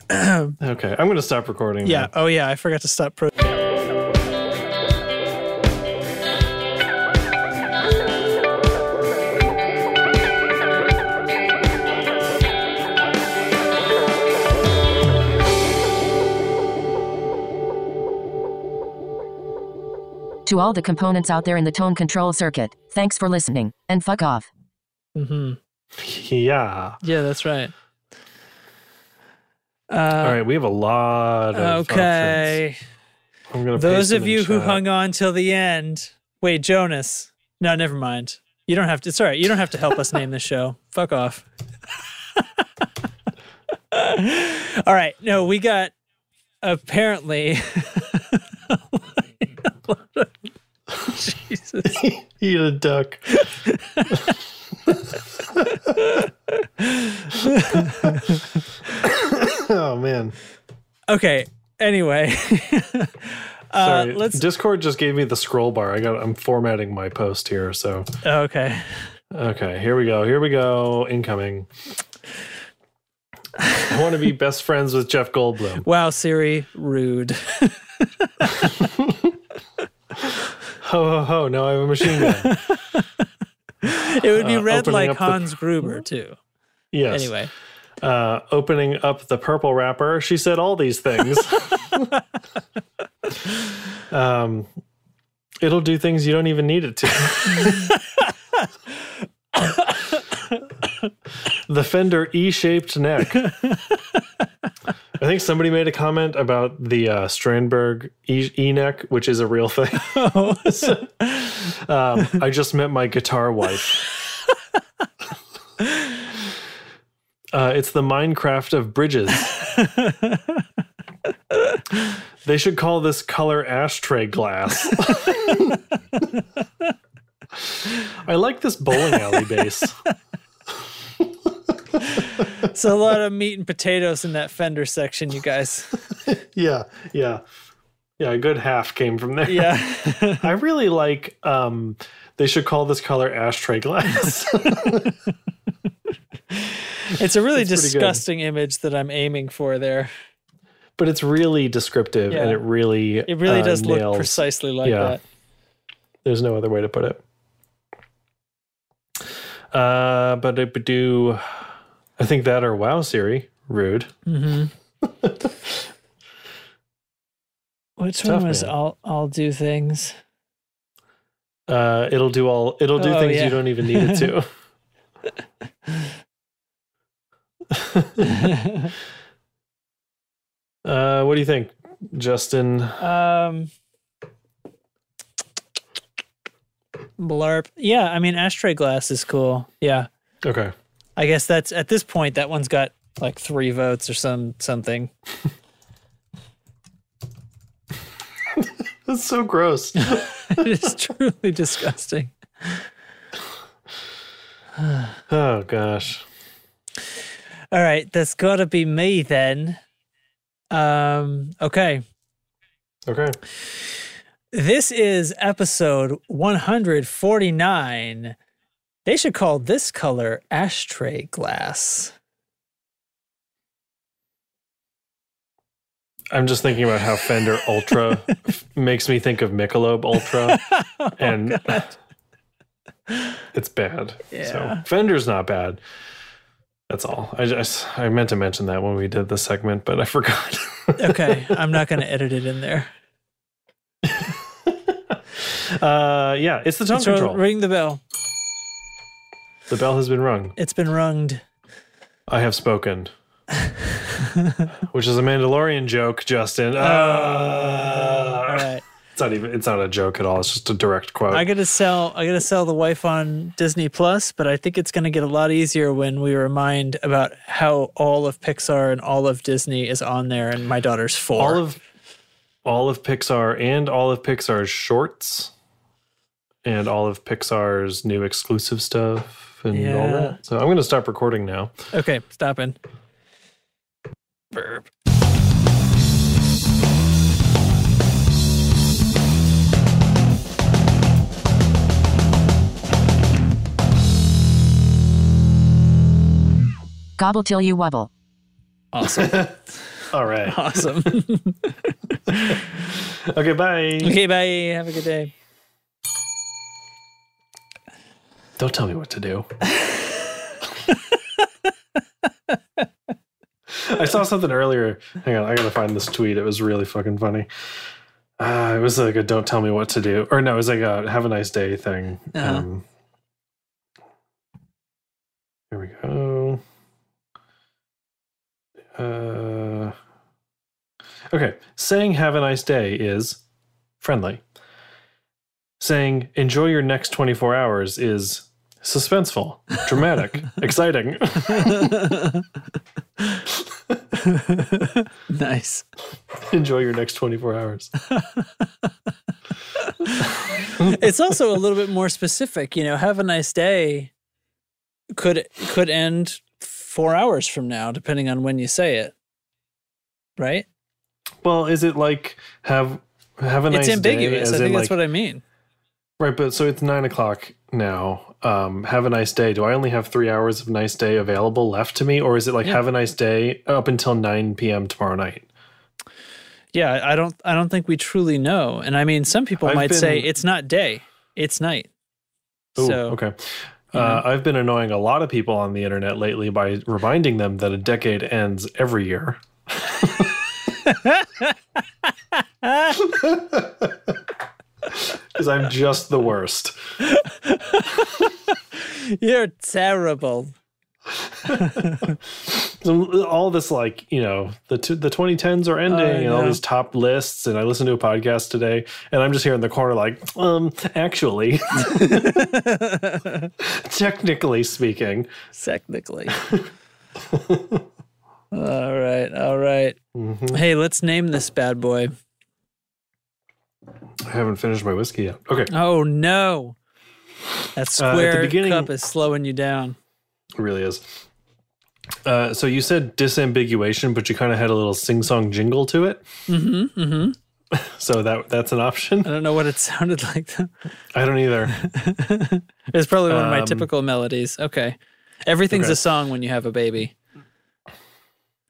okay, I'm going to stop recording. Yeah. now. Oh, yeah. I forgot to stop. Pro- To all the components out there in the tone control circuit, thanks for listening, and fuck off. hmm Yeah. Yeah, that's right. All Uh, right, we have a lot of okay. options. I'm gonna paste Those them of in you who chat. hung on till the end. Wait, Jonas. No, never mind. You don't have to. It's all right. You don't have to help us name the show. Fuck off. all right. No, we got apparently. Jesus. Eat a duck. oh man. Okay. Anyway. uh, Sorry. let's. Discord just gave me the scroll bar. I got I'm formatting my post here, so Okay. okay, here we go. Here we go. Incoming. I want to be best friends with Jeff Goldblum. Wow, Siri, rude. Ho ho ho, now I have a machine gun. It would be Uh, read opening like up the- Hans Gruber too. Yes. Anyway. uh, opening up the purple wrapper, she said all these things. um, it'll do things you don't even need it to. the Fender E-shaped neck. I think somebody made a comment about the uh, Strandberg E- E-neck, which is a real thing. So, um, I just met my guitar wife. Uh, it's the Minecraft of bridges. they should call this color ashtray glass. I like this bowling alley base. So a lot of meat and potatoes in that fender section, you guys. Yeah, yeah. Yeah, a good half came from there. Yeah. I really like um they should call this color ashtray glass. It's a really pretty good. disgusting image that I'm aiming for there. but it's really descriptive and Yeah. it really It really uh, does look nails- precisely like Yeah. that. There's no other way to put it. Uh, but I do. I think that or wow, Siri, rude. Which Tough, one was man. I'll I'll do things? Uh, it'll do all. It'll do Oh, things yeah. you don't even need it to. uh, what do you think, Justin? Um Blarp. Yeah, I mean ashtray glass is cool. Yeah. Okay. I guess that's at this point that one's got like three votes or some something. That's so gross. it is truly disgusting. oh gosh. All right, that's got to be me then. Um, okay. Okay. This is episode 149. They should call this color ashtray glass. I'm just thinking about how Fender Ultra f- makes me think of Michelob Ultra, Oh, and it's bad. Yeah. So Fender's not bad. That's all. I just I meant to mention that when we did the segment, but I forgot. Okay, I'm not going to edit it in there. uh, yeah, it's the tone It's ro- control. ring the bell. the bell has been rung. It's been runged. I have spoken, which is a Mandalorian joke, Justin. All Ah. Oh, right. it's not even. It's not a joke at all. It's just a direct quote. I gotta sell. I gotta sell the wife on Disney Plus, but I think it's gonna get a lot easier when we remind about how all of Pixar and all of Disney is on there, and my daughter's four. all of all of Pixar and all of Pixar's shorts and all of Pixar's new exclusive stuff and all Yeah. that. So I'm going to stop recording now. Okay, stopping. Burp. Gobble till you wobble. All right. Awesome. Okay, bye. okay, bye. Have a good day. Don't tell me what to do. I saw something earlier. Hang on, I gotta find this tweet. It was really fucking funny. Uh, it was like a "Don't tell me what to do," or no, it was like a "Have a nice day" thing. Uh-huh. Um, here we go. Uh, okay, saying "Have a nice day" is friendly saying enjoy your next 24 hours is suspenseful, dramatic, exciting. Nice. enjoy your next 24 hours. It's also a little bit more specific. You know, have a nice day. Could could end four hours from now, depending on when you say it. Right? Well, is it like have have a nice it's ambiguous. day? I as in, think that's like- what I mean. Right, but so it's nine o'clock now. Um, have a nice day. Do I only have three hours of nice day available left to me, or is it like Yeah. have a nice day up until nine p.m. tomorrow night? Yeah, I- I don't I don't think we truly know. And I mean some people I've might say been- it's not day, it's night. Ooh, so okay. Uh, I've been annoying a lot of people on the internet lately by reminding them that a decade ends every year. Because I'm just the worst. you're terrible. So all this, like you know, the t- the 2010s are ending, I and all know. these top lists. And I listened to a podcast today, and I'm just here in the corner, like, um, actually, technically speaking, Technically. all right, all right. Mm-hmm. Hey, let's name this bad boy. I haven't finished my whiskey yet. Okay, Oh no. That Uh, at the square beginning- cup is slowing you down. It really is. Uh, so you said disambiguation, but you kind of had a little sing-song jingle to it. Mm-hmm, mm-hmm. So that that's an I option. don't know what it sounded like. though. I don't either. it's probably one of my Um, typical melodies. Okay. Everything's okay. Hmm. a song when you have a baby.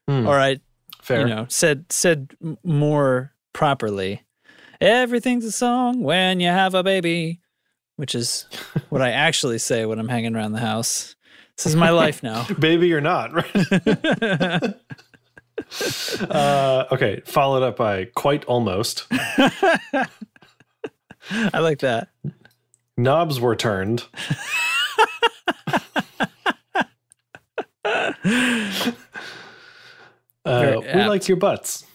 Or I Fair. you know said said m- more properly everything's a song when you have a baby which is what i actually say when i'm hanging around the house this is my life now Baby or not, right? uh, okay, followed up by quite almost. i like that Knobs were turned. uh, Very we liked your butts.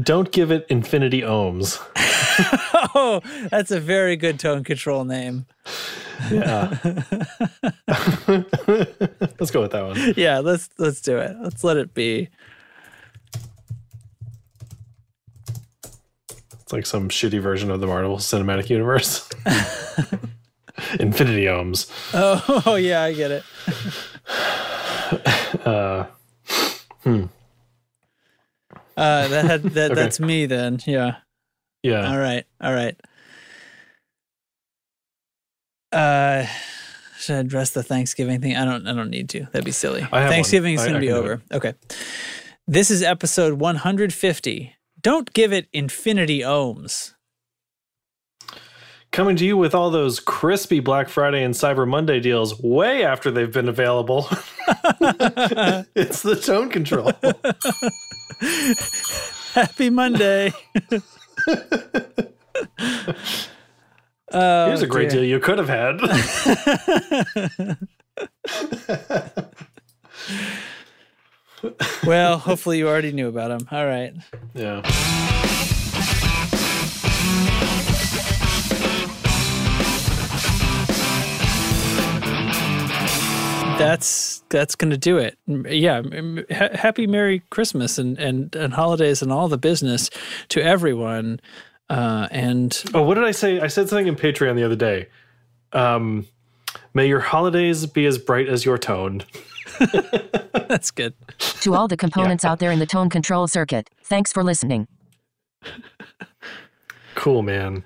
Don't give it infinity ohms. oh that's a very good tone control name Let's go with that one. yeah let's let's do it let's let it be It's like some shitty version of the Marvel Cinematic Universe. Infinity ohms. oh, oh yeah i get it hmm. uh uh that had that that's me then yeah Yeah. All right. All right. Uh should I address the Thanksgiving thing? I don't I don't need to. That'd be silly. I have Thanksgiving one. is I- gonna I be can do over. Okay. This is episode 150. Don't give it infinity ohms. Coming to you with all those crispy Black Friday and Cyber Monday deals way after they've been available. it's the tone control. Happy Monday. Oh, Here's a great dear. deal you could have had. Well, hopefully you already knew about them. All right. yeah. that's that's gonna do it M- yeah m- ha- happy merry christmas and, and and holidays and all the business to everyone Uh, and Oh, what did I say? I said something in Patreon the other day. Um, May your holidays be as bright as your tone. that's good. To all the components out there in the tone control circuit, thanks for listening. Cool, man.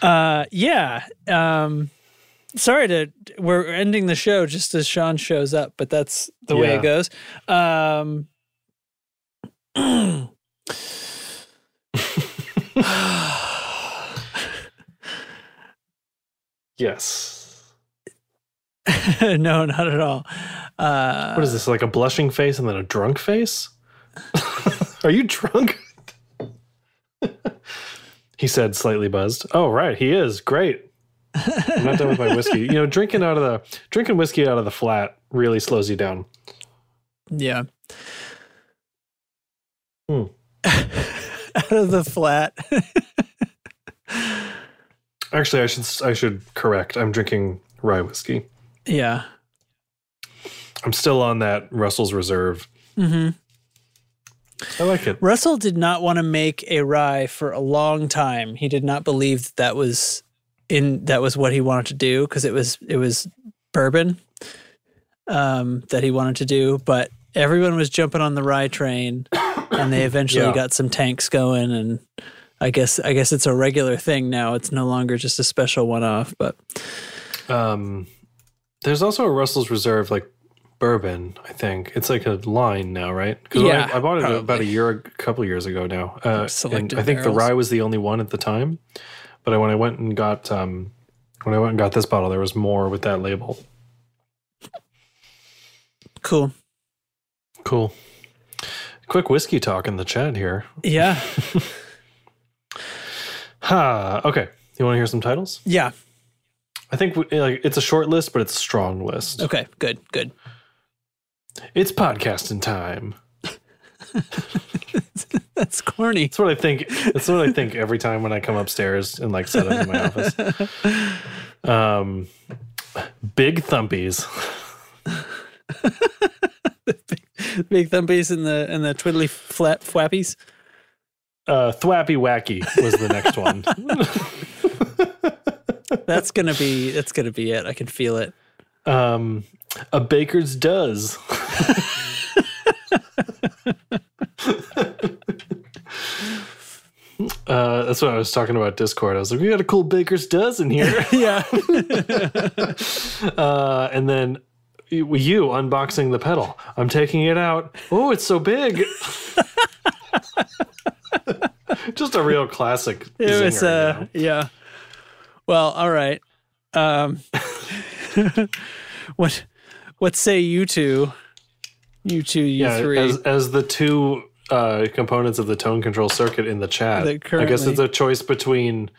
Uh, yeah. Um, sorry to we're ending the show just as Sean shows up, but that's the way Yeah. it goes. Um, Yes. no, not at all. Uh, What is this? Like a blushing face and then a drunk face? Are you drunk? he said, slightly buzzed. Oh, right, he is great. I'm not done with my whiskey. You know, drinking out of the drinking whiskey out of the flat really slows you down. yeah. Hmm. Out of the flat. Actually, I should I should correct. I'm drinking rye whiskey. yeah. I'm still on that Russell's Reserve. hmm I like it. Russell did not want to make a rye for a long time. He did not believe that, that was in that was what he wanted to do because it was it was bourbon um, that he wanted to do. But everyone was jumping on the rye train, and they eventually Yeah. got some tanks going. And I guess I guess it's a regular thing now. It's no longer just a special one off. But Um, there's also a Russell's Reserve like bourbon. I think it's like a line now, right? 'Cause when I- Yeah, I, bought it about a probably. year, a couple years ago now. Uh, and Selected I think the barrels. rye was the only one at the time. But I, when I went and got um, when I went and got this bottle, there was more with that label. cool. Cool. Quick whiskey talk in the chat here. Yeah. Ha. Okay. You want to hear some titles? Yeah. I think we, like it's a short list, but it's a strong list. Okay. Good. Good. It's podcasting time. That's corny. That's what I think. That's what I think every time when I come upstairs and like set up in my office. Um, big thumpies. Big thumbies and the and the twiddly flap flappies. Uh, thwappy wacky was the next one. That's gonna be that's gonna be it. I can feel it. Um, a baker's does. Uh, that's what I was talking about Discord. I was like, we got a cool baker's does in here. Yeah. Uh, and then you you unboxing the pedal. I'm taking it out. Oh, it's so big. Just a real classic. It was zinger, uh yeah. Well, all right. Um what what say you two? You two, you you know? three. yeah, as, as the two uh, components of the tone control circuit in the chat. That I guess currently- it's a choice between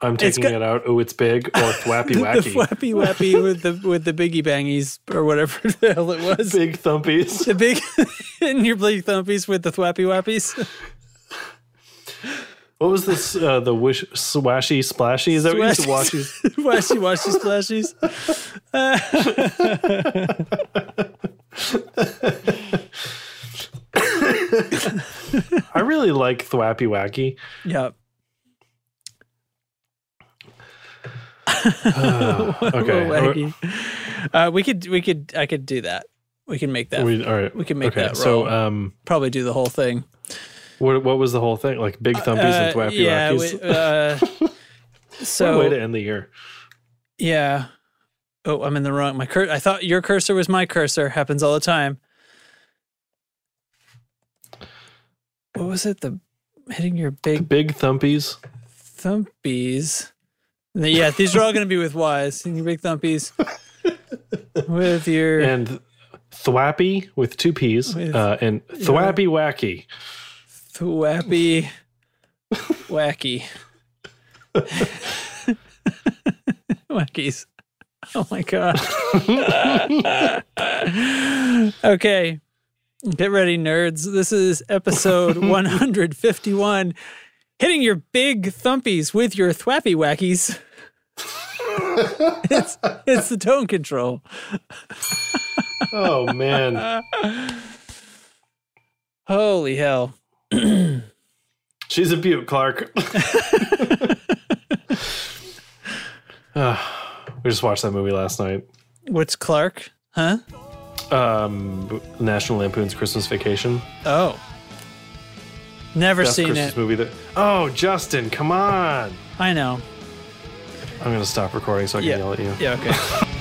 I'm It's taking go- it out. Oh, it's big, or thwappy the wacky, flappy wappy with the with the biggie bangies or whatever the hell it was. big thumpies. The big and your big thumpies with the thwappy wappies. What was this? Uh, the wish swashy splashy? Is that what you said? Washy- Washy washy splashies. I really like thwappy wacky. Yeah. Oh, Okay. Little wacky. Uh, we could, we could, I could do that. We can make that. We, all right. We can make okay, that So, roll. um, probably do the whole thing. what what was the whole thing? Like big thumpies and Uh, thwappy yeah. wackies. we- uh, so Way to end the year. yeah. Oh, I'm in the wrong. My cur- I thought your cursor was my cursor. Happens all the time. What was it? The hitting your big Big thumpies. thumpies. And Yeah, these are all going to be with Y's. Hitting your big thumpies with your and thwappy with two p's With- uh, and thwappy wacky Thwappy, wacky, wackies. Oh my god. okay, get ready, nerds. This is episode 151. Hitting your big thumpies with your thwappy wackies. it's it's the tone control. oh man Holy hell. She's a beaut, Clark. Ah, we just watched that movie last night. What's Clark? Huh? Um, National Lampoon's Christmas Vacation. Oh. Never Best seen Christmas it. movie that. Oh, Justin, come on! I know. I'm gonna stop recording so I can Yeah. yell at you. Yeah, okay.